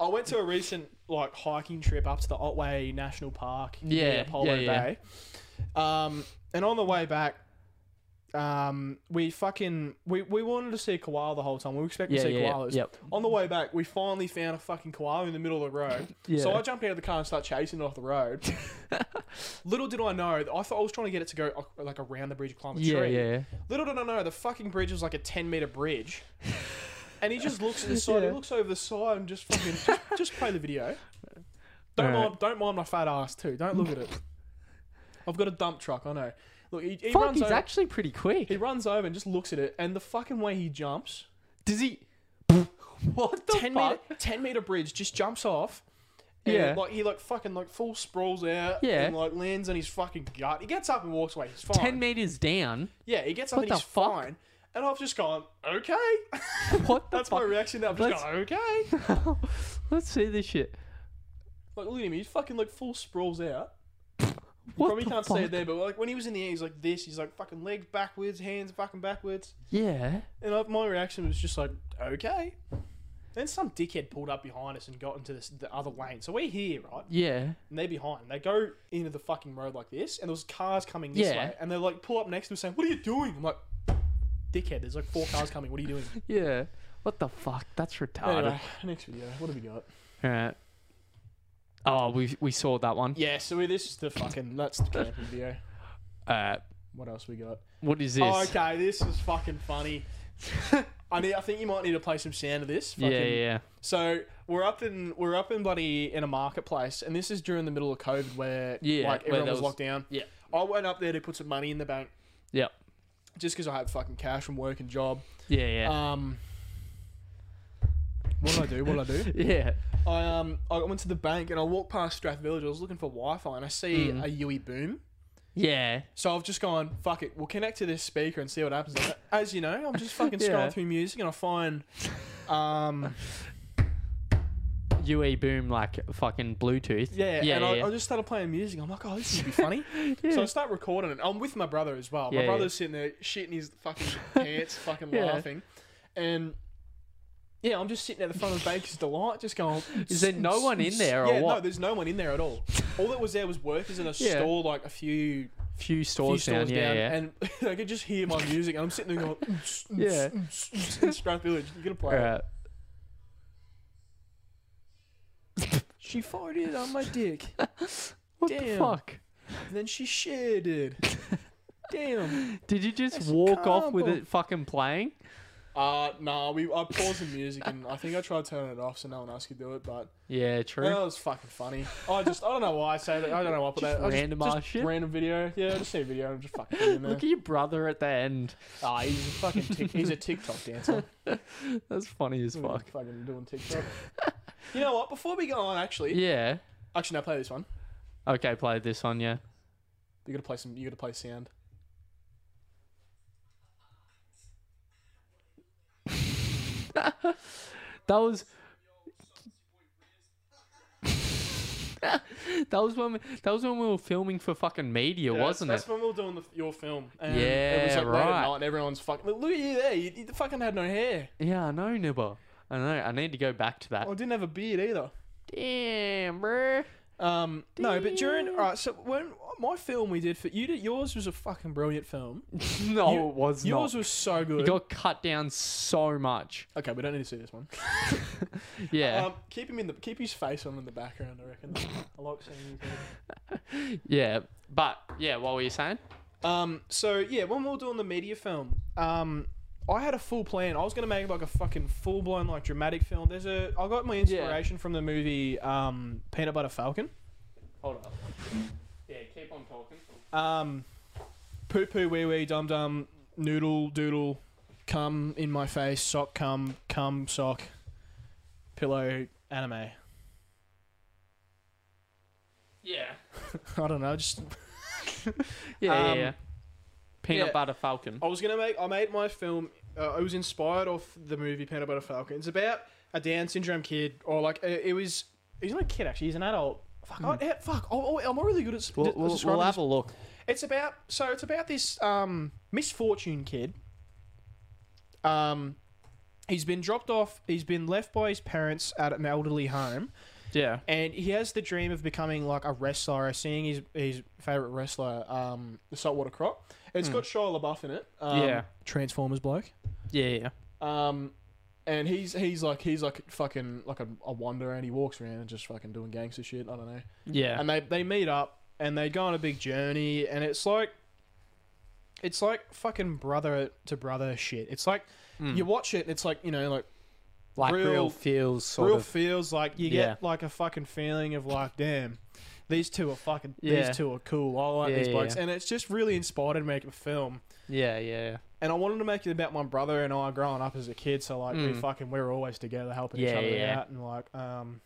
Speaker 2: I went to a recent like hiking trip up to the Otway National Park
Speaker 1: Yeah,
Speaker 2: near Polo
Speaker 1: yeah, yeah.
Speaker 2: Bay. Um, and on the way back, um, we fucking we, we wanted to see a koala the whole time. We were expecting
Speaker 1: Yeah,
Speaker 2: to see
Speaker 1: yeah,
Speaker 2: koalas.
Speaker 1: yep.
Speaker 2: On the way back, we finally found a fucking koala in the middle of the road. So
Speaker 1: <laughs> Yeah.
Speaker 2: I jumped out of the car and started chasing it off
Speaker 1: <laughs>
Speaker 2: the road. Little did I know, I thought I was trying to get it to go uh, like around the bridge, climb a
Speaker 1: Yeah,
Speaker 2: tree.
Speaker 1: yeah.
Speaker 2: Little did I know, the fucking bridge was like a 10
Speaker 1: <laughs>
Speaker 2: meter bridge. And he just looks at the side, he looks over the side and just fucking, just, just play
Speaker 1: <laughs>
Speaker 2: the video. Don't
Speaker 1: Alright.
Speaker 2: mind, don't mind my fat ass too. Don't look
Speaker 1: <laughs>
Speaker 2: at it. I've got a dump truck, I know. Look, he, he
Speaker 1: Fuck,
Speaker 2: runs
Speaker 1: he's
Speaker 2: over,
Speaker 1: actually pretty
Speaker 2: he
Speaker 1: quick.
Speaker 2: runs over and just looks at it, and the fucking way he jumps,
Speaker 1: Does he?
Speaker 2: <laughs>
Speaker 1: What the
Speaker 2: 10 meter,
Speaker 1: fuck?
Speaker 2: <laughs> 10 meter bridge, just jumps off. And
Speaker 1: Yeah.
Speaker 2: like he like fucking like full sprawls out.
Speaker 1: Yeah.
Speaker 2: and like lands on his fucking gut. He gets up and walks away. He's fine.
Speaker 1: Ten meters down.
Speaker 2: Yeah, he gets up
Speaker 1: What
Speaker 2: and he's
Speaker 1: the fuck?
Speaker 2: fine. And I've just gone, okay.
Speaker 1: What the
Speaker 2: <laughs> That's
Speaker 1: fuck?
Speaker 2: my reaction. Now I'm just
Speaker 1: Let's-
Speaker 2: going, okay.
Speaker 1: <laughs> Let's see this shit.
Speaker 2: Like, look at him. He's fucking like full sprawls out.
Speaker 1: What
Speaker 2: Probably
Speaker 1: the
Speaker 2: can't
Speaker 1: fuck?
Speaker 2: see it there, but like when he was in the air, he's like this. He's like fucking legs backwards, hands fucking backwards.
Speaker 1: Yeah.
Speaker 2: And I, my reaction was just like, okay. Then some dickhead pulled up behind us and got into this, the other lane. So we're here, right?
Speaker 1: Yeah.
Speaker 2: And they're behind. They go into the fucking road like this, and there was cars coming this
Speaker 1: Yeah.
Speaker 2: way. And they like pull up next to us saying, "What are you doing?" I'm like, dickhead. There's like four cars coming. What are
Speaker 1: <laughs>
Speaker 2: you doing?
Speaker 1: Yeah. What the fuck? That's retarded.
Speaker 2: Anyway, next video. What have we got?
Speaker 1: Alright. Uh, Oh, we we saw that one.
Speaker 2: Yeah, so this is the fucking that's the camping video.
Speaker 1: Uh,
Speaker 2: What else we got?
Speaker 1: what is this?
Speaker 2: Oh, okay, this is fucking funny. <laughs> I need, I think you might need to play some sound of this.
Speaker 1: Yeah,
Speaker 2: Fucking.
Speaker 1: yeah, yeah.
Speaker 2: So we're up in we're up in bloody in a marketplace, and this is during the middle of COVID where
Speaker 1: Yeah,
Speaker 2: like
Speaker 1: where
Speaker 2: everyone
Speaker 1: there
Speaker 2: was,
Speaker 1: was-
Speaker 2: locked down.
Speaker 1: yeah.
Speaker 2: I went up there to put some money in the bank
Speaker 1: Yep.
Speaker 2: just because I had fucking cash from work and job.
Speaker 1: Yeah, yeah.
Speaker 2: Um, what did I do? What did
Speaker 1: <laughs>
Speaker 2: I do?
Speaker 1: yeah.
Speaker 2: I um I went to the bank and I walked past Strath Village. I was looking for Wi-Fi and I see
Speaker 1: Mm.
Speaker 2: a Yui boom.
Speaker 1: Yeah.
Speaker 2: So I've just gone, fuck it, we'll connect to this speaker and see what happens. As you know, I'm just fucking
Speaker 1: <laughs>
Speaker 2: scrolling
Speaker 1: Yeah.
Speaker 2: through music and I find
Speaker 1: <laughs>
Speaker 2: um
Speaker 1: UE boom like fucking Bluetooth.
Speaker 2: yeah,
Speaker 1: Yeah.
Speaker 2: and
Speaker 1: yeah,
Speaker 2: I,
Speaker 1: yeah.
Speaker 2: I just started playing music. I'm like, oh, this would
Speaker 1: <laughs>
Speaker 2: be funny. So I start recording it. I'm with my brother as well.
Speaker 1: Yeah,
Speaker 2: my
Speaker 1: yeah.
Speaker 2: brother's sitting there shitting his fucking
Speaker 1: <laughs>
Speaker 2: pants, fucking
Speaker 1: Yeah.
Speaker 2: laughing. And yeah, I'm just sitting at the front of Baker's Delight, just going.
Speaker 1: <laughs> Is there no
Speaker 2: <laughs>
Speaker 1: one in there or
Speaker 2: yeah, no,
Speaker 1: what?
Speaker 2: there's no one in there at
Speaker 1: <laughs>
Speaker 2: all. All that was there was workers in a
Speaker 1: Yeah.
Speaker 2: store, like a few
Speaker 1: few
Speaker 2: few
Speaker 1: stores,
Speaker 2: stores
Speaker 1: down. Yeah,
Speaker 2: down,
Speaker 1: yeah.
Speaker 2: and <laughs> I could just hear my music, and I'm
Speaker 1: <laughs>
Speaker 2: sitting there going, <laughs>
Speaker 1: Yeah.
Speaker 2: yeah, Strath Village, you're gonna play. it.
Speaker 1: Alright.
Speaker 2: She farted on
Speaker 1: <laughs>
Speaker 2: my dick,
Speaker 1: What the
Speaker 2: Damn.
Speaker 1: fuck?
Speaker 2: and then she shared it. Damn.
Speaker 1: Did you just walk off with
Speaker 2: combo.
Speaker 1: it fucking playing?
Speaker 2: <laughs> Uh, nah, we I paused the music, and I think I tried turning it off so no one else could do it, but
Speaker 1: Yeah, true.
Speaker 2: that was fucking funny. I just I don't know why I say that. I don't know why I put
Speaker 1: Just
Speaker 2: that. I
Speaker 1: random
Speaker 2: just,
Speaker 1: ass
Speaker 2: just
Speaker 1: shit?
Speaker 2: Random video. Yeah, I just see a video and just fucking put it in there.
Speaker 1: Look at your brother at the end. <laughs>
Speaker 2: Ah, he's a fucking tic- he's a TikTok dancer.
Speaker 1: That's funny
Speaker 2: Hmm.
Speaker 1: as <laughs> fuck.
Speaker 2: Fucking doing TikTok. you know what? Before we go on, actually,
Speaker 1: Yeah.
Speaker 2: actually, no, play this one.
Speaker 1: Okay, play this one, yeah.
Speaker 2: You gotta play some. You gotta play sound.
Speaker 1: That was. <laughs> that was when we, that was when we were filming for fucking media, wasn't
Speaker 2: that's
Speaker 1: it?
Speaker 2: when we were doing the, your film. And it was
Speaker 1: Yeah,
Speaker 2: like late at
Speaker 1: right.
Speaker 2: night and everyone's fucking. Look, look at you there. You, you fucking had no hair.
Speaker 1: Yeah, I know, Nibba. I know. I need to go back to that.
Speaker 2: I didn't have a beard either.
Speaker 1: Damn, bruh.
Speaker 2: Um, no, but during all right, so when my film we did for you, did, yours was a fucking brilliant film.
Speaker 1: <laughs> No,
Speaker 2: You-
Speaker 1: it was
Speaker 2: yours
Speaker 1: not.
Speaker 2: was so
Speaker 1: It
Speaker 2: good.
Speaker 1: got cut down so much.
Speaker 2: okay, we don't need to see this one.
Speaker 1: Yeah,
Speaker 2: Um, keep him in the keep his face on in the background. I reckon. I like seeing his head.
Speaker 1: yeah. But yeah, what were you saying?
Speaker 2: Um, so yeah, when we were doing the media film, um, I had a full plan. I was gonna make like a fucking full blown like dramatic film. There's a I got my inspiration from the movie um, Peanut Butter Falcon.
Speaker 1: Hold up. Yeah, keep on talking.
Speaker 2: Um, poo poo wee wee dum dum noodle doodle, cum in my face sock cum cum sock, pillow anime. <laughs> I
Speaker 1: Yeah.
Speaker 2: don't know. Just
Speaker 1: Yeah, yeah,
Speaker 2: Um,
Speaker 1: yeah. Peanut
Speaker 2: yeah.
Speaker 1: butter falcon.
Speaker 2: I was gonna make. I made my film. Uh, it was inspired off the movie Peanut Butter Falcon. It's about a Down syndrome kid, or like it, it was. He's not a kid actually. He's an adult. Fuck. I, yeah, fuck. Oh, oh, I'm not really good at s-
Speaker 1: We'll,
Speaker 2: de-
Speaker 1: we'll,
Speaker 2: describing
Speaker 1: we'll
Speaker 2: this.
Speaker 1: have a look.
Speaker 2: It's about so it's about this um misfortune kid. Um He's been dropped off. He's been left by his parents at an elderly home,
Speaker 7: Yeah.
Speaker 2: and he has the dream of becoming like a wrestler. Seeing his his favorite wrestler, um, the Saltwater Croc. It's got Shia LaBeouf in it. Um,
Speaker 7: Yeah.
Speaker 2: Transformers bloke.
Speaker 1: Yeah, yeah.
Speaker 7: Um, and he's he's like he's like fucking like a, a wanderer, and he walks around and just fucking doing gangster shit. I don't know.
Speaker 1: Yeah.
Speaker 2: and they they meet up and they go on a big journey and it's like it's like fucking brother to brother shit it's like
Speaker 1: Hmm.
Speaker 2: you watch it it's like you know like
Speaker 1: like
Speaker 2: real-
Speaker 1: real, feels sort
Speaker 2: real
Speaker 1: of
Speaker 2: feels like you
Speaker 1: Yeah.
Speaker 2: get like a fucking feeling of like damn these two are fucking
Speaker 1: Yeah.
Speaker 2: these two are cool i like
Speaker 1: Yeah,
Speaker 2: these
Speaker 1: yeah,
Speaker 2: blokes
Speaker 1: yeah.
Speaker 2: and it's just really inspired to make a film
Speaker 1: yeah, yeah,
Speaker 2: and I wanted to make it about my brother and I growing up as a kid. So like we
Speaker 1: Mm.
Speaker 2: fucking we were always together helping each
Speaker 1: Yeah,
Speaker 2: other
Speaker 1: yeah.
Speaker 2: out and like um,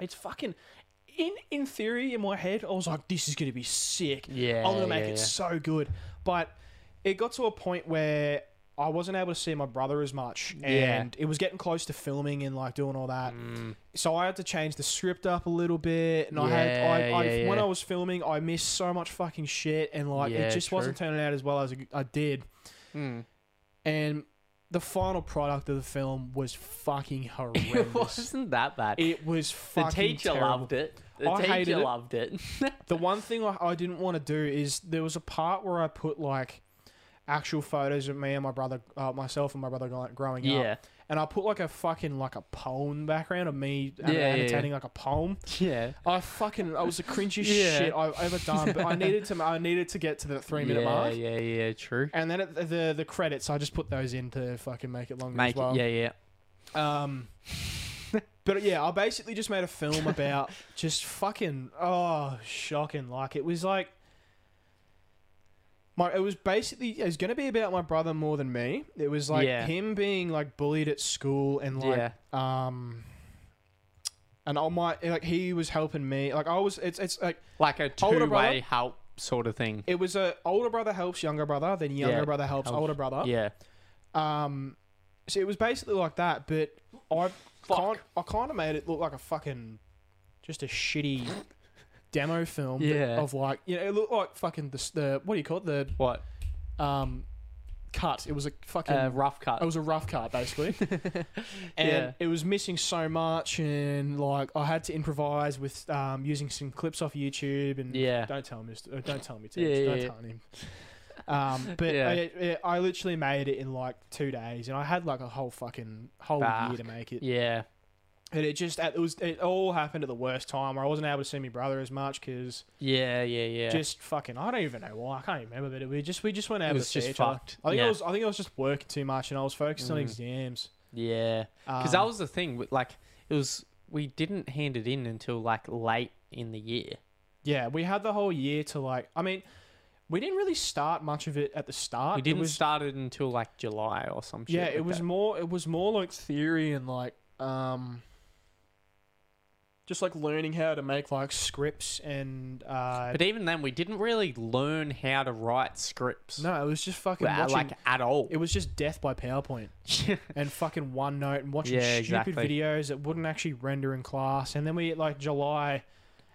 Speaker 2: it's fucking in in theory in my head I was like this is gonna be sick.
Speaker 1: yeah.
Speaker 2: I'm gonna make
Speaker 1: yeah,
Speaker 2: it
Speaker 1: yeah.
Speaker 2: so good, but it got to a point where I wasn't able to see my brother as much,
Speaker 1: Yeah.
Speaker 2: and it was getting close to filming and like doing all that
Speaker 1: Mm,
Speaker 2: so I had to change the script up a little bit, and I had I,
Speaker 1: Yeah,
Speaker 2: I
Speaker 1: yeah,
Speaker 2: when
Speaker 1: yeah.
Speaker 2: I was filming, I missed so much fucking shit, and like
Speaker 1: Yeah,
Speaker 2: it just
Speaker 1: true.
Speaker 2: wasn't turning out as well as I- I did.
Speaker 1: mm.
Speaker 2: And the final product of the film was fucking horrendous.
Speaker 1: <laughs> <laughs> It wasn't that bad.
Speaker 2: It was
Speaker 1: the
Speaker 2: fucking.
Speaker 1: teacher
Speaker 2: terrible.
Speaker 1: loved it. The
Speaker 2: I
Speaker 1: teacher
Speaker 2: hated it.
Speaker 1: loved it.
Speaker 2: The one thing I, I didn't want to do is there was a part where I put like actual photos of me and my brother, uh, myself and my brother gro- growing up,
Speaker 1: yeah.
Speaker 2: and I put like a fucking like a poem background of me uh,
Speaker 1: Yeah, yeah, yeah.
Speaker 2: annotating like a poem.
Speaker 1: Yeah.
Speaker 2: I fucking I was the cringiest
Speaker 1: Yeah.
Speaker 2: shit I've ever done. But I needed to I needed to get to the three minute
Speaker 1: yeah,
Speaker 2: mark.
Speaker 1: Yeah, yeah, true.
Speaker 2: And then at the, the the credits, I just put those in to fucking make it longer
Speaker 1: Make
Speaker 2: as well.
Speaker 1: it, yeah, yeah.
Speaker 2: Um, <laughs> but yeah, I basically just made a film about
Speaker 1: <laughs>
Speaker 2: just fucking oh shocking. Like it was like my it was basically it was gonna be about my brother more than me. It was like
Speaker 1: Yeah.
Speaker 2: him being like bullied at school and like
Speaker 1: Yeah.
Speaker 2: um. And I might like he was helping me. Like I was, it's it's like
Speaker 1: Like a
Speaker 2: Older
Speaker 1: two
Speaker 2: brother?
Speaker 1: way help sort of thing.
Speaker 2: it was a older brother helps younger brother, then younger
Speaker 1: Yeah,
Speaker 2: brother helps,
Speaker 1: helps.
Speaker 2: older brother.
Speaker 1: Yeah.
Speaker 2: Um, so it was basically like that, but I kind I kind of made it look like a fucking just a shitty demo film that-
Speaker 1: Yeah.
Speaker 2: of like you know it looked like fucking the, s- the what do you call it the
Speaker 1: What?
Speaker 2: um cut. It was a fucking
Speaker 1: Uh, rough cut.
Speaker 2: it was a rough cut
Speaker 1: <laughs>
Speaker 2: basically, and
Speaker 1: Yeah.
Speaker 2: it was missing so much, and like I had to improvise with um, using some clips off YouTube, and
Speaker 1: Yeah.
Speaker 2: don't tell him, Mr. uh, don't tell me, Tim,
Speaker 1: Yeah, yeah,
Speaker 2: don't
Speaker 1: yeah.
Speaker 2: tell him.
Speaker 1: <laughs>
Speaker 2: Um, but
Speaker 1: Yeah.
Speaker 2: I, I I literally made it in like two days, and I had like a whole fucking whole year
Speaker 1: Fuck.
Speaker 2: to make it.
Speaker 1: Yeah.
Speaker 2: And it just it was it all happened at the worst time. Where I wasn't able to see my brother as much because
Speaker 1: Yeah, yeah, yeah.
Speaker 2: just fucking I don't even know why I can't remember, but it, we just we just weren't able
Speaker 1: was
Speaker 2: to see
Speaker 1: just
Speaker 2: each other.
Speaker 1: fucked.
Speaker 2: I think I
Speaker 1: Yeah.
Speaker 2: was I think I was just working too much, and I was focused on
Speaker 1: Mm.
Speaker 2: exams.
Speaker 1: yeah. Because
Speaker 2: Um,
Speaker 1: that was the thing. with, Like, it was, we didn't hand it in until like late in the year.
Speaker 2: Yeah, we had the whole year to like. I mean, we didn't really start much of it at the start.
Speaker 1: We
Speaker 2: It
Speaker 1: didn't
Speaker 2: was,
Speaker 1: start it until like July or some shit.
Speaker 2: Yeah,
Speaker 1: like
Speaker 2: it was
Speaker 1: that.
Speaker 2: more. It was more like theory and like um, just like learning how to make like scripts and uh.
Speaker 1: But even then, we didn't really learn how to write scripts.
Speaker 2: no, it was just fucking
Speaker 1: Well,
Speaker 2: watching.
Speaker 1: like at all. <laughs>
Speaker 2: it was just death by PowerPoint and fucking OneNote and watching
Speaker 1: Yeah,
Speaker 2: stupid
Speaker 1: exactly.
Speaker 2: videos that wouldn't actually render in class. And then we like July.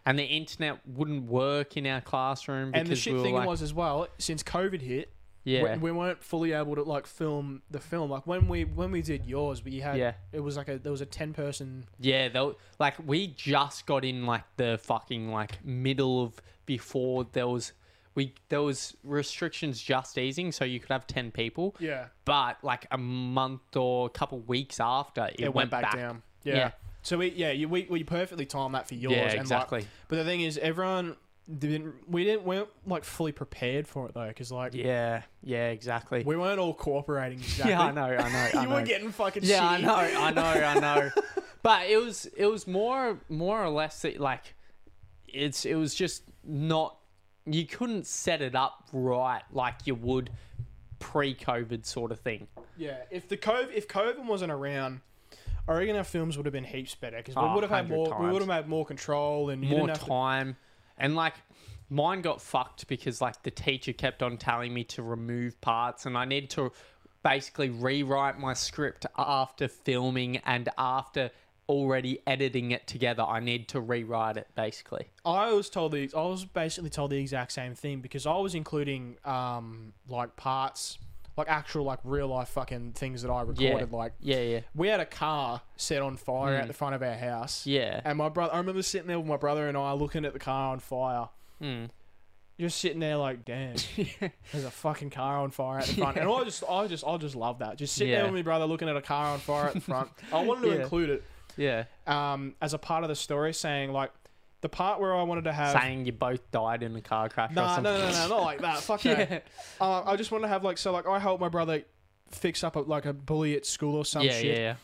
Speaker 1: and the internet wouldn't work in our classroom because
Speaker 2: and the shit
Speaker 1: we were
Speaker 2: thing
Speaker 1: like,
Speaker 2: was as well, since COVID hit,
Speaker 1: yeah,
Speaker 2: we, we weren't fully able to like film the film. Like when we when we did yours, we had
Speaker 1: Yeah.
Speaker 2: it was like a there was a ten person
Speaker 1: yeah. Though, like we just got in like the fucking like middle of before there was we there was restrictions just easing, so you could have ten people.
Speaker 2: yeah
Speaker 1: But like a month or a couple weeks after, it,
Speaker 2: it, went, back, down yeah.
Speaker 1: Yeah.
Speaker 2: So we yeah you, we we perfectly timed that for yours
Speaker 1: Yeah,
Speaker 2: like-
Speaker 1: exactly.
Speaker 2: but the thing is, everyone didn't we didn't weren't like fully prepared for it though because like
Speaker 1: Yeah, yeah, exactly.
Speaker 2: we weren't all cooperating
Speaker 1: <laughs>
Speaker 2: exactly.
Speaker 1: yeah, I know, I know. I
Speaker 2: <laughs> you
Speaker 1: know.
Speaker 2: were getting fucking
Speaker 1: Yeah, I
Speaker 2: shitty.
Speaker 1: know, I know, I
Speaker 2: <laughs>
Speaker 1: know. but it was it was more more or less that like it's it was just not you couldn't set it up right like you would pre-COVID sort of thing.
Speaker 2: Yeah, if the COVID if COVID wasn't around. I reckon our films would have been heaps better because we
Speaker 1: Oh,
Speaker 2: would have
Speaker 1: 100
Speaker 2: had more. We
Speaker 1: times.
Speaker 2: would have had more control and you
Speaker 1: More
Speaker 2: didn't have to-
Speaker 1: time and like mine got fucked because like the teacher kept on telling me to remove parts and I needed to basically rewrite my script after filming and after already editing it together. I need to rewrite it basically.
Speaker 2: I was told the I was basically told the exact same thing because I was including um like parts like actual like real life fucking things that I
Speaker 1: Yeah.
Speaker 2: recorded. Like
Speaker 1: yeah, yeah,
Speaker 2: we had a car set on fire
Speaker 1: Mm.
Speaker 2: out the front of our house.
Speaker 1: <laughs> yeah.
Speaker 2: And my brother, I remember sitting there with my brother and I looking at the car on fire.
Speaker 1: Mm.
Speaker 2: Just sitting there like, damn,
Speaker 1: <laughs>
Speaker 2: there's a fucking car on fire at the front. And I just, I just, I just love that. Just sitting
Speaker 1: Yeah.
Speaker 2: there with my brother looking at a car on fire at
Speaker 1: <laughs>
Speaker 2: the front. I wanted to
Speaker 1: Yeah.
Speaker 2: include it
Speaker 1: yeah.
Speaker 2: um, as a part of the story, saying like the part where I wanted to have.
Speaker 1: Saying you both died in a car crash. or
Speaker 2: Nah,
Speaker 1: something.
Speaker 2: no, no, no,
Speaker 1: <laughs>
Speaker 2: no, not like that. Fuck that.
Speaker 1: Yeah.
Speaker 2: Uh, I just want to have like so like I helped my brother fix up a, like a bully at school or some
Speaker 1: yeah,
Speaker 2: shit,
Speaker 1: yeah, yeah.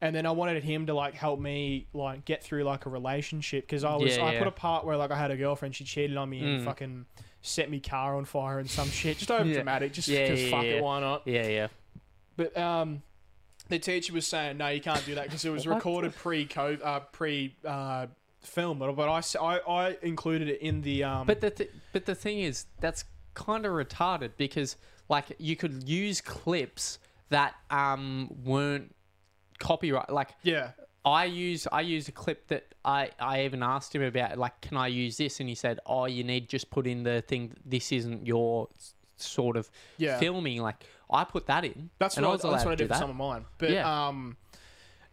Speaker 2: and then I wanted him to like help me like get through like a relationship because I was
Speaker 1: Yeah,
Speaker 2: I
Speaker 1: yeah.
Speaker 2: put a part where like I had a girlfriend she cheated on me
Speaker 1: Mm.
Speaker 2: and fucking set me car on fire and some
Speaker 1: <laughs>
Speaker 2: shit just over dramatic just
Speaker 1: Yeah,
Speaker 2: because
Speaker 1: yeah,
Speaker 2: fuck
Speaker 1: yeah.
Speaker 2: it why not
Speaker 1: Yeah, yeah.
Speaker 2: but um the teacher was saying no you can't do that because
Speaker 1: <laughs>
Speaker 2: it was recorded pre COVID uh, pre uh, film but I, s- I- I included it in the um
Speaker 1: But the th- but the thing is, that's kind of retarded because like you could use clips that um weren't copyright. Like
Speaker 2: yeah
Speaker 1: I use I used a clip that I I even asked him about like can I use this and he said oh you need just put in the thing this isn't your s- sort of
Speaker 2: Yeah.
Speaker 1: filming like I put that in
Speaker 2: That's
Speaker 1: and
Speaker 2: what I, that's
Speaker 1: allowed
Speaker 2: what I
Speaker 1: to do
Speaker 2: did for
Speaker 1: that.
Speaker 2: some of mine. But
Speaker 1: Yeah.
Speaker 2: um,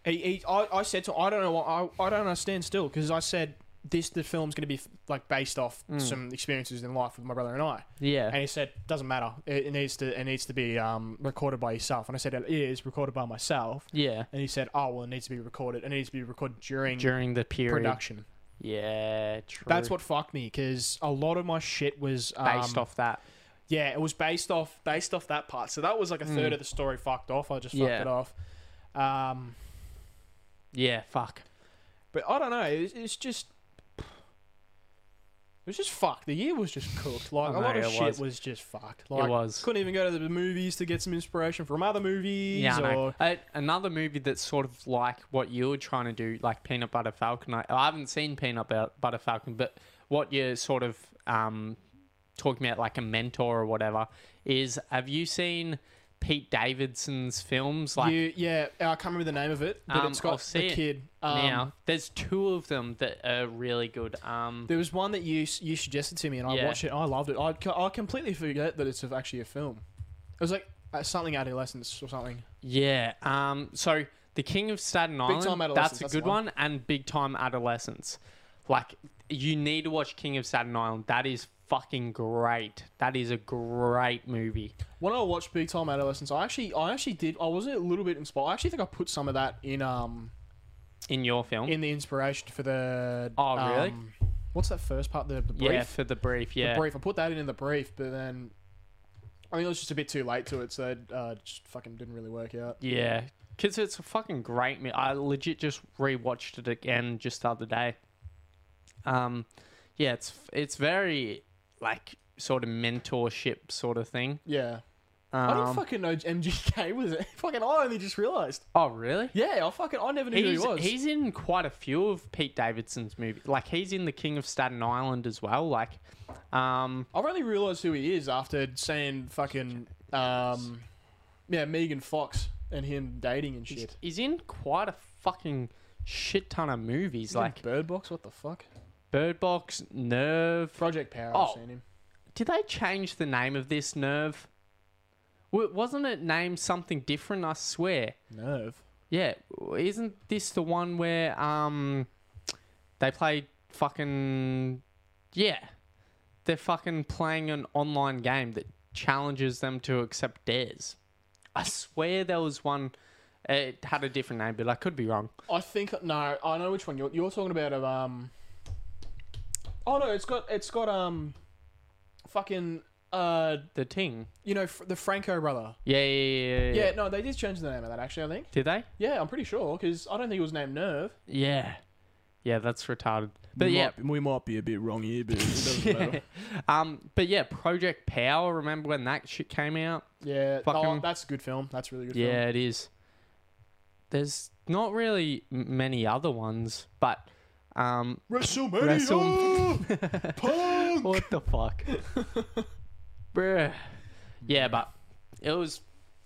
Speaker 2: he, he I, I said to him, I don't know what I, I don't understand still because I said this the film's going to be like based off some experiences in life with my brother and I.
Speaker 1: Hmm. yeah
Speaker 2: And he said, doesn't matter. It, it needs to it needs to be um recorded by yourself. And I said, it is recorded by myself.
Speaker 1: yeah
Speaker 2: And he said, oh well, it needs to be recorded. It needs to be recorded during,
Speaker 1: during the period
Speaker 2: production.
Speaker 1: yeah true
Speaker 2: That's what fucked me because a lot of my shit was um,
Speaker 1: based off that
Speaker 2: Yeah, it was based off based off that part. So that was like a third of the story fucked off. I just fucked
Speaker 1: Hmm. Yeah.
Speaker 2: it off. Um,
Speaker 1: yeah fuck
Speaker 2: But I don't know. It's, it's just. It was just fucked. The year was just cooked. Like
Speaker 1: I
Speaker 2: a lot
Speaker 1: know,
Speaker 2: of
Speaker 1: it
Speaker 2: shit was.
Speaker 1: was.
Speaker 2: just fucked. Like
Speaker 1: was.
Speaker 2: couldn't even go to the movies to get some inspiration from other movies.
Speaker 1: yeah I know.
Speaker 2: or
Speaker 1: Uh, another movie that's sort of like what you were trying to do like Peanut Butter Falcon I, I haven't seen Peanut Bu- Butter Falcon but what you're sort of um talking about like a mentor or whatever is have you seen Pete Davidson's films like
Speaker 2: you, yeah, I can't remember the name of it, but
Speaker 1: Um,
Speaker 2: it's
Speaker 1: I'll
Speaker 2: got
Speaker 1: see
Speaker 2: the
Speaker 1: it
Speaker 2: kid. Um,
Speaker 1: now there's two of them that are really good um
Speaker 2: There was one that you s- you suggested to me, and I
Speaker 1: Yeah.
Speaker 2: watched it. and I loved it. I, co- I completely forget that it's of- actually a film. It was like uh, something adolescence or something.
Speaker 1: yeah um so The King of Staten Island
Speaker 2: Time
Speaker 1: that's
Speaker 2: Adolescence,
Speaker 1: a
Speaker 2: that's the
Speaker 1: good one. and Big Time Adolescence like you need to watch King of Staten Island that is fucking great that is a great movie
Speaker 2: When I watched Big Time Adolescence, I actually I actually did. I was a little bit inspired. I actually think I put some of that in um
Speaker 1: in your film
Speaker 2: in the inspiration for the.
Speaker 1: Oh, really?
Speaker 2: um, what's that first part? The, the brief.
Speaker 1: yeah for the brief yeah
Speaker 2: The brief. I put that in in the brief, but then I think it was just a bit too late to it, so it uh, just fucking didn't really work out.
Speaker 1: yeah because it's a fucking great movie I legit just rewatched it again just the other day um yeah it's it's very like sort of mentorship sort of thing
Speaker 2: Yeah.
Speaker 1: um,
Speaker 2: I don't fucking know MGK was it. <laughs> Fucking, I only just realised.
Speaker 1: oh really
Speaker 2: Yeah, I fucking, I never knew
Speaker 1: He's,
Speaker 2: who he was.
Speaker 1: he's in quite a few of Pete Davidson's movies. Like he's in The King of Staten Island as well. Like, um,
Speaker 2: I've only realised who he is after seeing fucking, um, yeah, Megan Fox and him dating and shit.
Speaker 1: he's in quite a fucking shit ton of movies. Like
Speaker 2: Bird Box, what the fuck?
Speaker 1: Bird Box, Nerve.
Speaker 2: Project Power,
Speaker 1: Oh.
Speaker 2: I've seen him.
Speaker 1: Did they change the name of this Nerve? W- wasn't it named something different? I swear.
Speaker 2: Nerve.
Speaker 1: Yeah, isn't this the one where um they play fucking yeah. They're fucking playing an online game that challenges them to accept dares. I swear there was one it had a different name, but I could be wrong.
Speaker 2: I think no, I know which one you're you're talking about. Of um, oh no, it's got it's got um, fucking uh,
Speaker 1: The Ting.
Speaker 2: you know fr- the Franco brother.
Speaker 1: Yeah, yeah, yeah. yeah, yeah.
Speaker 2: Yeah, no, they did change the name of that actually. I think.
Speaker 1: Did they?
Speaker 2: Yeah, I'm pretty sure because I don't think it was named Nerve.
Speaker 1: Yeah. Yeah, that's retarded. But yeah,
Speaker 7: we might be a bit wrong here, but it doesn't matter.
Speaker 1: um but yeah, Project Power, remember when that shit came out?
Speaker 2: Yeah, no,
Speaker 1: Fucking-
Speaker 2: that's a good film. That's a really good.
Speaker 1: Yeah, it is. There's not really m- many other ones, but um,
Speaker 2: film. WrestleMania.
Speaker 1: <laughs> Wrestle-
Speaker 2: Punk.
Speaker 1: what the
Speaker 2: <laughs>
Speaker 1: fuck, bruh? Yeah, but it was.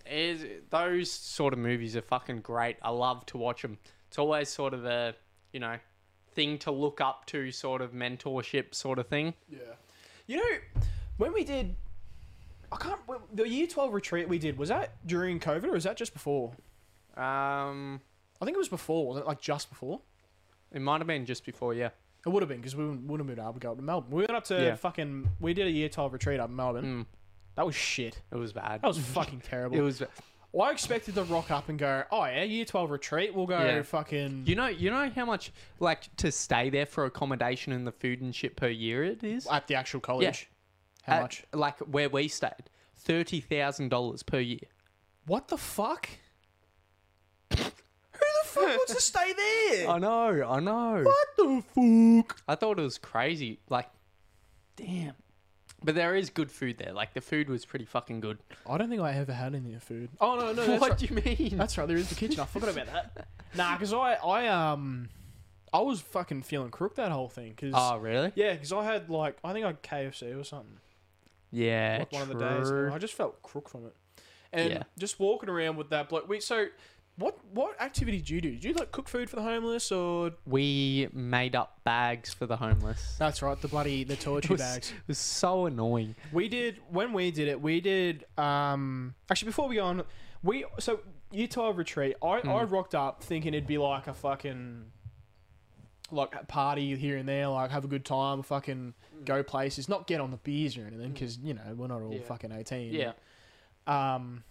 Speaker 1: Is those sort of movies are fucking great. I love to watch them. It's always sort of a you know thing to look up to, sort of mentorship sort of thing.
Speaker 2: Yeah. You know, when we did I can't. The year twelve retreat we did was that during COVID or was that just before?
Speaker 1: Um,
Speaker 2: I think it was before, wasn't it? Like just before.
Speaker 1: it might have been just before, yeah.
Speaker 2: It would have been because we wouldn't wouldn't have been able to go up to Melbourne. We went up to
Speaker 1: Yeah.
Speaker 2: fucking. We did a year twelve retreat up in Melbourne.
Speaker 1: Mm.
Speaker 2: That was shit.
Speaker 1: It was bad. <laughs>
Speaker 2: That was fucking terrible.
Speaker 1: it was.
Speaker 2: Well, I expected to rock up and go, oh yeah, year twelve retreat. We'll go
Speaker 1: Yeah.
Speaker 2: fucking.
Speaker 1: You know, you know how much like to stay there for accommodation and the food and shit per year it is.
Speaker 2: at the actual college. How
Speaker 1: At-
Speaker 2: much?
Speaker 1: Like where we stayed, thirty thousand dollars per year.
Speaker 2: What the fuck? <laughs> Who the fuck wants to stay
Speaker 1: <laughs>
Speaker 2: there?
Speaker 1: I know, I know.
Speaker 2: what the fuck?
Speaker 1: I thought it was crazy. Like, damn. But there is good food there. Like the food was pretty fucking good.
Speaker 2: I don't think I ever had any of the food. Oh no, no,
Speaker 1: <laughs>
Speaker 2: that's
Speaker 1: what
Speaker 2: right.
Speaker 1: do you mean?
Speaker 2: <laughs> That's right. There is the kitchen. I forgot about that.
Speaker 1: <laughs>
Speaker 2: Nah, because I, I um, I was fucking feeling crook that whole thing. Cause
Speaker 1: oh really?
Speaker 2: yeah, because I had like I think I had KFC or something.
Speaker 1: Yeah.
Speaker 2: like one of the
Speaker 1: true.
Speaker 2: days. I just felt crook from it, and
Speaker 1: Yeah.
Speaker 2: just walking around with that bloke. Wait, so what? What activity do you do? Do you like cook food for the homeless or?
Speaker 1: We made up bags for the homeless.
Speaker 2: That's right, the bloody the
Speaker 1: it
Speaker 2: toiletry
Speaker 1: was, it was so annoying.
Speaker 2: We did when we did it. We did um actually before we go on, we so year twelve retreat. I I
Speaker 1: Hmm.
Speaker 2: rocked up thinking it'd be like a fucking like a party here and there, like have a good time, fucking go places, not get on the beers or anything because you know we're not all
Speaker 1: Hmm. Yeah.
Speaker 2: fucking eighteen.
Speaker 1: Yeah.
Speaker 2: Um,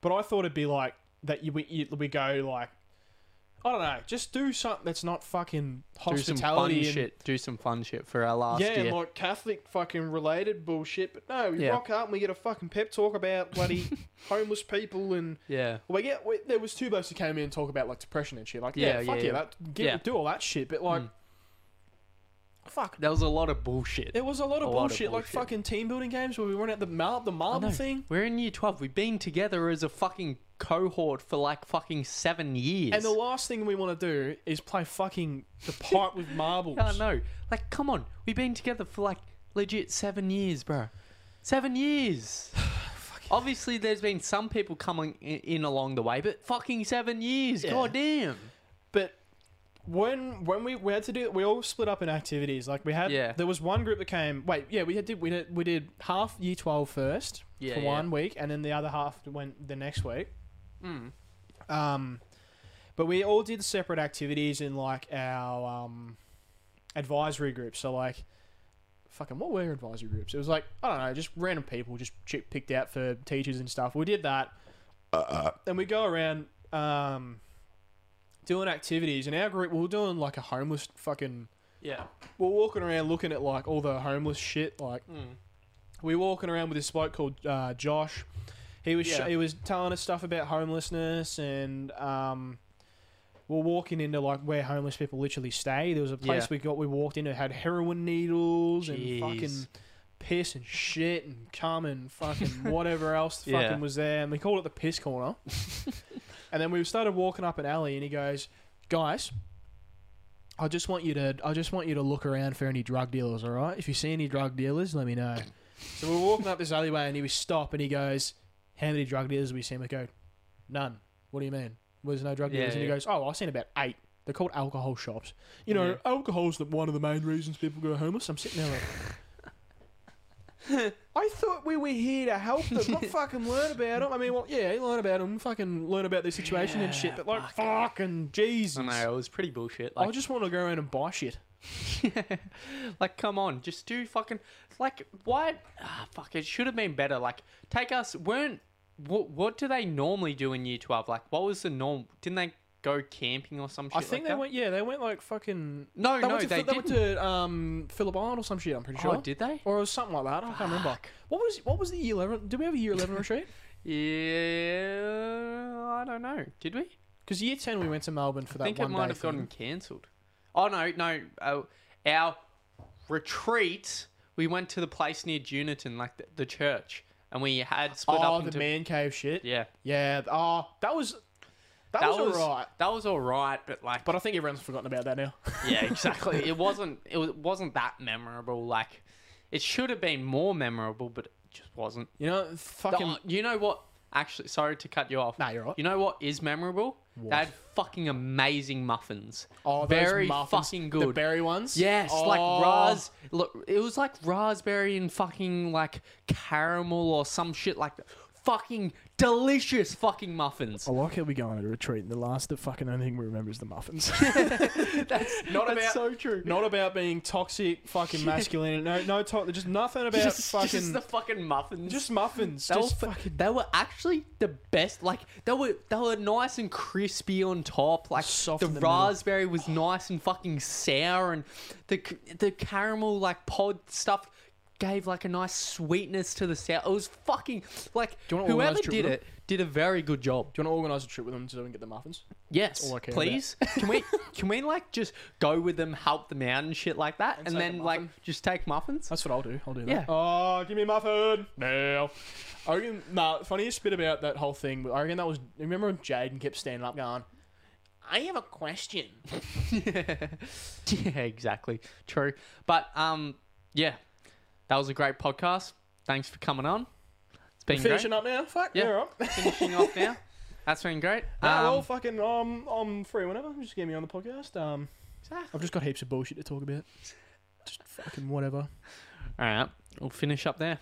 Speaker 2: but I thought it'd be like that. You we you, we go like. I don't know. Just do something that's not fucking
Speaker 1: Do
Speaker 2: hospitality
Speaker 1: some fun
Speaker 2: and
Speaker 1: shit. Do some fun shit for our last
Speaker 2: yeah,
Speaker 1: year.
Speaker 2: like Catholic fucking related bullshit. But no, we
Speaker 1: Yeah.
Speaker 2: rock up and we get a fucking pep talk
Speaker 1: <laughs>
Speaker 2: about bloody homeless people and
Speaker 1: yeah.
Speaker 2: we get we, there was two blokes who came in and talk about like depression and shit. Like
Speaker 1: Yeah,
Speaker 2: yeah,
Speaker 1: yeah,
Speaker 2: fuck yeah,
Speaker 1: yeah.
Speaker 2: That, get,
Speaker 1: Yeah. Hmm.
Speaker 2: do all that shit. But like, fuck,
Speaker 1: There was a lot of bullshit.
Speaker 2: it was a lot
Speaker 1: A
Speaker 2: of,
Speaker 1: lot of
Speaker 2: bullshit, Like
Speaker 1: bullshit.
Speaker 2: fucking team building games where we went at the mar- the
Speaker 1: I
Speaker 2: marble
Speaker 1: know.
Speaker 2: thing.
Speaker 1: We're in year 12. We've been together as a fucking cohort for like fucking seven years.
Speaker 2: And the last thing we want to do is play fucking the
Speaker 1: <laughs>
Speaker 2: pipe with marbles.
Speaker 1: I know. Like, come on. We've been together for like legit seven years, bro. Seven years.
Speaker 2: <sighs>
Speaker 1: Obviously, there's been some people coming i- in along the way, but fucking seven years.
Speaker 2: Yeah.
Speaker 1: God damn.
Speaker 2: But when when we, we had to do we all split up in activities. Like we had
Speaker 1: Yeah.
Speaker 2: there was one group that came wait, yeah, we had did we did we did half year 12 first
Speaker 1: Yeah,
Speaker 2: for
Speaker 1: yeah.
Speaker 2: one week and then the other half went the next week.
Speaker 1: Hmm.
Speaker 2: Um but we all did separate activities in like our um advisory groups. So like fucking what were advisory groups? It was like I don't know, just random people just chi- picked out for teachers and stuff. We did that. Then we go around um, doing activities, and our group we were doing like a homeless fucking.
Speaker 1: Yeah.
Speaker 2: We were walking around looking at like all the homeless shit. Like we were walking around with this bloke called uh, Josh. He was sh-
Speaker 1: Yeah.
Speaker 2: he was telling us stuff about homelessness and um, we we're walking into like where homeless people literally stay. There was a place
Speaker 1: Yeah.
Speaker 2: we got we walked into had heroin needles
Speaker 1: Jeez.
Speaker 2: and fucking piss and shit and cum and
Speaker 1: <laughs>
Speaker 2: fucking whatever else fucking
Speaker 1: Yeah.
Speaker 2: was there. And we called it the
Speaker 1: <laughs>
Speaker 2: piss corner. and then we started walking up an alley, and he goes, "Guys, I just want you to I just want you to look around for any drug dealers. All right, if you see any drug dealers, let
Speaker 1: <coughs>
Speaker 2: me know." so we're walking up this alleyway, and he was stop, and he goes, "How many drug dealers have we seen?" We go, "None." What do you mean? Well, there's no drug
Speaker 1: Yeah,
Speaker 2: dealers. and he
Speaker 1: yeah.
Speaker 2: goes, "Oh, I've seen about eight. They're called alcohol shops. You know,
Speaker 1: Yeah.
Speaker 2: alcohol's the, one of the main reasons people go homeless." I'm sitting there like. I thought we were here to help them,
Speaker 1: <laughs>
Speaker 2: not fucking learn about them. I mean, well, yeah, learn about them, fucking learn about their situation and shit. But like, fucking Jesus,
Speaker 1: I know. It was pretty bullshit.
Speaker 2: I
Speaker 1: Like,
Speaker 2: just want to go around and buy shit.
Speaker 1: <laughs> like, come on, just do fucking like why? Ah, fuck, it should have been better. Like, take us. weren't what? What do they normally do in year twelve? Like, what was the norm? Didn't they go camping or some shit?
Speaker 2: I think
Speaker 1: like
Speaker 2: they
Speaker 1: that?
Speaker 2: went, yeah, they went like fucking.
Speaker 1: No,
Speaker 2: they
Speaker 1: no,
Speaker 2: went to,
Speaker 1: they
Speaker 2: Phil- went to um, Phillip Island or some shit. I'm pretty
Speaker 1: Oh,
Speaker 2: sure.
Speaker 1: did they?
Speaker 2: Or it was something like that. I can't remember. What was what was the year eleven? Did we have a year
Speaker 1: <laughs>
Speaker 2: eleven retreat?
Speaker 1: Yeah, I don't know. Did we?
Speaker 2: Because year ten we went to Melbourne for that
Speaker 1: I think it
Speaker 2: one
Speaker 1: might
Speaker 2: day
Speaker 1: have
Speaker 2: thing.
Speaker 1: gotten cancelled. Oh no, no. Uh, our retreat. We went to the place near Juniton, like the, the church, and we had split
Speaker 2: Oh,
Speaker 1: up
Speaker 2: the
Speaker 1: into
Speaker 2: man cave shit.
Speaker 1: yeah.
Speaker 2: Yeah. Oh, that was that,
Speaker 1: That
Speaker 2: was,
Speaker 1: was
Speaker 2: alright.
Speaker 1: That was all right, but like,
Speaker 2: But I think everyone's forgotten about that now. <laughs>
Speaker 1: <laughs> Yeah, exactly. it wasn't. It wa- wasn't that memorable. Like, it should have been more memorable, but it just wasn't.
Speaker 2: You know,
Speaker 1: The-
Speaker 2: fucking.
Speaker 1: you know what? Actually, sorry to cut you off.
Speaker 2: Nah, you're right.
Speaker 1: You know what is memorable? They had fucking amazing muffins.
Speaker 2: Oh, those
Speaker 1: very
Speaker 2: muffins,
Speaker 1: fucking
Speaker 2: The
Speaker 1: good.
Speaker 2: berry ones.
Speaker 1: Yes, like
Speaker 2: Oh.
Speaker 1: ras. Look, it was like raspberry and fucking like caramel or some shit like that. Fucking delicious fucking muffins.
Speaker 2: I like how Oh, we go on a retreat, and the last the fucking only thing we remember is the muffins. <laughs>
Speaker 8: Not
Speaker 1: That's
Speaker 8: about
Speaker 1: so true.
Speaker 8: not about being toxic, fucking masculine. No, no, to- just nothing about
Speaker 1: just,
Speaker 8: fucking
Speaker 1: just
Speaker 8: just,
Speaker 1: the fucking muffins.
Speaker 8: muffins.
Speaker 1: they,
Speaker 8: Just
Speaker 1: were, fu-
Speaker 8: fucking
Speaker 1: they were actually the best. Like they were, they were nice and crispy on top. Like
Speaker 8: Soft
Speaker 1: the,
Speaker 8: in the middle.
Speaker 1: raspberry was nice and fucking sour, and the c- the caramel like pod stuff gave like a nice sweetness to the sour. It was fucking like
Speaker 2: you wanna
Speaker 1: whoever
Speaker 2: organise trip
Speaker 1: did
Speaker 2: with
Speaker 1: it did a very good job.
Speaker 2: Do you want to organise a trip with them so we can get the muffins?
Speaker 1: Yes,
Speaker 2: all I care about.
Speaker 1: please. Can we can we like just go with them, help them out and shit like that, and,
Speaker 2: take a
Speaker 1: then like
Speaker 2: muffin.
Speaker 1: just take muffins?
Speaker 2: That's what I'll do. I'll do that.
Speaker 1: Yeah.
Speaker 8: oh, give me a muffin.
Speaker 2: No. I reckon, nah, funniest bit about that whole thing, I reckon that was, remember when Jaden kept standing up going, I have a question.
Speaker 1: <laughs> yeah, exactly. True. But um, yeah, that was a great podcast. Thanks for coming on. It's been great.
Speaker 2: Finishing up now? Fuck,
Speaker 1: Yeah.
Speaker 2: yeah. All right.
Speaker 1: Finishing off now. That's been great.
Speaker 2: <laughs> Nah, well,
Speaker 1: Um,
Speaker 2: fucking, um, I'm free whenever. Just get me on the podcast. Um, I've just got heaps of bullshit to talk about. Just fucking whatever.
Speaker 1: all right, we'll finish up there.